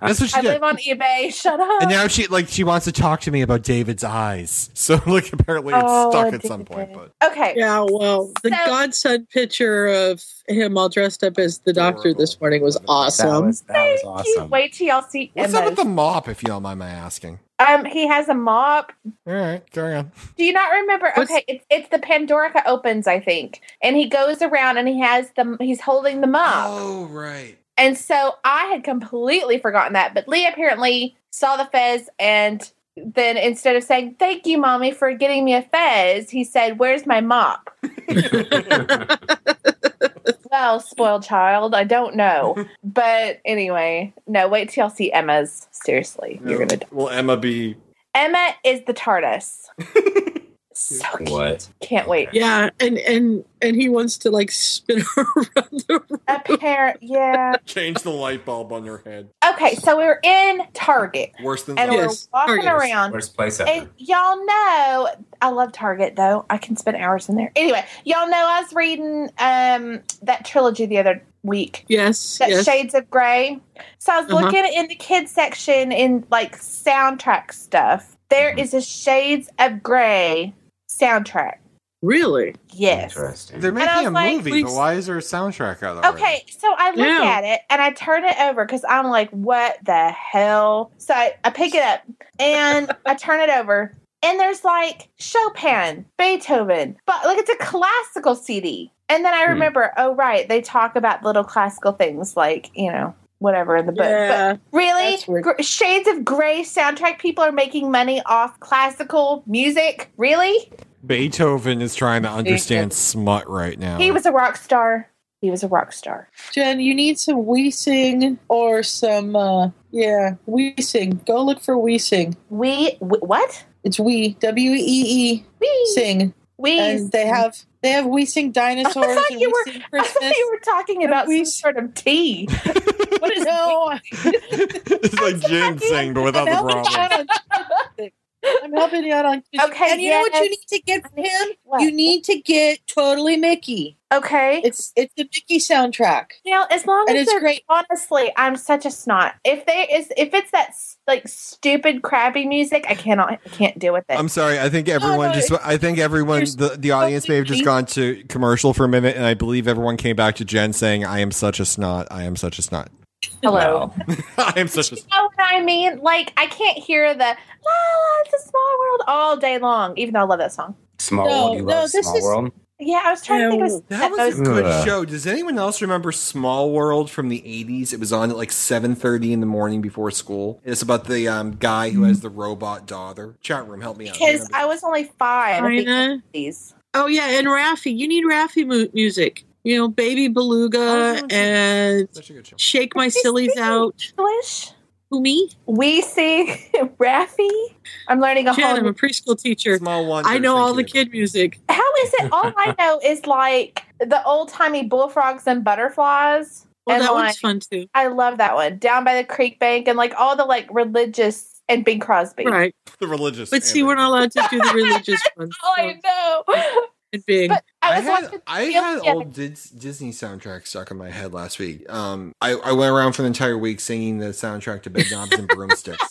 Speaker 2: what she
Speaker 4: I
Speaker 2: did.
Speaker 4: live on eBay. Shut up.
Speaker 2: And now she like she wants to talk to me about David's eyes. So like apparently it's
Speaker 4: Oh,
Speaker 2: stuck at some point. But
Speaker 4: Okay.
Speaker 5: Yeah, well, the godsend picture of him all dressed up as the doctor this morning was awesome.
Speaker 2: that was
Speaker 4: You Wait till y'all see
Speaker 2: What's up
Speaker 4: Emma.
Speaker 2: with the mop? If you don't mind my asking.
Speaker 4: Um, he has a mop.
Speaker 2: All right, carry on.
Speaker 4: Do you not remember? okay, it's it's the Pandorica opens, I think, and he goes around and he has the he's holding the mop.
Speaker 2: Oh right.
Speaker 4: And so I had completely forgotten that, but Lee apparently saw the fez and then instead of saying thank you mommy for getting me a fez he said where's my mop well spoiled child i don't know but anyway no wait till y'all see emma's seriously you're gonna
Speaker 2: Will Emma be?
Speaker 4: emma is the tardis so
Speaker 3: What?
Speaker 4: can't wait
Speaker 5: Yeah, and and and he wants to like spin
Speaker 4: a pair yeah
Speaker 2: Change the light bulb on your head.
Speaker 4: okay so we were in target
Speaker 2: Worse than
Speaker 4: and
Speaker 2: Zelda.
Speaker 4: we're walking around.
Speaker 3: Worst place
Speaker 4: And y'all know I love Target though. I can spend hours in there. Anyway, y'all know I was reading um that trilogy the other week.
Speaker 5: Yes.
Speaker 4: That
Speaker 5: yes.
Speaker 4: Shades of Grey. So I was
Speaker 5: Uh-huh.
Speaker 4: looking in the kids section in like soundtrack stuff.
Speaker 5: Mm-hmm.
Speaker 4: There is a Shades of Grey soundtrack.
Speaker 5: Really?
Speaker 4: Yes.
Speaker 2: There may
Speaker 4: And I
Speaker 2: be a
Speaker 4: was like-
Speaker 2: movie, but why is there a soundtrack out already?
Speaker 4: Okay, so I look
Speaker 2: Yeah.
Speaker 4: at it and I turn it over because I'm like, what the hell? So I, I pick it up and I turn it over, and there's like Chopin, Beethoven, but like it's a classical CD. And then I
Speaker 5: Hmm.
Speaker 4: remember, oh, right, they talk about little classical things like, you know, whatever in the book.
Speaker 5: Yeah,
Speaker 4: but really? Gr- Shades of Grey soundtrack people are making money off classical music? Really?
Speaker 2: Beethoven is trying to understand smut right now.
Speaker 4: He was a rock star. He was a rock star.
Speaker 10: Jen, you need some Weesing or some, uh, yeah, Weesing. Go look for Weesing.
Speaker 4: We, what?
Speaker 10: It's we, W E
Speaker 4: E
Speaker 10: sing.
Speaker 4: We.
Speaker 10: And they have they have Weesing dinosaurs.
Speaker 4: I thought
Speaker 10: and
Speaker 4: you were.
Speaker 10: Weesing
Speaker 4: I thought you were talking about some sort of tea. what is
Speaker 10: no?
Speaker 2: it's like Jim saying, but without the problem.
Speaker 10: I'm helping you out on.
Speaker 4: Okay,
Speaker 10: and you know what
Speaker 4: yes.
Speaker 10: you need to get from him? You need to get totally Mickey.
Speaker 4: Okay,
Speaker 10: it's it's the Mickey soundtrack.
Speaker 4: You know, as long
Speaker 10: And
Speaker 4: as
Speaker 10: it's
Speaker 4: they're
Speaker 10: great.
Speaker 4: Honestly, I'm such a snot. If they is, if it's that s- like stupid crappy music, I cannot, I can't deal with it.
Speaker 2: I'm sorry. I think everyone just. I think everyone. The, the audience may have just gone to commercial for a minute, and I believe everyone came back to Jen saying, "I am such a snot. I am such a snot.
Speaker 4: Hello.
Speaker 2: I am such a."
Speaker 4: You know what I mean? Like, I can't hear the "La La, It's a Small World" all day long, even though I love that song.
Speaker 3: Small
Speaker 4: No,
Speaker 3: World, you
Speaker 4: no,
Speaker 3: love
Speaker 4: this
Speaker 3: Small
Speaker 4: is-
Speaker 3: World.
Speaker 4: Yeah, I was trying to think of a-
Speaker 2: That was a
Speaker 4: most-
Speaker 2: good
Speaker 3: Ugh.
Speaker 2: show. Does anyone else remember Small World from the '80s? It was on at like 7:30 in the morning before school. It's about the um, guy who has the robot daughter. Chat room, help me out.
Speaker 4: because I was only five. I think.
Speaker 5: China. Oh yeah, and Raffi, you need Raffi mu- music. You know, Baby
Speaker 4: Oh,
Speaker 5: Beluga and Shake My Sillies Out.
Speaker 4: English?
Speaker 5: Who me?
Speaker 4: We see Raffi. I'm learning a
Speaker 5: Jen,
Speaker 4: whole.
Speaker 5: I'm a
Speaker 4: new-
Speaker 5: preschool teacher.
Speaker 2: Small one.
Speaker 5: I know all the kid music.
Speaker 4: How is it? All I know is like the old timey bullfrogs and butterflies.
Speaker 5: Well,
Speaker 4: and
Speaker 5: that
Speaker 4: like,
Speaker 5: one's fun too.
Speaker 4: I love that one. Down by the creek bank and like all the like religious and Bing Crosby.
Speaker 5: Right.
Speaker 2: The religious.
Speaker 5: But see, we're not allowed to do the religious ones.
Speaker 4: All I know.
Speaker 5: And Bing.
Speaker 4: I
Speaker 2: I,
Speaker 4: was
Speaker 2: had,
Speaker 4: watching
Speaker 2: I
Speaker 4: Jim
Speaker 2: had
Speaker 4: Jam-
Speaker 2: old Dis- Disney soundtracks stuck in my head last week. Um, I, I went around for the entire week singing the soundtrack to Bedknobs and Broomsticks.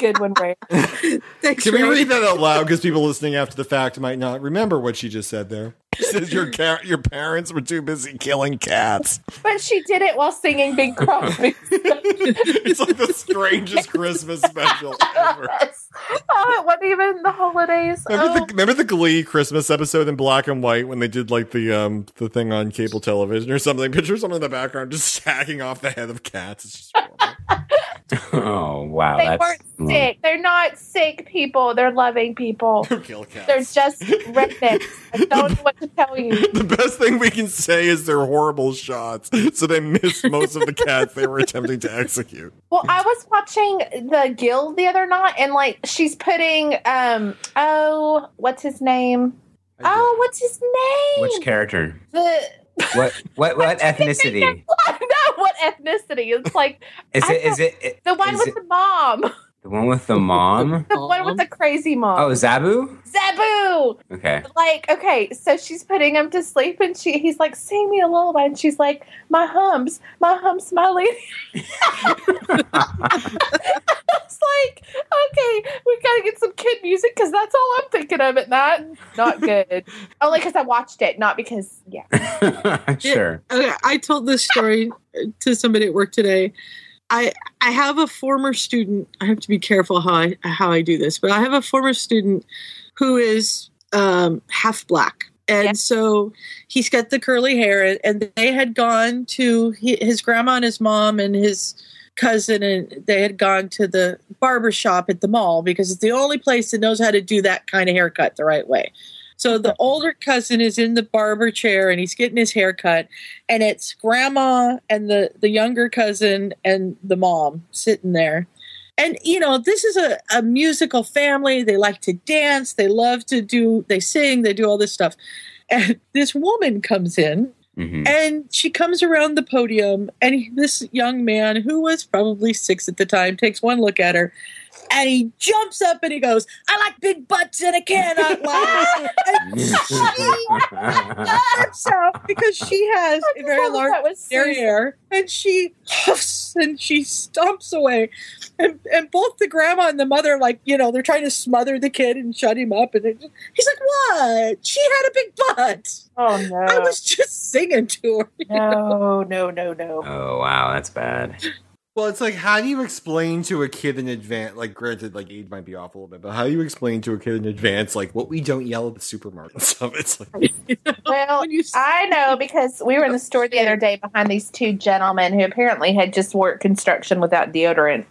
Speaker 4: Good one, Ray.
Speaker 5: Thanks,
Speaker 2: Can we
Speaker 5: Ray.
Speaker 2: read that out loud? Because people listening after the fact might not remember what she just said there. She says your ca- your parents were too busy killing cats.
Speaker 4: But she did it while singing Bing Crosby.
Speaker 2: it's like the strangest Christmas special ever.
Speaker 4: oh, it wasn't even the holidays.
Speaker 2: Remember, the,
Speaker 4: Oh.
Speaker 2: remember the Glee Christmas episode in black and white when they did like the um the thing on cable television or something? Picture someone in the background just hacking off the head of cats. It's just
Speaker 3: Oh wow,
Speaker 4: they
Speaker 3: that's mm.
Speaker 4: weren't sick. They're not sick people. They're loving people. They're
Speaker 2: kill cats.
Speaker 4: just rednecks. I don't know what to tell you.
Speaker 2: The best thing we can say is they're horrible shots, so they missed most of the cats they were attempting to execute.
Speaker 4: Well, I was watching the Guild the other night, and like she's putting, um, oh, what's his name? Oh, what's his name?
Speaker 3: Which character?
Speaker 4: the
Speaker 3: What what what ethnicity?
Speaker 4: I don't know what ethnicity. It's like
Speaker 3: Is it is it
Speaker 4: the one
Speaker 3: is
Speaker 4: with
Speaker 3: it-
Speaker 4: the mom.
Speaker 3: The one with the mom?
Speaker 4: The one with the crazy mom.
Speaker 3: Oh, Zabu?
Speaker 4: Zabu!
Speaker 3: Okay.
Speaker 4: Like, okay, so she's putting him to sleep and she he's like, sing me a lullaby. And she's like, my humps, my humps, my lady. it's like, okay, we got to get some kid music because that's all I'm thinking of at night. Not good. Only because I watched it, not because, yeah.
Speaker 3: sure.
Speaker 5: Okay, I told this story to somebody at work today. I I have a former student. I have to be careful how I how I do this, but I have a former student who is um, half black, and so he's got the curly hair. And they had gone to he, his grandma and his mom and his cousin, and they had gone to the barber shop at the mall because it's the only place that knows how to do that kind of haircut the right way. So the older cousin is in the barber chair and he's getting his hair cut, and it's grandma and the the younger cousin and the mom sitting there. And you know, this is a, a musical family. They like to dance, they love to do they sing, they do all this stuff. And this woman comes in
Speaker 3: Mm-hmm.
Speaker 5: and she comes around the podium, and he- this young man, who was probably six at the time, takes one look at her, and he jumps up and he goes, "I like big butts and I cannot lie." And she herself because she has a very large derriere, and she huffs and she stomps away, and and both the grandma and the mother, like you know, they're trying to smother the kid and shut him up, and it, he's like, "What? She had a big butt."
Speaker 4: Oh no!
Speaker 5: I was just singing to her.
Speaker 4: No, no, no, no.
Speaker 3: Oh, wow. That's bad.
Speaker 2: Well, it's like how do you explain to a kid in advance? Like, granted, like age might be off a little bit, but how do you explain to a kid in advance like what we don't yell at the supermarket and stuff? It's like
Speaker 4: Well, I know because we were in the store the other day behind these two gentlemen who apparently had just worked construction without deodorant.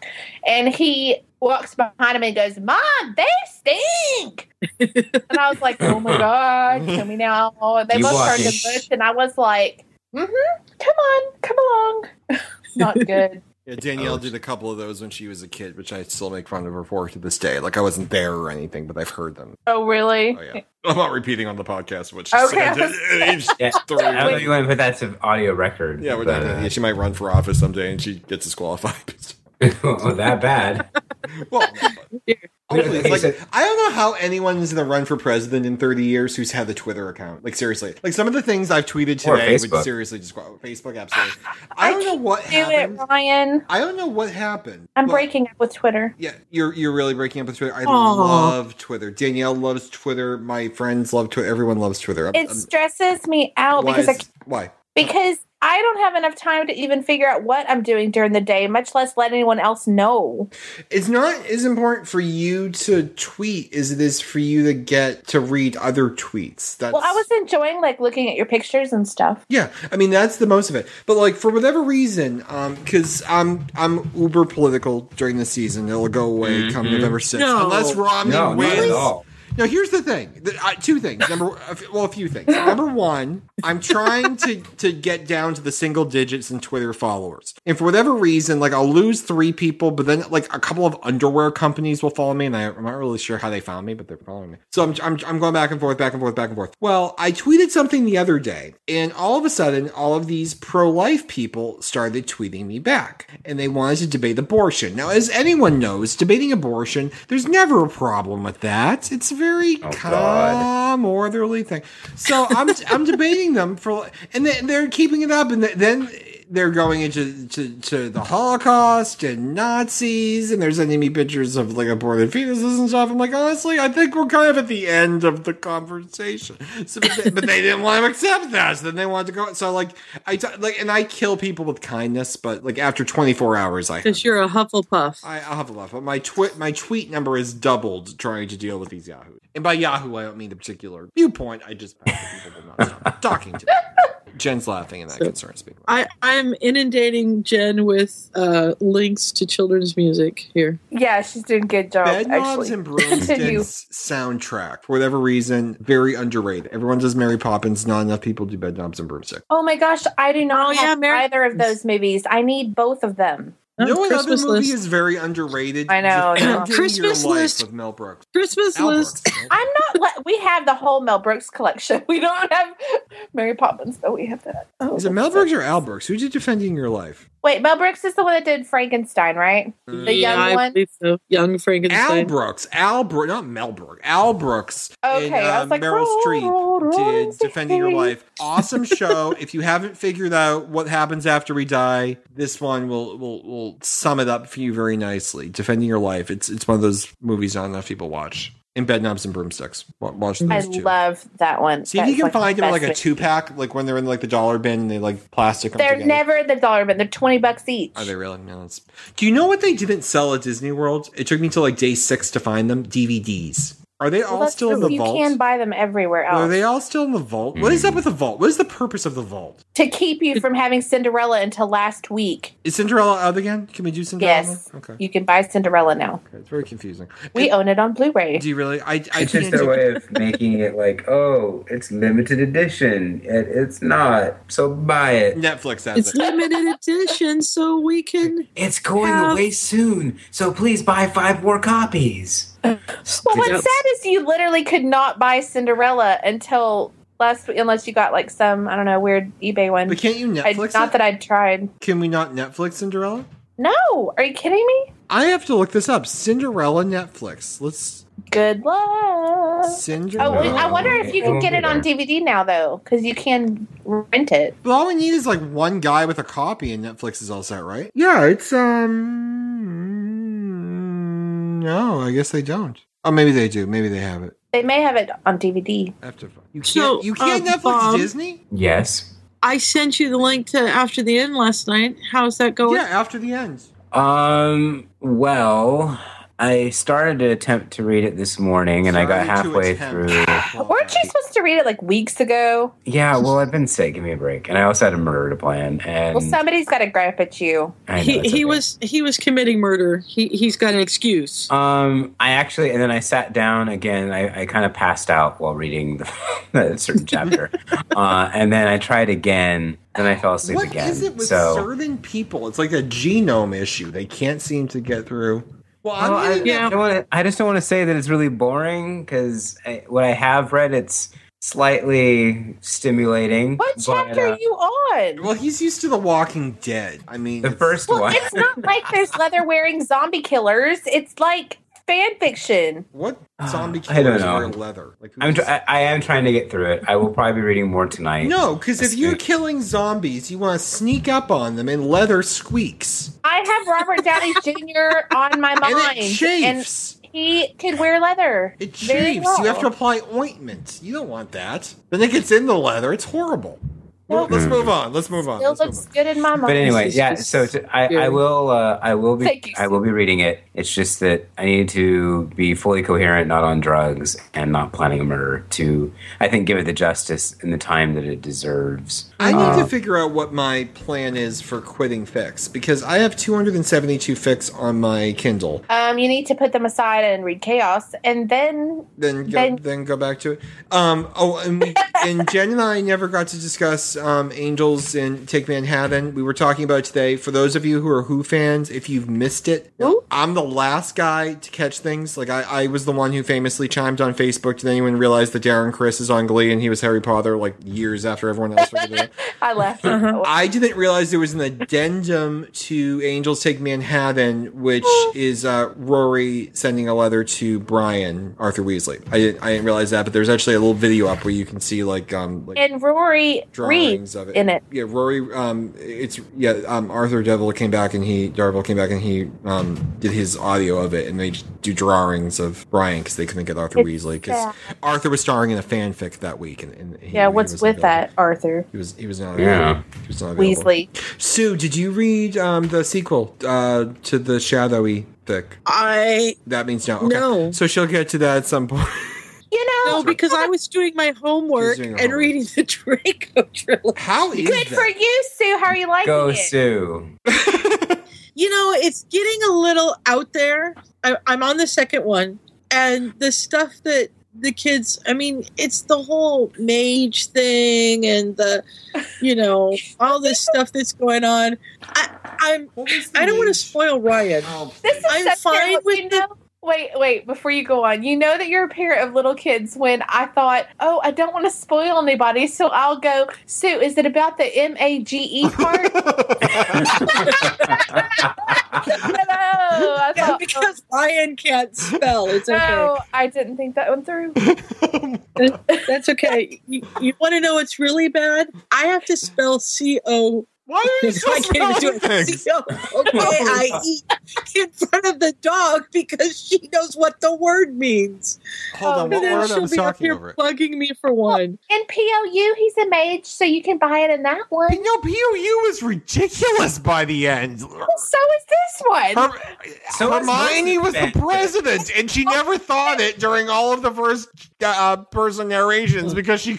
Speaker 4: And he walks behind him and goes, Mom, they stink. and I was like, Oh my God, kill me now. And they
Speaker 12: You
Speaker 4: both
Speaker 12: watch
Speaker 4: turned
Speaker 12: it.
Speaker 4: to Bush, and I was like, Mm hmm, come on, come along. Not good.
Speaker 2: yeah, Danielle did a couple of those when she was a kid, which I still make fun of her for to this day. Like, I wasn't there or anything, but I've heard them.
Speaker 4: Oh, really?
Speaker 2: Oh yeah, I'm not repeating on the podcast what she said. at age
Speaker 3: Yeah,
Speaker 2: three.
Speaker 3: I don't think you want to put that to audio record.
Speaker 2: Yeah, we're
Speaker 3: but,
Speaker 2: not gonna- yeah, she might run for office someday, and she gets disqualified.
Speaker 3: oh, that bad.
Speaker 2: Honestly, it's like, I don't know how anyone is in the run for president in 30 years who's had the Twitter account. Like seriously, like some of the things I've tweeted
Speaker 3: Or
Speaker 2: today would
Speaker 3: Facebook.
Speaker 2: seriously just Facebook absolutely. I don't know what
Speaker 4: Do it,
Speaker 2: happened.
Speaker 4: Ryan.
Speaker 2: I don't know what happened.
Speaker 4: I'm
Speaker 2: Well,
Speaker 4: breaking up with Twitter.
Speaker 2: Yeah, you're you're really breaking up with Twitter. I
Speaker 4: Aw.
Speaker 2: love Twitter. Danielle loves Twitter. My friends love Twitter. Everyone loves Twitter. I'm-
Speaker 4: It stresses me
Speaker 2: I'm-
Speaker 4: out
Speaker 2: why?
Speaker 4: because I
Speaker 2: is- why?
Speaker 4: because I don't have enough time to even figure out what I'm doing during the day, much less let anyone else know.
Speaker 2: It's not as important for you to tweet as it is for you to get to read other tweets. That's
Speaker 4: well, I was enjoying like looking at your pictures and stuff.
Speaker 2: Yeah, I mean that's the most of it. But like for whatever reason, um, because I'm I'm uber political during the season. It'll go away come
Speaker 3: Mhm.
Speaker 2: November sixth,
Speaker 3: No.
Speaker 2: unless Romney
Speaker 3: No, not
Speaker 2: wins.
Speaker 3: at all.
Speaker 2: No, here's the thing. The- I- two things. Number a f- well, a few things. Number one, I'm trying to to get down to the single digits in Twitter followers. And for whatever reason, like I'll lose three people, but then like a couple of underwear companies will follow me, and I, I'm not really sure how they found me, but they're following me. So I'm, I'm I'm going back and forth, back and forth, back and forth. Well, I tweeted something the other day, and all of a sudden, all of these pro life people started tweeting me back, and they wanted to debate abortion. Now, as anyone knows, debating abortion, there's never a problem with that. It's a very calm, orderly thing. So I'm I'm debating them for, and they, they're keeping it up, and then they're going into to, to the Holocaust and Nazis, and they're sending me pictures of like aborted fetuses and stuff. I'm like, honestly, I think we're kind of at the end of the conversation. So, but, they, but they didn't want to accept that, so then they wanted to go. So like, I t- like, and I kill people with kindness, but like after 24 hours, I
Speaker 5: Because you're a Hufflepuff.
Speaker 2: I, I'll Hufflepuff, but my tweet my tweet number is doubled trying to deal with these Yahoo. And by Yahoo, I don't mean the particular viewpoint. I just I think people will not stop talking to me. Jen's laughing, and that concerns me.
Speaker 5: I, I'm inundating Jen with uh, links to children's music here.
Speaker 4: Yeah, she's doing a good job.
Speaker 2: Bed knobs
Speaker 4: actually.
Speaker 2: and
Speaker 4: Continue.
Speaker 2: broomsticks soundtrack, for whatever reason, very underrated. Everyone does Mary Poppins. Not enough people do bed knobs and broomsticks.
Speaker 4: Oh my gosh, I do not have either of those movies. I need both of them.
Speaker 2: no one other movie is very underrated.
Speaker 4: I know,
Speaker 2: Just
Speaker 4: no.
Speaker 2: ending your
Speaker 4: Christmas
Speaker 2: life
Speaker 4: List.
Speaker 2: with Mel Brooks.
Speaker 5: Christmas
Speaker 2: list.
Speaker 4: I'm not. Let, we have the whole Mel Brooks collection. We don't have Mary Poppins, but we have that. Oh,
Speaker 2: Is it Mel Brooks or Al Brooks? Who did defending your life?
Speaker 4: Wait, Mel Brooks is the one that did Frankenstein, right? The young
Speaker 5: I
Speaker 4: one.
Speaker 5: believe so. Young Frankenstein.
Speaker 2: Al Brooks, Al Brooks, not Mel Brooks, Al Brooks
Speaker 4: Okay,
Speaker 2: and
Speaker 4: I
Speaker 2: uh,
Speaker 4: was like, "Oh,
Speaker 2: Meryl
Speaker 4: roll, roll, roll,
Speaker 2: Streep did Defending Your
Speaker 4: Sweetie.
Speaker 2: Life. Awesome show. if you haven't figured out what happens after we die, this one will will will sum it up for you very nicely. Defending Your Life. It's it's one of those movies not enough people watch. And Bedknobs and Broomsticks. Wa- Watch those
Speaker 4: I
Speaker 2: two.
Speaker 4: love that one.
Speaker 2: See if
Speaker 4: That
Speaker 2: you
Speaker 4: is,
Speaker 2: can
Speaker 4: like, the
Speaker 2: find them in,
Speaker 4: best
Speaker 2: like a
Speaker 4: movie.
Speaker 2: two pack, like when they're in like the dollar bin and they like plastic. them
Speaker 4: They're
Speaker 2: together.
Speaker 4: never the dollar bin. They're twenty bucks each.
Speaker 2: Are they really? No, it's- Do you know what they didn't sell at Disney World? It took me till like day six to find them. DVDs. Are they
Speaker 4: Well,
Speaker 2: all
Speaker 4: that's
Speaker 2: still in
Speaker 4: true.
Speaker 2: the
Speaker 4: you
Speaker 2: vault?
Speaker 4: can buy them everywhere else
Speaker 2: Are they all still in the vault? What
Speaker 3: Mm-hmm.
Speaker 2: is up with the vault? What is the purpose of the vault?
Speaker 4: to keep you from having Cinderella until last week.
Speaker 2: Is Cinderella out again? Can we do Cinderella?
Speaker 4: Yes,
Speaker 2: now? Okay.
Speaker 4: you can buy Cinderella now.
Speaker 2: Okay, It's very confusing.
Speaker 4: We own it on Blu-ray.
Speaker 2: Do you really? I, I
Speaker 3: It's just
Speaker 2: can't.
Speaker 3: their way of making it like, oh, it's limited edition. It, it's not, so buy it.
Speaker 2: Netflix has
Speaker 5: It's limited edition, so we can.
Speaker 3: It's going away soon, so please buy five more copies.
Speaker 4: Well, what's sad is you literally could not buy Cinderella until last week, unless you got like some I don't know weird eBay one.
Speaker 2: But can't you
Speaker 4: I,
Speaker 2: Netflix
Speaker 4: not
Speaker 2: it?
Speaker 4: that I'd tried.
Speaker 2: Can we not Netflix Cinderella?
Speaker 4: No, are you kidding me?
Speaker 2: I have to look this up. Cinderella Netflix. Let's
Speaker 4: Good luck.
Speaker 2: Cinderella.
Speaker 4: Oh, well, I wonder if you can get it on DVD now though, because you can rent it.
Speaker 2: But all we need is like one guy with a copy, and Netflix is all set, right? Yeah, it's um. No, I guess they don't. Oh, maybe they do. Maybe they have it.
Speaker 4: They may have it on DVD.
Speaker 2: After you can't.
Speaker 5: So,
Speaker 2: you can't
Speaker 5: uh,
Speaker 2: Netflix
Speaker 5: Bob-
Speaker 2: Disney.
Speaker 3: Yes.
Speaker 5: I sent you the link to After the End last night. How's that going?
Speaker 2: Yeah, after the end.
Speaker 3: Um, well, I started to attempt to read it this morning and I got halfway through.
Speaker 2: Oh,
Speaker 4: Weren't you supposed to read it like weeks ago?
Speaker 3: Yeah, well, I've been sick. Give me a break. And I also had a murder to plan. And
Speaker 4: Well, somebody's got to gripe at you.
Speaker 3: I know,
Speaker 5: he
Speaker 3: it's okay.
Speaker 5: he was he was committing murder. He he's got an excuse.
Speaker 3: Um, I actually, and then I sat down again. I, I kind of passed out while reading the certain chapter, uh, and then I tried again. Then I fell asleep
Speaker 2: What is
Speaker 3: again.
Speaker 2: it with
Speaker 3: so
Speaker 2: certain people? It's like a genome issue. They can't seem to get through. Well, I'm
Speaker 3: Well, I,
Speaker 2: getting
Speaker 3: I don't wanna, I just don't want to say that it's really boring because what I have read, it's slightly stimulating. uh,
Speaker 4: What chapter
Speaker 2: uh,
Speaker 4: are you on?
Speaker 2: Well, he's used to The Walking Dead. I mean,
Speaker 3: The first
Speaker 4: Well,
Speaker 3: one.
Speaker 4: it's not like there's leather wearing zombie killers. It's like fan fiction.
Speaker 2: What zombie
Speaker 3: I don't
Speaker 2: killers
Speaker 3: know.
Speaker 2: wear leather? Like,
Speaker 3: I'm tr- I, I am trying to get through it. I will probably be reading more tonight.
Speaker 2: no, because if you're killing zombies, you want to sneak up on them, and leather squeaks.
Speaker 4: I have Robert Downey Jr. on my
Speaker 2: it
Speaker 4: mind.
Speaker 2: chafes.
Speaker 4: and he could wear leather.
Speaker 2: It
Speaker 4: very
Speaker 2: chafes.
Speaker 4: well.
Speaker 2: You have to apply ointment. You don't want that. Then it gets in the leather. It's horrible. Well, let's move on. Let's move on.
Speaker 4: Still
Speaker 2: Let's move
Speaker 4: looks good in my mind.
Speaker 3: But anyway, yeah. So to, I, I will. Uh, I will be.
Speaker 4: Thank you,
Speaker 3: I will be reading it. It's just that I need to be fully coherent, not on drugs, and not planning a murder. To I think give it the justice and the time that it deserves.
Speaker 2: I need
Speaker 3: Uh,
Speaker 2: to figure out what my plan is for quitting fix because I have 272 fix on my Kindle.
Speaker 4: Um, you need to put them aside and read Chaos, and then
Speaker 2: Then go, then,
Speaker 4: Then-
Speaker 2: go back to it. Um, oh, and, we, and Jen and I never got to discuss um, Angels and Take Manhattan. We were talking about it today. For those of you who are Who fans, if you've missed it, I'm the last guy to catch things. Like I, I was the one who famously chimed on Facebook. Did anyone realize that Darren Chris is on Glee and he was Harry Potter like years after everyone else figured it out?
Speaker 4: I left.
Speaker 2: I didn't realize there was an addendum to Angels Take Manhattan, which is uh, Rory sending a letter to Brian Arthur Weasley. I didn't, I didn't realize that, but there's actually a little video up where you can see like um like
Speaker 4: and Rory
Speaker 2: drawings
Speaker 4: reads
Speaker 2: of it
Speaker 4: in it.
Speaker 2: Yeah, Rory. Um, it's yeah. Um, Arthur Devil came back and he Darville came back and he um did his audio of it, and they do drawings of Brian because they couldn't get Arthur
Speaker 4: It's
Speaker 2: Weasley because
Speaker 4: sad.
Speaker 2: Arthur was starring in a fanfic that week, and, and he,
Speaker 4: Yeah, what's
Speaker 2: was
Speaker 4: with
Speaker 2: available.
Speaker 4: that, Arthur
Speaker 2: He was he was not
Speaker 3: Yeah.
Speaker 2: he was not available.
Speaker 4: Weasley?
Speaker 2: Sue, did you read um, the sequel uh, to the shadowy fic?
Speaker 5: I
Speaker 2: That means no. Okay.
Speaker 5: No.
Speaker 2: So she'll get to that at some point.
Speaker 4: You know,
Speaker 5: no because I was doing my homework
Speaker 2: She's doing her
Speaker 5: and
Speaker 2: homework.
Speaker 5: reading the Draco trilogy.
Speaker 2: How is
Speaker 4: good
Speaker 2: that?
Speaker 4: for you, Sue. How are you liking
Speaker 3: go
Speaker 4: it?
Speaker 3: Sue.
Speaker 5: you know, it's getting a little out there. I, I'm on the second one, and the stuff that the kids, I mean, it's the whole mage thing and the, you know, all this stuff that's going on. I, I'm,
Speaker 2: What was the
Speaker 5: I don't want
Speaker 2: name?
Speaker 5: to spoil Ryan.
Speaker 2: Oh,
Speaker 4: This is
Speaker 5: I'm
Speaker 4: such a-
Speaker 5: fine with
Speaker 4: you
Speaker 5: the-
Speaker 4: know, Wait, wait, before you go on, you know that you're a parent of little kids when I thought, oh, I don't want to spoil anybody, so I'll go, Sue, is it about the M A G E part? Hello. I thought,
Speaker 10: because Lion can't spell. It's okay.
Speaker 4: No, I didn't think that one through.
Speaker 10: That's okay. You, you want to know what's really bad? I have to spell C O.
Speaker 2: Why are you
Speaker 10: I can't even do it. C O O K I E in front of the dog because she knows what the word means.
Speaker 2: Hold on,
Speaker 10: And
Speaker 2: what
Speaker 10: then
Speaker 2: word I
Speaker 10: she'll
Speaker 2: was
Speaker 10: be up
Speaker 2: talking
Speaker 10: here
Speaker 2: over it?
Speaker 10: plugging me for one.
Speaker 4: In POU, he's a mage, so you can buy it in that one.
Speaker 2: No, POU was ridiculous by the end.
Speaker 4: So is this one.
Speaker 2: Her,
Speaker 3: So is
Speaker 2: Hermione was the
Speaker 3: Moses back.
Speaker 2: president, and she never thought it during all of the first uh, person narrations because she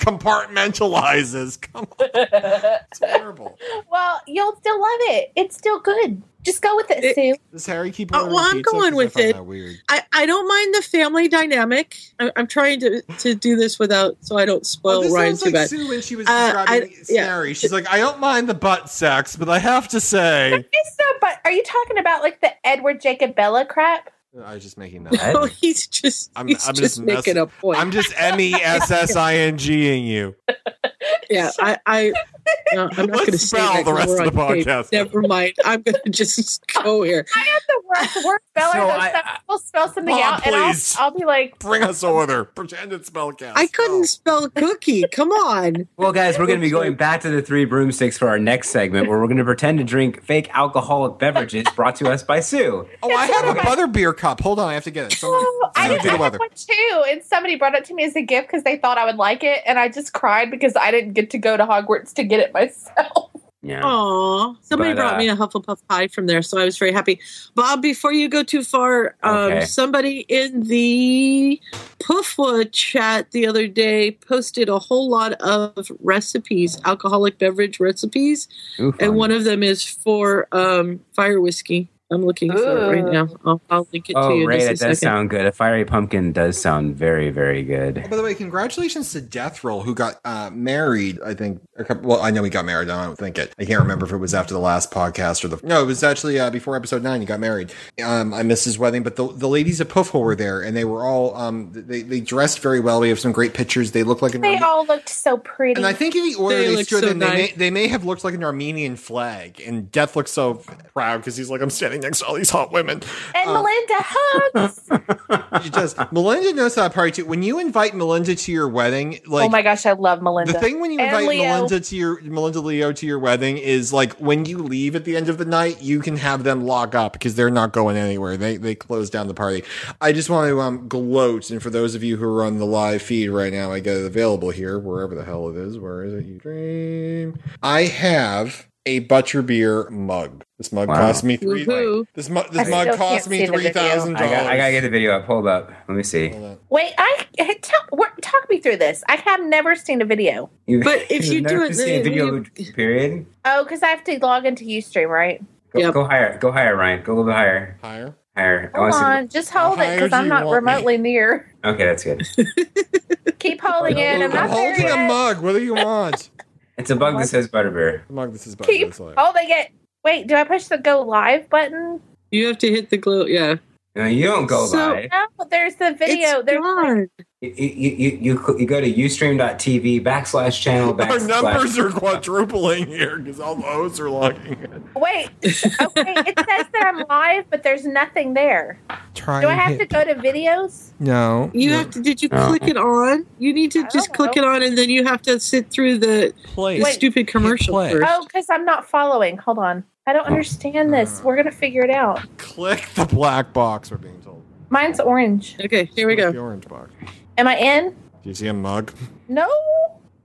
Speaker 2: compartmentalizes. Come on, it's terrible.
Speaker 4: well, you'll still love it. It's still good. Just go with it,
Speaker 10: It-
Speaker 4: Sue.
Speaker 2: Does Harry keep
Speaker 5: Uh,
Speaker 2: ordering
Speaker 5: well, I'm
Speaker 2: pizza?
Speaker 5: going
Speaker 2: 'Cause I
Speaker 5: with
Speaker 2: find
Speaker 5: it.
Speaker 2: that weird.
Speaker 5: I, I don't mind the family dynamic. I, I'm trying to, to do this without so I don't
Speaker 2: Well,
Speaker 5: spoil
Speaker 2: this
Speaker 5: Ryan
Speaker 2: sounds
Speaker 5: too
Speaker 2: like
Speaker 5: bad.
Speaker 2: Sue when she was
Speaker 5: Uh,
Speaker 2: describing
Speaker 5: I- yeah.
Speaker 2: Sari. She's like, I don't mind the butt sex, but I have to say,
Speaker 4: It's so, but are you talking about like the Edward Jacob Bella crap?
Speaker 2: I was just making that.
Speaker 3: What?
Speaker 5: Oh, he's just
Speaker 2: I'm-
Speaker 5: he's
Speaker 2: I'm
Speaker 5: just,
Speaker 2: just
Speaker 5: making
Speaker 2: messing-
Speaker 5: a point.
Speaker 2: I'm just M E S S I N G ing you.
Speaker 5: yeah, I, I no, I'm not
Speaker 2: Let's
Speaker 5: going to say
Speaker 2: spell
Speaker 5: that
Speaker 2: the
Speaker 5: 'cause
Speaker 2: rest
Speaker 5: we're
Speaker 2: of the
Speaker 5: on tape.
Speaker 2: podcast.
Speaker 5: Never mind. I'm going to just go here.
Speaker 4: I have the worst, the worst speller.
Speaker 3: So
Speaker 4: though.
Speaker 3: I-
Speaker 4: Some
Speaker 3: I-
Speaker 4: people spell something
Speaker 2: Mom,
Speaker 4: out, and I'll,
Speaker 2: please.
Speaker 4: I'll be like,
Speaker 2: Bring us order. Pretend it's spellcast.
Speaker 5: I
Speaker 2: Oh.
Speaker 5: couldn't spell cookie. Come on.
Speaker 3: Well, guys, we're going to be going back to the three broomsticks for our next segment, where we're going to pretend to drink fake alcoholic beverages brought to us by Sue.
Speaker 2: Oh, I have a butterbeer cup. Hold on, I have to get it. Someone-
Speaker 4: oh, I
Speaker 2: someone
Speaker 4: didn't
Speaker 2: do the
Speaker 4: I have
Speaker 2: weather.
Speaker 4: one too. And somebody brought it to me as a gift because they thought I would like it, and I just cried because I didn't get to go to Hogwarts to get it myself.
Speaker 3: Yeah.
Speaker 2: Oh,
Speaker 5: Aw. Somebody
Speaker 3: But,
Speaker 5: brought
Speaker 3: uh,
Speaker 5: me a Hufflepuff pie from there, so I was very happy. Bob, before you go too far, um,
Speaker 3: Okay.
Speaker 5: somebody in the Poofwa chat the other day posted a whole lot of recipes, alcoholic beverage recipes,
Speaker 3: Ooh,
Speaker 5: and
Speaker 3: fun.
Speaker 5: one of them is for um, fire whiskey. I'm looking for it right now. I'll, I'll link it to
Speaker 3: Oh,
Speaker 5: you
Speaker 3: Ray,
Speaker 5: in
Speaker 3: that
Speaker 5: just
Speaker 3: does
Speaker 5: a second.
Speaker 3: sound good. A fiery pumpkin does sound very, very good.
Speaker 2: By the way, congratulations to Death Roll, who got uh, married. I think a couple. Well, I know he got married. I don't think it. I can't remember if it was after the last podcast or the. No, it was actually uh, before episode nine. He got married. Um, I missed his wedding, but the, the ladies at Puffhole were there, and they were all. Um, they they dressed very well. We have some great pictures. They look like an.
Speaker 4: they
Speaker 2: Arme-
Speaker 4: all looked so pretty.
Speaker 2: and I think in the order
Speaker 5: They
Speaker 2: they,
Speaker 5: look
Speaker 2: stood
Speaker 5: so
Speaker 2: in, they may,
Speaker 5: nice.
Speaker 2: they may have looked like an Armenian flag. And Death looks so proud because he's like, I'm standing next to all these hot women.
Speaker 4: and Melinda hugs.
Speaker 2: She does. Melinda knows that party too. When you invite Melinda to your wedding, like
Speaker 4: oh my gosh, I love Melinda.
Speaker 2: the thing when you
Speaker 4: And
Speaker 2: invite
Speaker 4: Leo.
Speaker 2: Melinda to your Melinda Leo to your wedding is like when you leave at the end of the night, you can have them lock up because they're not going anywhere. They they close down the party. I just want to um, gloat, and for those of you who are on the live feed right now, I get it available here wherever the hell it is. Where is it? You dream. I have a butcher beer mug. This mug
Speaker 3: Wow.
Speaker 2: cost me three.
Speaker 5: Woohoo.
Speaker 2: This mug
Speaker 4: I
Speaker 2: this mug
Speaker 4: still
Speaker 2: cost
Speaker 4: can't
Speaker 2: me
Speaker 4: see the
Speaker 2: three
Speaker 4: video.
Speaker 2: thousand
Speaker 3: I,
Speaker 2: dollars.
Speaker 3: got, I gotta get the video up. Hold up. Let me see.
Speaker 2: Hold on.
Speaker 4: Wait, I hey, tell, what, talk me through this. I have never seen a video.
Speaker 3: You-
Speaker 5: But if you
Speaker 3: you've
Speaker 5: do
Speaker 3: never
Speaker 5: it,
Speaker 3: seen a
Speaker 5: then
Speaker 3: video period.
Speaker 4: Oh, because I have to log into UStream, right?
Speaker 3: Go,
Speaker 5: Yep.
Speaker 3: go higher. Go higher, Ryan. Go a little bit higher.
Speaker 2: Higher.
Speaker 3: Higher. I
Speaker 4: Hold
Speaker 3: wanna see-
Speaker 4: on, just hold
Speaker 2: Oh, How
Speaker 4: it
Speaker 2: high
Speaker 4: because
Speaker 2: do
Speaker 4: I'm
Speaker 2: you
Speaker 4: not
Speaker 2: want me?
Speaker 4: remotely near.
Speaker 3: Okay, that's good.
Speaker 4: Keep holding it. I'm
Speaker 2: I'm
Speaker 4: not there
Speaker 2: holding a
Speaker 4: yet.
Speaker 2: mug. What do you want?
Speaker 3: It's a bug that says butterbeer.
Speaker 2: A mug. This is butcher.
Speaker 4: Keep
Speaker 2: that's all I-
Speaker 4: holding it. Wait, do I push the go live button?
Speaker 5: You have to hit the glow. Yeah.
Speaker 3: No, you don't go
Speaker 5: So-
Speaker 3: live.
Speaker 4: No, there's the video.
Speaker 5: It's
Speaker 4: There's
Speaker 5: gone.
Speaker 3: You, you, you, you, cl- you go to ustream.tv backslash channel
Speaker 2: Our
Speaker 3: backslash.
Speaker 2: numbers are quadrupling here because all the O's are logging in.
Speaker 4: wait. Okay, it says that I'm live, but there's nothing there.
Speaker 2: Try
Speaker 4: Do I have to go to videos?
Speaker 2: No.
Speaker 5: You have to. Did you
Speaker 3: No.
Speaker 5: click it on? You need
Speaker 4: I
Speaker 5: to
Speaker 4: don't
Speaker 5: just click
Speaker 4: know.
Speaker 5: it on, and then you have to sit through the,
Speaker 2: play.
Speaker 5: the stupid commercial
Speaker 2: play.
Speaker 5: first.
Speaker 4: Oh, because I'm not following. Hold on. I don't understand this. We're gonna figure it out.
Speaker 2: Click the black box, we're being told.
Speaker 4: Mine's orange.
Speaker 5: Okay, here we
Speaker 2: Click
Speaker 5: go.
Speaker 2: The orange box.
Speaker 4: Am I in?
Speaker 2: Do you see a mug?
Speaker 4: No.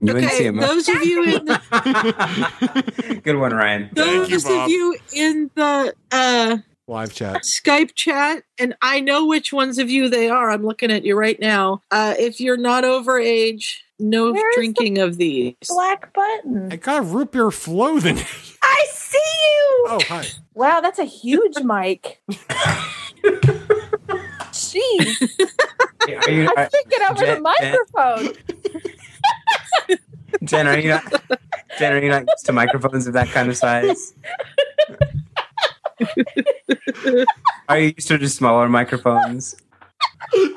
Speaker 3: You didn't see
Speaker 5: Okay,
Speaker 3: it, Mo.
Speaker 5: those of you in the,
Speaker 3: Good one, Ryan.
Speaker 5: those
Speaker 2: you,
Speaker 5: of
Speaker 2: Bob.
Speaker 5: you in the uh,
Speaker 2: Live chat.
Speaker 5: Skype chat, and I know which ones of you they are. I'm looking at you right now. Uh, if you're not over age, no
Speaker 4: Where is
Speaker 5: drinking of these.
Speaker 4: Black button.
Speaker 2: I got a root beer flow then.
Speaker 4: I see you.
Speaker 2: Oh, hi.
Speaker 4: Wow, that's a huge mic. Jeez,
Speaker 3: Are you,
Speaker 4: I
Speaker 3: are,
Speaker 4: should get over
Speaker 3: Jen-
Speaker 4: the
Speaker 3: Jen-
Speaker 4: microphone.
Speaker 3: Jen, are you not? Jen, are you not used to microphones of that kind of size? Are you used to just smaller microphones?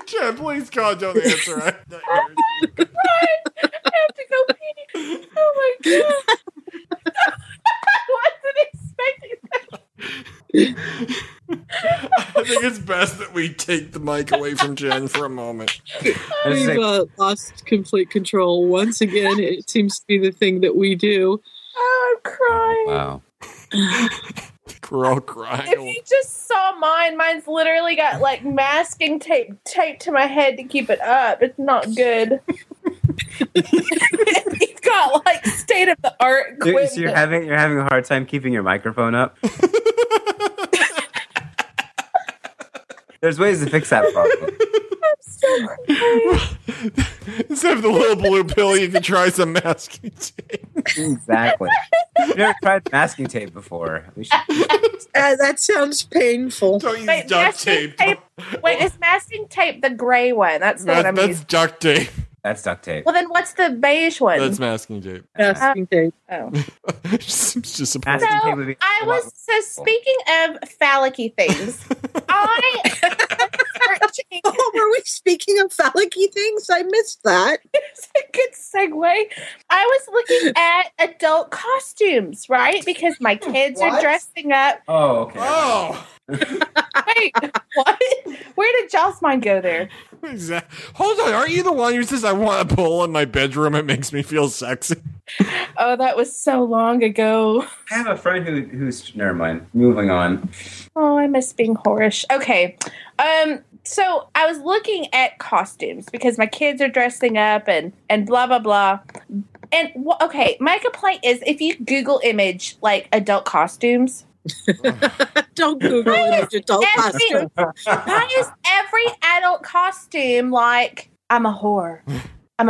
Speaker 2: Jen, please God, don't answer it.
Speaker 4: I have to go pee. Oh my god. I wasn't expecting
Speaker 2: I think it's best that we take the mic away from Jen for a moment.
Speaker 5: We've uh, lost complete control once again. It seems to be the thing that we do.
Speaker 4: Oh, I'm crying.
Speaker 3: Wow.
Speaker 2: We're all crying.
Speaker 4: If you just saw mine, mine's literally got like masking tape taped to my head to keep it up. It's not good. it's got like state of the art
Speaker 3: You're,
Speaker 4: equipment.
Speaker 3: so you're having you're having a hard time keeping your microphone up. There's ways to fix that problem.
Speaker 2: Instead of the little blue pill, you can try some masking tape.
Speaker 3: Exactly. I've never tried masking tape before. We should
Speaker 10: Uh, that sounds painful.
Speaker 2: Don't use
Speaker 4: Wait,
Speaker 2: duct
Speaker 4: masking
Speaker 2: tape.
Speaker 4: tape- Wait, is masking tape the gray one? That's the
Speaker 2: That-
Speaker 4: one I'm
Speaker 2: that's
Speaker 4: using.
Speaker 2: duct tape.
Speaker 3: That's duct tape.
Speaker 4: Well, then what's the beige one?
Speaker 2: That's masking tape.
Speaker 10: Uh,
Speaker 5: Masking tape.
Speaker 4: oh.
Speaker 2: It's just a
Speaker 3: Masking
Speaker 4: So,
Speaker 3: tape would be
Speaker 4: I
Speaker 3: a lot-
Speaker 4: was so speaking of phallicy things. I was searching-
Speaker 10: Oh, were we speaking of phallicy things? I missed that.
Speaker 4: it's a good segue. I was looking at adult costumes, right? Because my kids are
Speaker 10: What?
Speaker 4: dressing up.
Speaker 3: Oh, okay.
Speaker 2: Oh,
Speaker 4: Wait, what? Where did y'all's mind go there?
Speaker 2: exactly. Hold on. Aren't you the one who says I want a bowl in my bedroom? It makes me feel sexy.
Speaker 4: Oh, that was so long ago.
Speaker 3: I have a friend who who's never mind. Moving on.
Speaker 4: Oh, I miss being whorish. Okay. Um, so I was looking at costumes because my kids are dressing up and and blah blah blah. And wh- okay, my complaint is if you Google image like adult costumes,
Speaker 5: Don't Google image adult
Speaker 4: every,
Speaker 5: costume.
Speaker 4: why is every adult costume like I'm a whore, I'm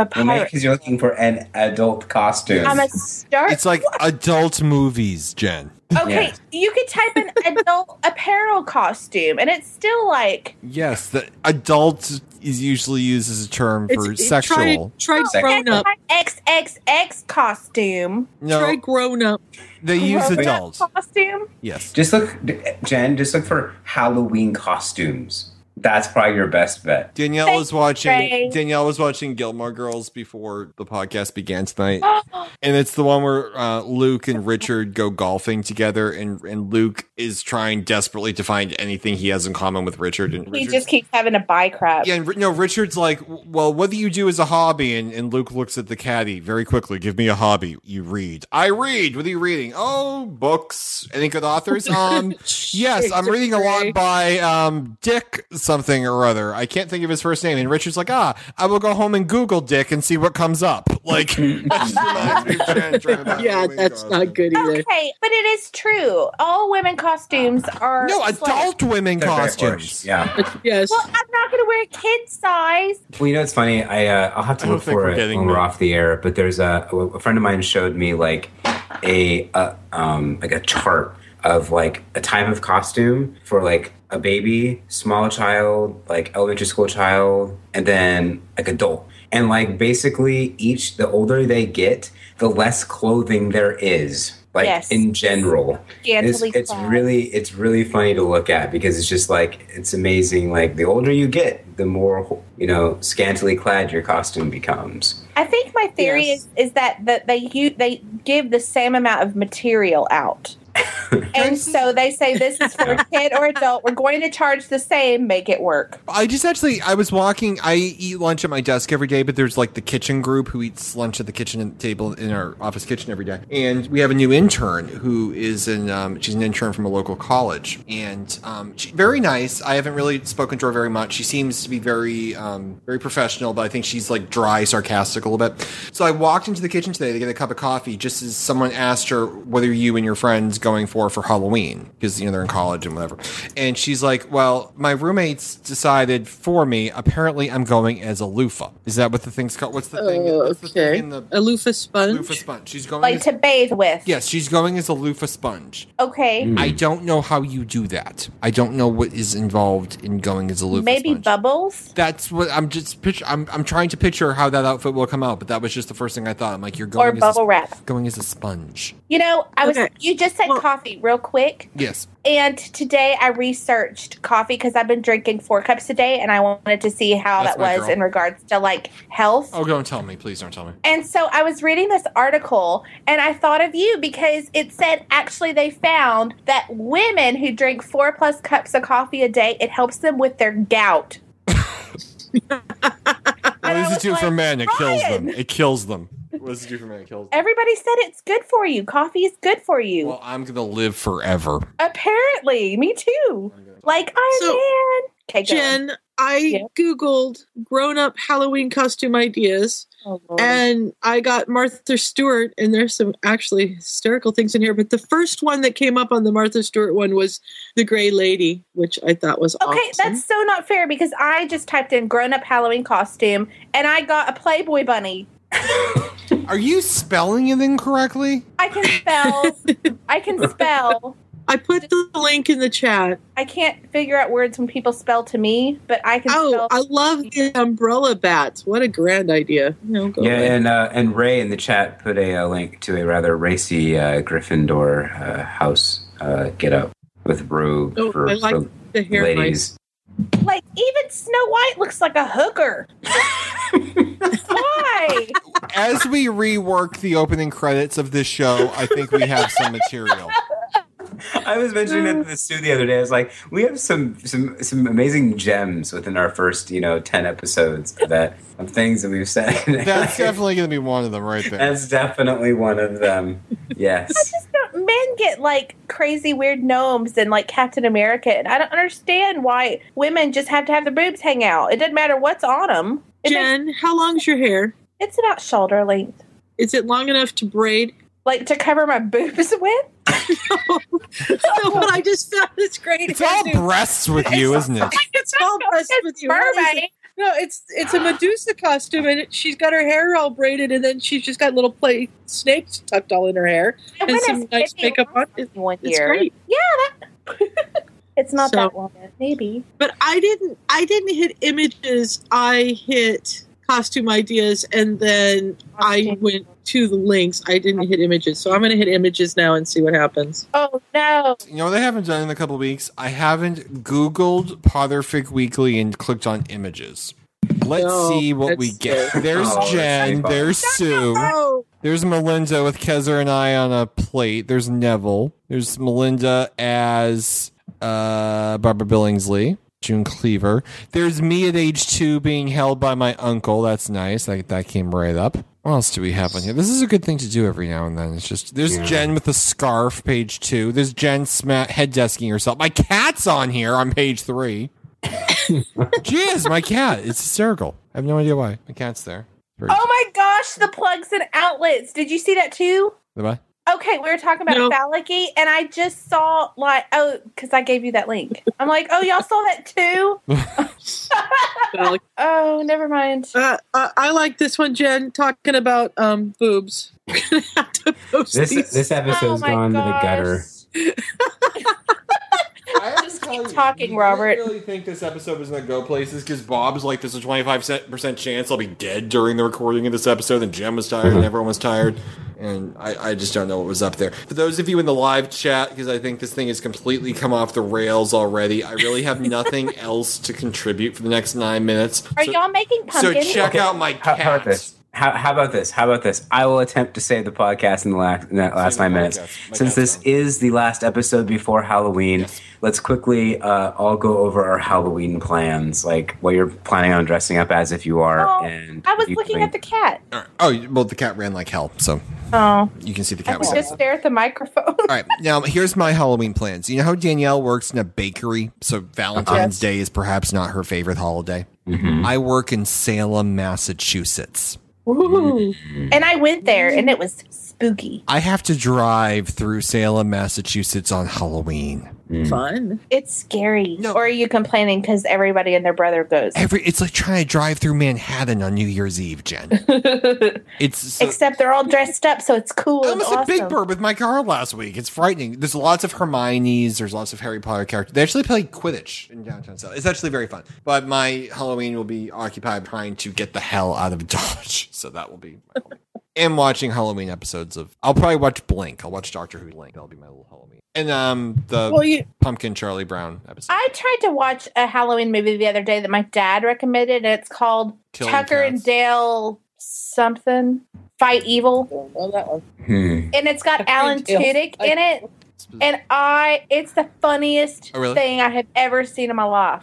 Speaker 4: a
Speaker 3: Well, maybe
Speaker 4: pirate,
Speaker 3: because you're looking for an adult costume.
Speaker 4: I'm a star?
Speaker 2: It's like adult movies, Jen.
Speaker 4: okay,
Speaker 3: Yeah.
Speaker 4: you could type in adult apparel costume, and it's still like
Speaker 2: Yes, the adult is usually used as a term for
Speaker 5: It's- it-
Speaker 2: sexual.
Speaker 5: Try, try grown up.
Speaker 4: XXX costume.
Speaker 2: no,
Speaker 5: Try grown up.
Speaker 2: they use
Speaker 4: Grown-up
Speaker 2: adult.
Speaker 4: costume.
Speaker 2: Yes.
Speaker 3: Just look, Jen. Just look for Halloween costumes. That's probably your best bet.
Speaker 2: Danielle
Speaker 4: Thank
Speaker 2: was watching
Speaker 4: Ray.
Speaker 2: Danielle was watching Gilmore Girls before the podcast began tonight.
Speaker 4: Oh,
Speaker 2: And it's the one where uh, Luke and Richard go golfing together and, and Luke is trying desperately to find anything he has in common with Richard and
Speaker 4: he
Speaker 2: Richard's-
Speaker 4: just keeps having a buy crap.
Speaker 2: yeah, and, Ri- no, Richard's like, well, what do you do as a hobby? And, and Luke looks at the caddy very quickly. Give me a hobby. You read. I read. What are you reading? Oh, books. Any good authors? Um, yes, I'm reading a lot by um, Dick something or other. I can't think of his first name. And Richard's like, ah, I will go home and Google Dick and see what comes up. Like, that just reminds me of Jen trying to-
Speaker 5: Yeah, that's not good either.
Speaker 4: Okay, but it is true. All women costumes are
Speaker 2: No,
Speaker 4: slut.
Speaker 2: adult women
Speaker 3: They're very
Speaker 2: costumes.
Speaker 3: harsh. Yeah.
Speaker 5: Yes.
Speaker 4: Well, I'm not going to wear kid size.
Speaker 3: Well, you know, it's funny. I uh, I'll have
Speaker 2: I
Speaker 3: to
Speaker 2: don't
Speaker 3: look
Speaker 2: think
Speaker 3: for
Speaker 2: we're
Speaker 3: it
Speaker 2: getting
Speaker 3: when we're
Speaker 2: there.
Speaker 3: off the air. But there's a a friend of mine showed me like a, uh um like a chart of like a time of costume for like a baby, small child, like elementary school child, and then like adult. And like basically, each the older they get, the less clothing there is. Like
Speaker 4: Yes.
Speaker 3: in general, it's,
Speaker 4: Scantily
Speaker 3: it's
Speaker 4: clad.
Speaker 3: really it's really funny to look at because it's just like it's amazing like the older you get the more you know scantily clad your costume becomes
Speaker 4: I think my theory
Speaker 5: Yes.
Speaker 4: is, is that that they you, they give the same amount of material out. and so they say this is for kid or adult. We're going to charge the same, make it work.
Speaker 2: I just actually I was walking. I eat lunch at my desk every day, but there's like the kitchen group who eats lunch at the kitchen table in our office kitchen every day. And we have a new intern who is an um, she's an intern from a local college, and um, she, very nice. I haven't really spoken to her very much. She seems to be very um, very professional, but I think she's like dry, sarcastic a little bit. So I walked into the kitchen today to get a cup of coffee, just as someone asked her what are you and your friends going for for Halloween because you know they're in college and whatever. And she's like, "Well, my roommates decided for me. Apparently, I'm going as a loofah. Is that what the thing's called? What's the thing? What's the thing
Speaker 5: okay.
Speaker 2: in the
Speaker 5: A loofah sponge.
Speaker 2: loofah sponge. She's going.
Speaker 4: Oh, Like
Speaker 2: as-
Speaker 4: to bathe with.
Speaker 2: yes, Mm. she's going as a loofah sponge.
Speaker 4: Okay.
Speaker 2: I don't know how you do that. I don't know what is involved in going as a loofah.
Speaker 4: Maybe
Speaker 2: sponge.
Speaker 4: bubbles.
Speaker 2: That's what I'm just picture. I'm I'm trying to picture how that outfit will come out, but that was just the first thing I thought. I'm like, you're
Speaker 4: Or
Speaker 2: going as a
Speaker 4: bubble
Speaker 2: sp-
Speaker 4: wrap.
Speaker 2: going as a sponge.
Speaker 4: You know, I was
Speaker 5: Okay.
Speaker 4: you just said
Speaker 5: Well-
Speaker 4: coffee coffee real quick.
Speaker 2: Yes.
Speaker 4: And today I researched coffee because I've been drinking four cups a day and I wanted to see how
Speaker 2: That's
Speaker 4: that
Speaker 2: my
Speaker 4: was
Speaker 2: girl.
Speaker 4: in regards to like health.
Speaker 2: Oh, don't tell me. Please don't tell me.
Speaker 4: And so I was reading this article and I thought of you because it said actually they found that women who drink four plus cups of coffee a day, it helps them with their gout.
Speaker 2: What does it do for men? It kills them.
Speaker 4: Ryan!
Speaker 2: It kills them. What does it do for men? It kills them.
Speaker 4: Everybody said it's good for you. Coffee is good for you.
Speaker 2: Well, I'm going to live forever.
Speaker 4: Apparently, me
Speaker 2: Oh
Speaker 4: too. Like Iron Man. Okay, go
Speaker 5: Jen, I Googled grown up Halloween costume ideas
Speaker 4: Oh,
Speaker 5: and I got Martha Stewart, and there's some actually hysterical things in here. But the first one that came up on the Martha Stewart one was The Gray Lady, which I thought was
Speaker 4: Okay,
Speaker 5: awesome.
Speaker 4: that's so not fair because I just typed in grown up Halloween costume and I got a Playboy bunny.
Speaker 2: Are you spelling it incorrectly?
Speaker 4: I can spell. I can spell.
Speaker 5: I put the link in the chat.
Speaker 4: I can't figure out words when people spell to me, but I can
Speaker 5: Oh,
Speaker 4: spell.
Speaker 5: I love the umbrella bats. What a grand idea. You know, go
Speaker 3: Yeah,
Speaker 5: away.
Speaker 3: and uh, and Ray in the chat put a, uh link to a rather racy uh, Gryffindor uh, house uh, get up with robe
Speaker 4: Oh,
Speaker 3: for,
Speaker 4: I like
Speaker 3: for
Speaker 5: the hair
Speaker 3: ladies.
Speaker 4: Like even Snow White looks like a hooker. Why?
Speaker 2: As we rework the opening credits of this show, I think we have some material.
Speaker 3: I was mentioning that to the Stu the other day. I was like, we have some some some amazing gems within our first you know ten episodes of that of things that we've said.
Speaker 2: That's definitely going to be one of them right there.
Speaker 3: That's definitely one of them. Yes.
Speaker 4: Men get like crazy weird gnomes and like Captain America, and I don't understand why women just have to have their boobs hang out. It doesn't matter what's on them.
Speaker 5: Jen, how long's your hair?
Speaker 4: It's about shoulder length.
Speaker 5: Is it long enough to braid?
Speaker 4: Like to cover my boobs with?
Speaker 5: so what I just found is great.
Speaker 2: It's all breasts with you, isn't it?
Speaker 5: it's all breast with you.
Speaker 4: Burbank.
Speaker 5: What is it? No, it's it's a Medusa costume, and it- she's got her hair all braided, and then she's just got little play snakes tucked all in her hair,
Speaker 4: I
Speaker 5: and
Speaker 4: went
Speaker 5: some
Speaker 4: as
Speaker 5: nice
Speaker 4: Vivian
Speaker 5: makeup on. It-
Speaker 4: One
Speaker 5: It's
Speaker 4: year.
Speaker 5: great.
Speaker 4: Yeah, that. it's not
Speaker 5: So-
Speaker 4: that long. Maybe.
Speaker 5: But I didn't I didn't hit images. I hit costume ideas, and then I went to the links. I didn't hit images, so I'm going to hit images now and see what happens.
Speaker 4: Oh no!
Speaker 2: You know what I haven't done in a couple weeks? I haven't Googled Potterfic Weekly and clicked on images. Let's
Speaker 5: No,
Speaker 2: see what we
Speaker 5: that's
Speaker 2: get.
Speaker 5: sick.
Speaker 2: There's
Speaker 5: Oh, that's
Speaker 2: Jen.
Speaker 5: sick.
Speaker 2: There's Sue.
Speaker 5: Oh,
Speaker 2: There's Melinda with Keza and I on a plate. There's Neville. There's Melinda as uh, Barbara Billingsley, June Cleaver. There's me at age two being held by my uncle. That's nice. That, that came right up. What else do we have on here? This is a good thing to do every now and then. It's just there's
Speaker 3: Yeah.
Speaker 2: Jen with the scarf, page two. There's Jen sma- head desking herself. My cat's on here on page three. Jizz, my cat. It's hysterical. I have no idea why. My cat's there. Very-
Speaker 4: Oh my gosh, the plugs and outlets. Did you see that too?
Speaker 2: Goodbye.
Speaker 4: Okay, we were talking about
Speaker 5: No.
Speaker 4: phallicy, and I just saw like oh, because I gave you that link. I'm like, oh, y'all saw that too.
Speaker 5: well,
Speaker 4: Oh, never mind.
Speaker 5: uh, I, I like this one, Jen, talking about um, boobs. We're gonna have to post
Speaker 3: This
Speaker 5: these.
Speaker 3: this episode's
Speaker 4: my
Speaker 3: gone to the
Speaker 4: gosh.
Speaker 3: gutter.
Speaker 4: Just keep talking, Robert.
Speaker 2: I really think this episode is going to go places because Bob's like, there's a 25% chance I'll be dead during the recording of this episode, and Jim was tired,
Speaker 3: Mm-hmm.
Speaker 2: and everyone was tired. And I, I just don't know what was up there. For those of you in the live chat, because I think this thing has completely come off the rails already, I really have nothing else to contribute for the next nine minutes.
Speaker 4: Are
Speaker 2: So-
Speaker 4: y'all making pumpkin?
Speaker 2: so check out my
Speaker 3: How,
Speaker 2: cat.
Speaker 3: how about this? How, how about this? How about this? I will attempt to save the podcast in the last, in that last nine minutes.
Speaker 2: podcast. My
Speaker 3: Since this is the last episode before Halloween, let's quickly uh, all go over our Halloween plans, like what you're planning on dressing up as if you are.
Speaker 4: Oh,
Speaker 3: and
Speaker 4: I was
Speaker 3: if you
Speaker 4: looking
Speaker 3: plan-
Speaker 4: at the cat.
Speaker 2: Oh, well, the cat ran like hell, so
Speaker 4: Oh,
Speaker 2: you can see the
Speaker 4: I
Speaker 2: cat. was
Speaker 4: would just stare at the microphone.
Speaker 2: All right, now here's my Halloween plans. You know how Danielle works in a bakery, so Valentine's
Speaker 4: Yes.
Speaker 2: Day is perhaps not her favorite holiday.
Speaker 3: Mm-hmm.
Speaker 2: I work in Salem, Massachusetts.
Speaker 3: Mm.
Speaker 4: Ooh. And I went there, and it was spooky.
Speaker 2: I have to drive through Salem, Massachusetts on Halloween.
Speaker 5: Fun.
Speaker 4: It's scary. Or are you complaining because everybody and their brother goes?
Speaker 2: Every it's like trying to drive through Manhattan on New Year's Eve, Jen. It's so,
Speaker 4: Except they're all dressed up, so it's cool.
Speaker 2: I
Speaker 4: and
Speaker 2: almost hit Big
Speaker 4: awesome.
Speaker 2: Bird with my car last week. It's frightening. There's lots of Hermione's. There's lots of Harry Potter characters. They actually play Quidditch in downtown South. It's actually very fun. But my Halloween will be occupied trying to get the hell out of Dodge. So that will be. am watching Halloween episodes of. I'll probably watch Blink. I'll watch Doctor Who Blink. That'll be my little Halloween. And um, the
Speaker 4: Well, you-
Speaker 2: Pumpkin Charlie Brown episode.
Speaker 4: I tried to watch a Halloween movie the other day that my dad recommended, and it's called
Speaker 2: Killing
Speaker 4: Tucker and Dale something Fight Evil. that one.
Speaker 3: Hmm.
Speaker 4: And it's got Alan
Speaker 5: and Dale.
Speaker 4: Tudyk in it, and I it's the funniest
Speaker 2: Oh, really?
Speaker 4: thing I have ever seen in my life.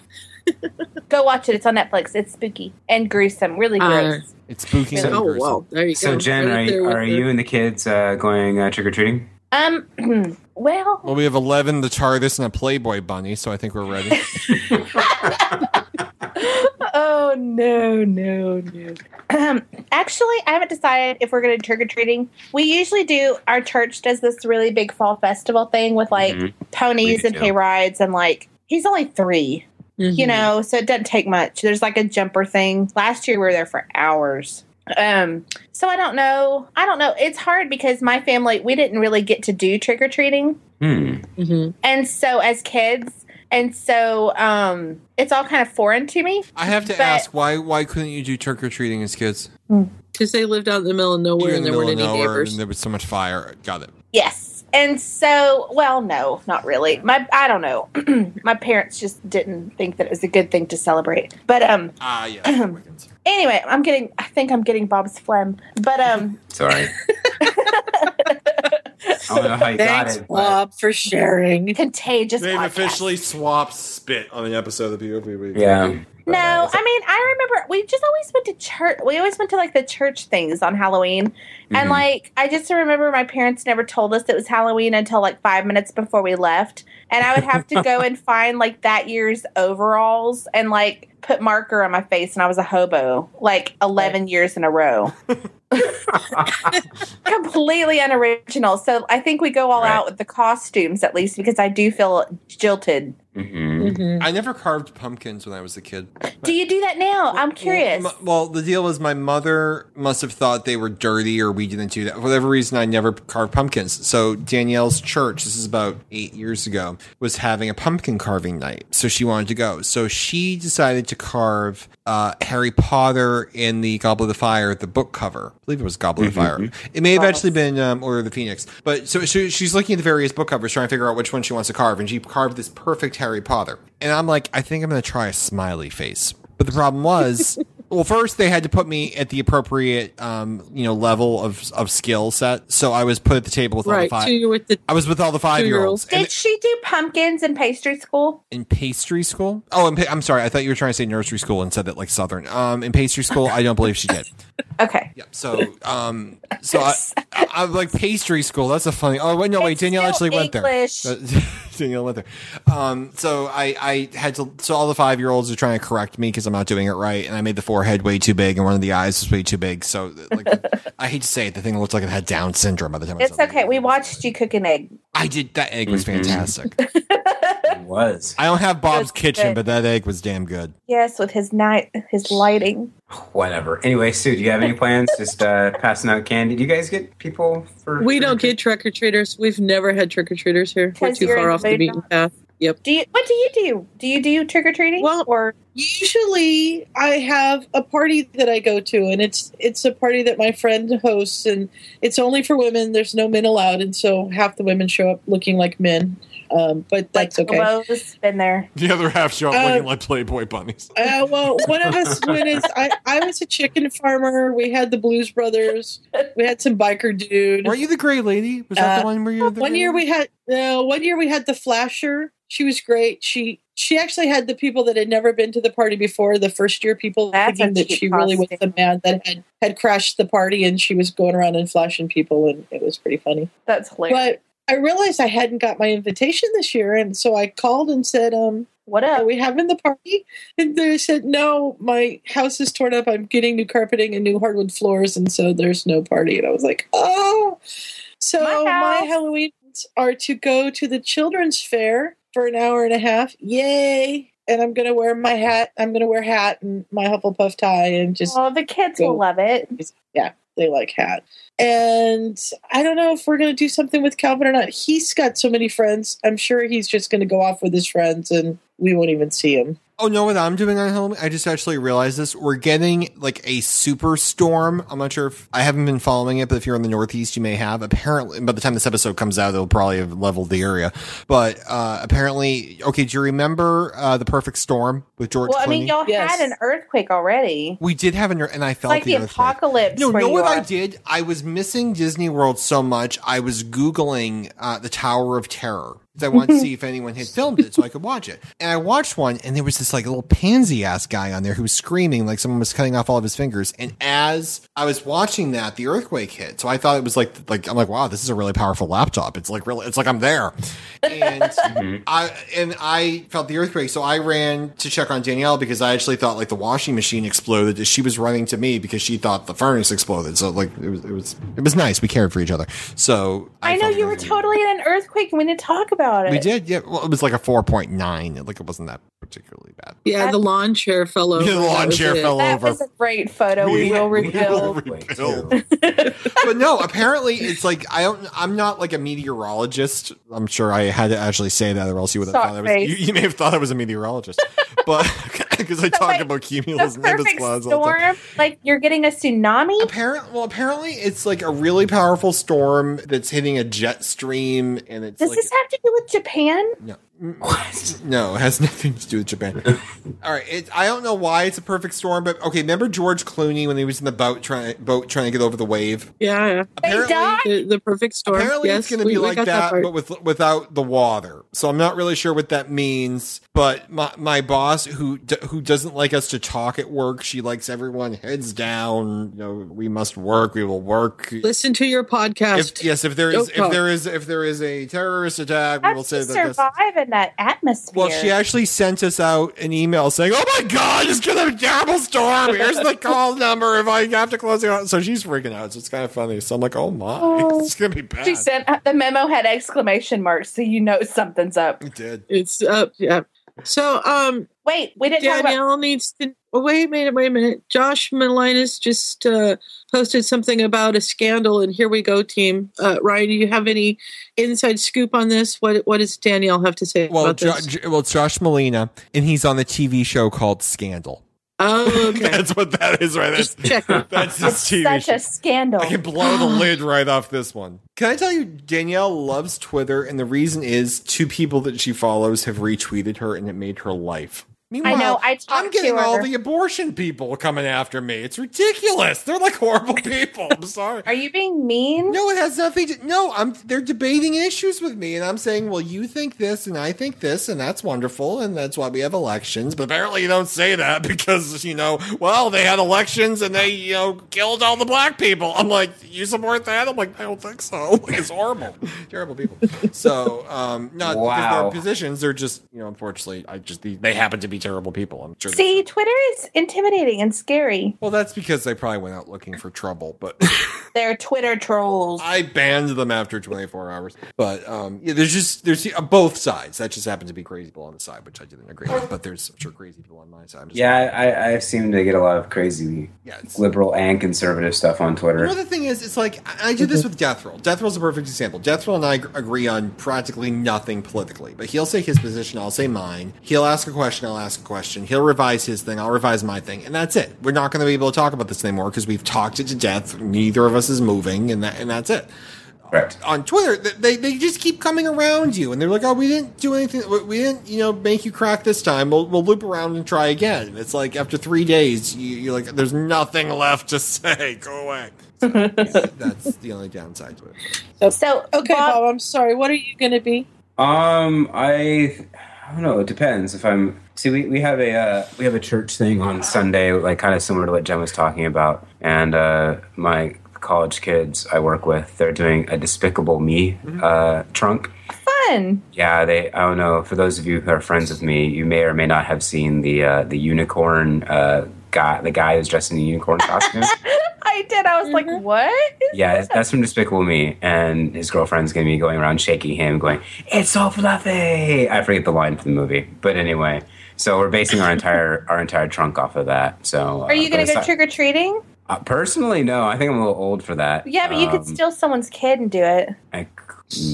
Speaker 4: Go watch it. It's on Netflix. It's spooky and gruesome. Really
Speaker 3: Uh,
Speaker 4: gross.
Speaker 2: It's spooky.
Speaker 4: and Oh, gruesome. wow. There you
Speaker 3: so
Speaker 4: go.
Speaker 3: Jen,
Speaker 4: Right
Speaker 3: are,
Speaker 4: there
Speaker 3: you,
Speaker 4: with
Speaker 3: are
Speaker 4: the-
Speaker 3: you and the kids uh, going uh, trick or treating?
Speaker 4: Um. well,
Speaker 2: Well, we have eleven the TARDIS and a Playboy bunny, so I think we're ready.
Speaker 4: oh no no no um, actually i haven't decided if we're going to trick-or-treating we usually do our church does this really big fall festival thing with like
Speaker 5: Mhm.
Speaker 4: ponies
Speaker 5: We
Speaker 4: and
Speaker 5: do.
Speaker 4: hay rides and like he's only 3 you
Speaker 5: Mhm.
Speaker 4: know so it doesn't take much there's like a jumper thing last year we were there for hours um so i don't know i don't know it's hard because my family we didn't really get to do trick-or-treating
Speaker 3: Hmm.
Speaker 4: and so as kids and so um it's all kind of foreign to me
Speaker 2: I have to
Speaker 4: But-
Speaker 2: ask why why couldn't you do trick or treating as kids?
Speaker 14: Because they lived out in the middle of
Speaker 2: You
Speaker 14: nowhere
Speaker 2: were in
Speaker 14: and there
Speaker 2: the middle
Speaker 14: weren't
Speaker 2: of
Speaker 14: any
Speaker 2: nowhere,
Speaker 14: neighbors.
Speaker 2: and there was so much fire. Got it.
Speaker 4: Yes. And so, well, no, not really. My I don't know. My parents just didn't think that it was a good thing to celebrate. But um
Speaker 2: Ah, yeah.
Speaker 4: anyway, I'm getting I think I'm getting Bob's phlegm. But um
Speaker 3: Sorry. Oh, I don't know how you
Speaker 5: Thanks,
Speaker 3: got it.
Speaker 5: Bob, for sharing.
Speaker 4: Contagious.
Speaker 2: They've officially swapped spit on an episode of the POV.
Speaker 3: Yeah.
Speaker 4: no, I mean, I remember we just always went to church. We always went to like the church things on Halloween. And
Speaker 3: Mhm.
Speaker 2: Mm-hmm.
Speaker 4: like I just remember my parents never told us it was Halloween until like 5 minutes before we left. And I would have to go and find like that year's overalls and like put marker on my face and I was a hobo like 11 years in a row. Completely unoriginal. So I think we go all out with the costumes at least because I do feel jilted.
Speaker 3: mm-hmm.
Speaker 2: I never carved pumpkins when I was a kid.
Speaker 4: Do you do that now? I'm curious.
Speaker 2: M- Well, the deal was my mother must have thought they were dirty or we didn't do that. For whatever reason, I never carved pumpkins. So Danielle's church, this is about eight years ago, was having a pumpkin carving night. So she wanted to go. So she decided to carve uh, Harry Potter in the Goblet of Fire, the book cover. I believe it was Goblet of Fire. It may have actually been um, Order of the Phoenix. But so she, she's looking at the various book covers, trying to figure out which one she wants to carve. And she carved this perfect Harry Potter. And I'm like, I think I'm going to try a smiley face. But the problem was, well, first they had to put me at the appropriate, um, you know, level of of skill set. So I was put at the table with all the
Speaker 14: Right.
Speaker 2: five.
Speaker 14: So you're with the
Speaker 2: I was with all the five year olds
Speaker 4: Did she do pumpkins in pastry school?
Speaker 2: in pastry school. Oh, in pa- I'm sorry, I thought you were trying to say nursery school and said that like southern. Um, in pastry school, I don't believe she did.
Speaker 4: Okay.
Speaker 2: Yep. So, um, so I, I, I'm like pastry school. That's a funny. Oh wait, no, wait. Danielle actually went
Speaker 4: English.
Speaker 2: there. Uh, Danielle went there. Um, so I, I had to. So all the five year olds are trying to correct me because I'm not doing it right, and I made the forehead way too big, and one of the eyes was way too big. So, like, I hate to say it, the thing looked like it had Down syndrome by the time. I,
Speaker 4: It's okay. We watched you cook an egg.
Speaker 2: I did that egg was
Speaker 3: Mhm.
Speaker 2: fantastic.
Speaker 3: It was.
Speaker 2: I don't have Bob's
Speaker 4: Good,
Speaker 2: kitchen,
Speaker 4: good.
Speaker 2: but that egg was damn good.
Speaker 4: Yes, with his night, his lighting.
Speaker 3: Whatever. Anyway, Sue, do you have any plans? Just uh, passing out candy. Do you guys get people for?
Speaker 14: We don't get trick or treaters. We've never had trick or treaters here. We're
Speaker 4: 'Cause
Speaker 14: too
Speaker 4: you're
Speaker 14: far
Speaker 4: in
Speaker 14: off the
Speaker 4: Boondock.
Speaker 14: beaten path. Yep.
Speaker 4: Do you? What do you do? Do you do trick or treating? Well, or
Speaker 5: Usually, I have a party that I go to, and it's it's a party that my friend hosts, and it's only for women. There's no men allowed, and so half the women show up looking like men. Um, but that's okay.
Speaker 4: Lowe's been there.
Speaker 2: The other half show
Speaker 5: up Uh, looking
Speaker 2: like Playboy bunnies.
Speaker 5: Uh, well, one of us went as I, I was a chicken farmer. We had the Blues Brothers. We had some biker dude.
Speaker 2: Were you the gray lady? Was
Speaker 4: uh,
Speaker 2: that the one where you? Were the
Speaker 5: one
Speaker 2: gray
Speaker 5: year
Speaker 2: lady?
Speaker 5: we had no. One year we had the Flasher. She was great. She she actually had the people that had never been to the party before. The first year people thinking that she really was the man that had had crashed the party, and she was going around and flashing people, and it was pretty funny.
Speaker 4: That's hilarious.
Speaker 5: But I realized I hadn't got my invitation this year, and so I called and said, um,
Speaker 4: "What
Speaker 5: are we having the party?" And they said, "No, my house is torn up. I'm getting new carpeting and new hardwood floors, and so there's no party." And I was like, "Oh." So my Halloweens are to go to the children's fair for an hour and a half. Yay! And I'm gonna wear my hat. I'm gonna wear hat and my Hufflepuff tie and just.
Speaker 4: Oh, the kids will love it.
Speaker 5: Yeah, they like hat. And I don't know if we're gonna do something with Calvin or not. He's got so many friends. I'm sure he's just gonna go off with his friends, and we won't even see him.
Speaker 2: Oh, know what I'm doing on Halloween? I just actually realized this. We're getting like a super storm. I'm not sure if I haven't been following it, but if you're in the Northeast, you may have. Apparently, by the time this episode comes out, it'll probably have leveled the area. But uh, apparently, okay, do you remember uh, The Perfect Storm with George
Speaker 4: well, I
Speaker 2: Clooney?
Speaker 4: mean, y'all had an earthquake already.
Speaker 2: we did have an, and I felt
Speaker 4: like the
Speaker 2: earthquake.
Speaker 4: apocalypse.
Speaker 2: No,
Speaker 4: where
Speaker 2: know
Speaker 4: you
Speaker 2: what
Speaker 4: are.
Speaker 2: I did? I was missing Disney World so much. I was googling uh, the Tower of Terror 'cause I wanted to see if anyone had filmed it so I could watch it. And I watched one, and there was this like little pansy ass guy on there who was screaming like someone was cutting off all of his fingers. And as I was watching that, the earthquake hit. So I thought it was like like I'm like, wow, this is a really powerful laptop. It's like really, it's like I'm there.
Speaker 5: Mm-hmm.
Speaker 2: I and I felt the earthquake, so I ran to check on Danielle because I actually thought like the washing machine exploded. as She was running to me because she thought the furnace exploded. So like it was it was it was nice. We cared for each other. So
Speaker 4: I, know you were totally in an earthquake, and we didn't talk about it.
Speaker 2: we did. Yeah. Well, it was like a four point nine. Like it wasn't that particularly bad.
Speaker 5: Yeah, the lawn chair fell over.
Speaker 2: Yeah, the lawn
Speaker 5: That was
Speaker 2: chair
Speaker 5: it.
Speaker 2: fell
Speaker 4: That
Speaker 2: over.
Speaker 4: was a great photo. We, will reveal.
Speaker 2: but no, apparently it's like I don't. I'm not like a meteorologist. I'm sure I had to actually say that, or else you would have
Speaker 4: Sock
Speaker 2: thought I was.
Speaker 4: face.
Speaker 2: You, you may have thought I was a meteorologist, but because I talk about cumulus
Speaker 4: The
Speaker 2: nimbus
Speaker 4: perfect
Speaker 2: clouds all the time.
Speaker 4: storm. Like you're getting a tsunami.
Speaker 2: Apparent. Well, apparently it's like a really powerful storm that's hitting a jet stream, and it's
Speaker 4: Does
Speaker 2: like
Speaker 4: this have to do with Japan?
Speaker 2: no, it has nothing to do with Japan. All right, it, I don't know why it's a perfect storm, but okay. Remember George Clooney when he was in the boat trying boat trying to get over the wave?
Speaker 5: Yeah.
Speaker 2: Apparently-
Speaker 5: the, the perfect storm.
Speaker 2: Apparently,
Speaker 5: yes,
Speaker 2: it's going to
Speaker 5: we-
Speaker 2: be
Speaker 5: we
Speaker 2: like
Speaker 5: got
Speaker 2: that,
Speaker 5: part.
Speaker 2: but with without the water. So I'm not really sure what that means. But my my boss, who d- who doesn't like us to talk at work, she likes everyone heads down. You know, we must work. We will work.
Speaker 5: Listen to your podcast.
Speaker 2: If, yes, if there is
Speaker 5: Don't
Speaker 2: if
Speaker 5: talk.
Speaker 2: there is if there is a terrorist attack, we
Speaker 4: How
Speaker 2: will
Speaker 4: do
Speaker 2: say
Speaker 4: you
Speaker 2: that. this-
Speaker 4: survive in that atmosphere?
Speaker 2: well, she actually sent us out an email saying, "Oh my God, it's gonna be a terrible storm. Here's the call number if I have to close it out." So she's freaking out. So it's kind of funny. So I'm like, "Oh my,
Speaker 4: Oh.
Speaker 2: it's gonna be bad."
Speaker 4: She sent the memo had exclamation marks, so you know something's up.
Speaker 2: It did.
Speaker 5: It's up. Yeah. So, um,
Speaker 4: wait, we didn't talk
Speaker 5: Danielle
Speaker 4: about.
Speaker 5: needs to. Oh, wait a minute. Wait a minute. Josh Melinas just uh, posted something about a scandal, and here we go, team. Uh, Ryan, do you have any inside scoop on this? What What does Danielle have to say
Speaker 2: Well,
Speaker 5: about
Speaker 2: jo-
Speaker 5: this?
Speaker 2: J- well, Josh Molina, and he's on the TV show called Scandal.
Speaker 5: oh, okay.
Speaker 2: That's what that is, right? That's
Speaker 5: check.
Speaker 2: that's his TV
Speaker 4: Such
Speaker 2: show.
Speaker 4: a scandal.
Speaker 2: I can blow the lid right off this one. Can I tell you, Danielle loves Twitter, and the reason is two people that she follows have retweeted her, and it made her life.
Speaker 4: I know. I
Speaker 2: I'm
Speaker 4: talked
Speaker 2: getting
Speaker 4: to her.
Speaker 2: all the abortion people coming after me. It's ridiculous. They're like horrible people. I'm sorry.
Speaker 4: Are you being mean?
Speaker 2: No, it has nothing to. No, I'm. They're debating issues with me, and I'm saying, well, you think this, and I think this, and that's wonderful, and that's why we have elections. But apparently, you don't say that because you know, well, they had elections and they you know killed all the black people. I'm like, you support that? I'm like, I don't think so. Like, it's horrible, terrible people. So, um, not because
Speaker 3: Wow.
Speaker 2: their positions are just you know, unfortunately, I just they, they happen to be terrible people. I'm sure.
Speaker 4: See, Twitter is intimidating and scary.
Speaker 2: Well, that's because they probably went out looking for trouble, but.
Speaker 4: They're Twitter trolls.
Speaker 2: I banned them after 24 hours. But um, yeah, there's just there's uh, both sides. That just happened to be crazy people on the side, which I didn't agree with. But there's I'm sure crazy people on my side. I'm just
Speaker 3: Yeah, I, I, I seem to get a lot of crazy
Speaker 2: Yeah, it's-
Speaker 3: liberal and conservative stuff on Twitter.
Speaker 2: Another thing is, it's like I I did this with Death Roll. Death Roll's a perfect example. Death Roll and I ag- agree on practically nothing politically, but he'll say his position, I'll say mine. He'll ask a question, I'll ask a question. He'll revise his thing, I'll revise my thing, and that's it. We're not going to be able to talk about this anymore because we've talked it to death. Neither of us is moving, and that and that's it.
Speaker 3: Correct.
Speaker 2: on Twitter, th- they, they just keep coming around you, and they're like, "Oh, we didn't do anything. We- We didn't, you know, make you crack this time. We'll, we'll loop around and try again." And It's like after three days, you, you're like, "There's nothing left to say. Go away." So, yeah, that's the only downside to it.
Speaker 4: so
Speaker 10: Okay, Bob, I'm sorry. What are you going to be?
Speaker 3: Um, I, I don't know. It depends if I'm. See, we, we have a uh, we have a church thing on Sunday, like kind of similar to what Jen was talking about, and uh, my college kids I work with, they're doing a Despicable Me uh, trunk.
Speaker 4: fun.
Speaker 3: Yeah, they. I don't know. For those of you who are friends with me, you may or may not have seen the uh, the unicorn uh, guy, the guy who's dressed in a unicorn costume.
Speaker 4: I did. I was like, what?
Speaker 3: yeah, that's from Despicable Me, and his girlfriend's gonna be going around shaking him, going, "It's so fluffy." I forget the line from the movie, but anyway. So we're basing our entire our entire trunk off of that. So uh,
Speaker 4: Are you going to go
Speaker 3: trick?
Speaker 4: trick or treating?
Speaker 3: Uh, personally, no. I think I'm a little old for that.
Speaker 4: Yeah, but you could
Speaker 3: Um,
Speaker 4: steal someone's kid and do it.
Speaker 3: I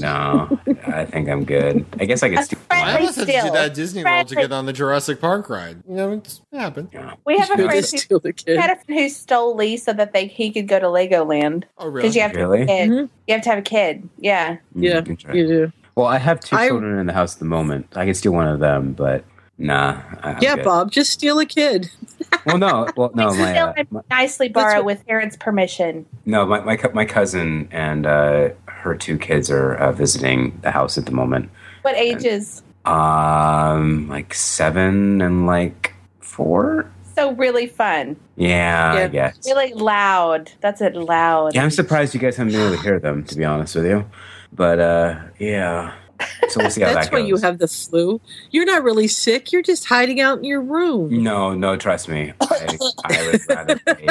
Speaker 3: No, I think I'm good. I guess I could steal.
Speaker 2: I almost had to do that at Disney World to get on the Jurassic Park ride. You know, it's it happened.
Speaker 3: Mm,
Speaker 4: We have a
Speaker 2: You're
Speaker 4: friend
Speaker 2: just
Speaker 4: who, we had a friend who stole Lee so that they he could go to Legoland.
Speaker 2: Oh,
Speaker 3: really?
Speaker 4: you have to
Speaker 3: Really?
Speaker 4: have a kid. You have to have a kid. Yeah.
Speaker 3: Yeah,
Speaker 5: you do.
Speaker 3: Well, I have two
Speaker 5: I-
Speaker 3: children in the house at the moment. I could steal one of them, but nah. I- I'm
Speaker 5: yeah,
Speaker 3: good.
Speaker 5: Bob, just steal a kid.
Speaker 3: Well, no, well, no, my uh,
Speaker 4: Still nicely borrow with parents' permission.
Speaker 3: no, my my, cou- my cousin and uh, her two kids are uh, visiting the house at the moment.
Speaker 4: What ages?
Speaker 3: Um, like seven and like four.
Speaker 4: So really fun.
Speaker 3: Yeah, I guess.
Speaker 4: Really loud. That's it. Loud.
Speaker 3: Yeah, I'm surprised you guys haven't been able to hear them, to be honest with you. But uh, yeah, so we'll see how
Speaker 5: That's
Speaker 3: that
Speaker 5: why
Speaker 3: goes.
Speaker 5: you have the flu. You're not really sick. You're just hiding out in your room.
Speaker 3: No, no, trust me. I, I would rather. fake.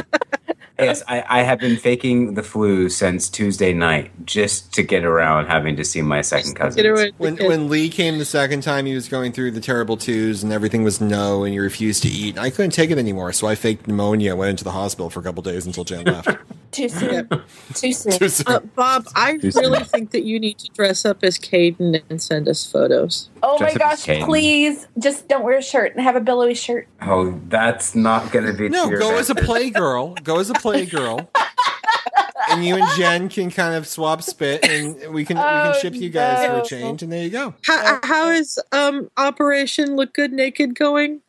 Speaker 3: Yes, I, I have been faking the flu since Tuesday night just to get around having to see my second cousin.
Speaker 2: When, when Lee came the second time, he was going through the terrible twos and everything was no, and he refused to eat. I couldn't take it anymore, so I faked pneumonia, went into the hospital for a couple days until Jen left.
Speaker 4: Too soon. Too soon.
Speaker 2: Too soon.
Speaker 5: Uh, Bob, I
Speaker 2: Too soon.
Speaker 5: really think that you need to dress up as Caden and send us photos.
Speaker 4: Oh
Speaker 3: Dress
Speaker 4: my
Speaker 3: up
Speaker 4: gosh!
Speaker 3: as Caden.
Speaker 4: Please, just don't wear a shirt and have a billowy shirt.
Speaker 3: Oh, that's not going to be.
Speaker 2: No,
Speaker 3: to your
Speaker 2: go as a
Speaker 3: advantage.
Speaker 2: playgirl. Go as a playgirl. and you and Jen can kind of swap spit, and we can we
Speaker 5: Oh,
Speaker 2: can ship you guys for
Speaker 5: no.
Speaker 2: a change, and there you go.
Speaker 5: How, how is um, Operation Look Good Naked going?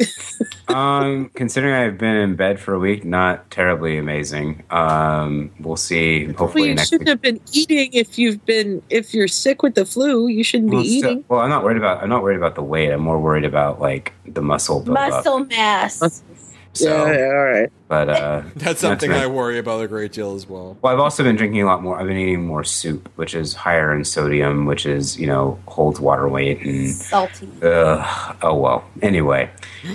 Speaker 3: um, considering I've been in bed for a week, not terribly amazing. Um, we'll see. Hopefully
Speaker 5: well, you
Speaker 3: next
Speaker 5: shouldn't
Speaker 3: week.
Speaker 5: have been eating if you've been if you're sick with the flu. You shouldn't
Speaker 3: Well,
Speaker 5: be
Speaker 3: still-
Speaker 5: eating.
Speaker 3: well, I'm not worried about. I'm not worried about the weight. I'm more worried about like the muscle buildup.
Speaker 4: Muscle mass.
Speaker 3: So,
Speaker 5: yeah, all right.
Speaker 3: But uh,
Speaker 2: That's something
Speaker 3: I.
Speaker 2: I worry about a great deal as well.
Speaker 3: Well, I've also been drinking a lot more. I've been eating more soup, which is higher in sodium, which is you know holds water weight and.
Speaker 4: Salty.
Speaker 3: Ugh, oh well. Anyway,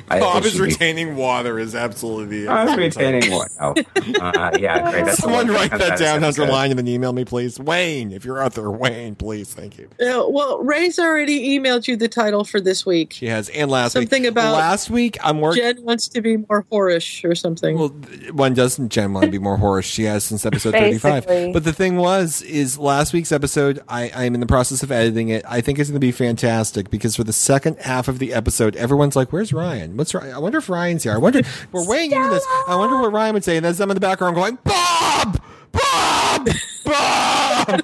Speaker 3: I-
Speaker 2: Bob
Speaker 3: it
Speaker 2: is
Speaker 3: should be-
Speaker 2: retaining water is absolutely the.
Speaker 3: I'm retaining what? Oh, uh, yeah, great. That's the
Speaker 2: Someone
Speaker 3: one
Speaker 2: write
Speaker 3: thing
Speaker 2: that
Speaker 3: about this
Speaker 2: down,
Speaker 3: episode.
Speaker 2: underline, and then email me, please. Wayne, if you're out there, Wayne, please, thank you.
Speaker 5: Uh, well, Ray's already emailed you the title for this week.
Speaker 2: She has, and last week,
Speaker 5: Something about
Speaker 2: last week. I'm working.
Speaker 5: Jen wants to be more whorish or something.
Speaker 2: Well, one doesn't Jen want to be more horror. She has since episode
Speaker 5: Basically.
Speaker 2: 35. But the thing was, is last week's episode, I, I'm in the process of editing it. I think it's going to be fantastic because for the second half of the episode, everyone's like, where's Ryan? What's Ryan? I wonder if Ryan's here. I wonder, we're weighing into this. I wonder what Ryan would say. And then some in the background going, Bob! Bob! Bob!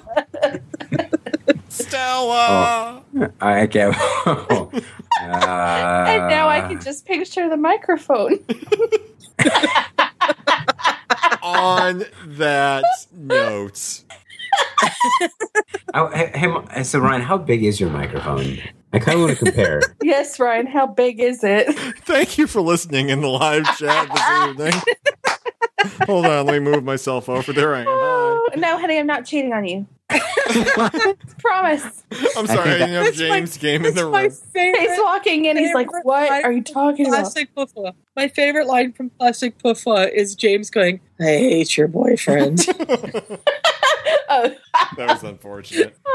Speaker 2: Stella!
Speaker 3: I can't. Uh,
Speaker 4: and now I can just picture the microphone.
Speaker 2: Oh. On that note.
Speaker 3: Oh, hey, hey, Ma- so Ryan, how big is your microphone? I kind of want to compare.
Speaker 4: yes, Ryan. How big is it?
Speaker 2: Thank you for listening in the live chat this evening. Hold on, let me move myself over. There I am.
Speaker 4: Oh, no, honey, I'm not cheating on you. Promise.
Speaker 2: I'm sorry, I didn't know James came in the room.
Speaker 4: He's walking in. He's like, "What are you talking about?"
Speaker 5: Plastic Puffa. My favorite line from Plastic Puffa is James going, "I hate your boyfriend."
Speaker 4: Oh,
Speaker 2: That was unfortunate.
Speaker 3: Well,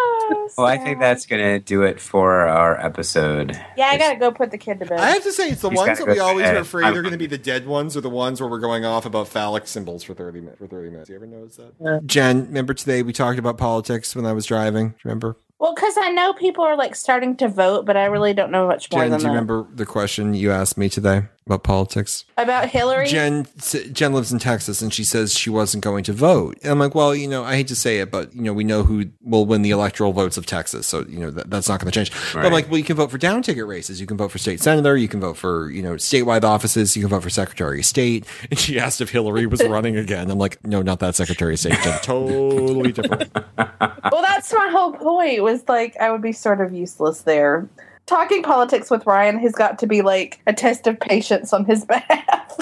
Speaker 3: Oh, I think that's going to do it for our episode.
Speaker 4: Yeah, I gotta go put the kid to bed.
Speaker 2: I have to say, it's the
Speaker 3: He's
Speaker 2: ones
Speaker 3: gotta
Speaker 2: that
Speaker 3: go
Speaker 2: we always
Speaker 3: ahead.
Speaker 2: are afraid
Speaker 3: I'm-
Speaker 2: are going to be the dead ones or the ones where we're going off about phallic symbols for 30 minutes. For 30 minutes. You ever notice that? Jen, remember today we talked about politics when I was driving? Remember?
Speaker 4: Well, because I know people are like starting to vote, but I really don't know much more
Speaker 2: Jen, do
Speaker 4: than
Speaker 2: you
Speaker 4: that
Speaker 2: remember the question you asked me today about politics?
Speaker 4: about Hillary.
Speaker 2: Jen Jen lives in Texas and she says she wasn't going to vote. And I'm like, well, you know, I hate to say it, but you know, we know who will win the electoral votes of Texas, so you know that, that's not going to change. But I'm
Speaker 3: Right.
Speaker 2: like, well, you can vote for down ticket races, you can vote for state senator, you can vote for you know statewide offices, you can vote for secretary of state. And she asked if Hillary was running again. I'm like, no, not that secretary of state, Jen. totally different.
Speaker 4: well, that's my whole point. Was like I would be sort of useless there. Talking politics with Ryan has got to be like a test of patience on his behalf.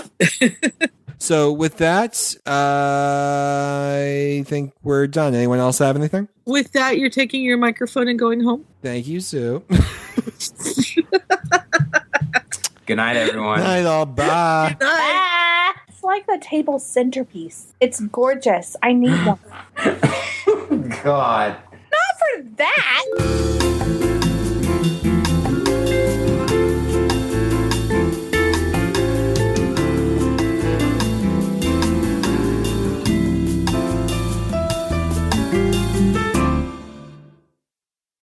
Speaker 2: So with that, uh, I think we're done. Anyone else have anything?
Speaker 5: With that, you're taking your microphone and going home.
Speaker 2: Thank you, Sue.
Speaker 3: Good night, everyone.
Speaker 2: Night all. Bye.
Speaker 4: Bye. It's like the table centerpiece. It's gorgeous. I need one.
Speaker 3: God.
Speaker 4: Not for that.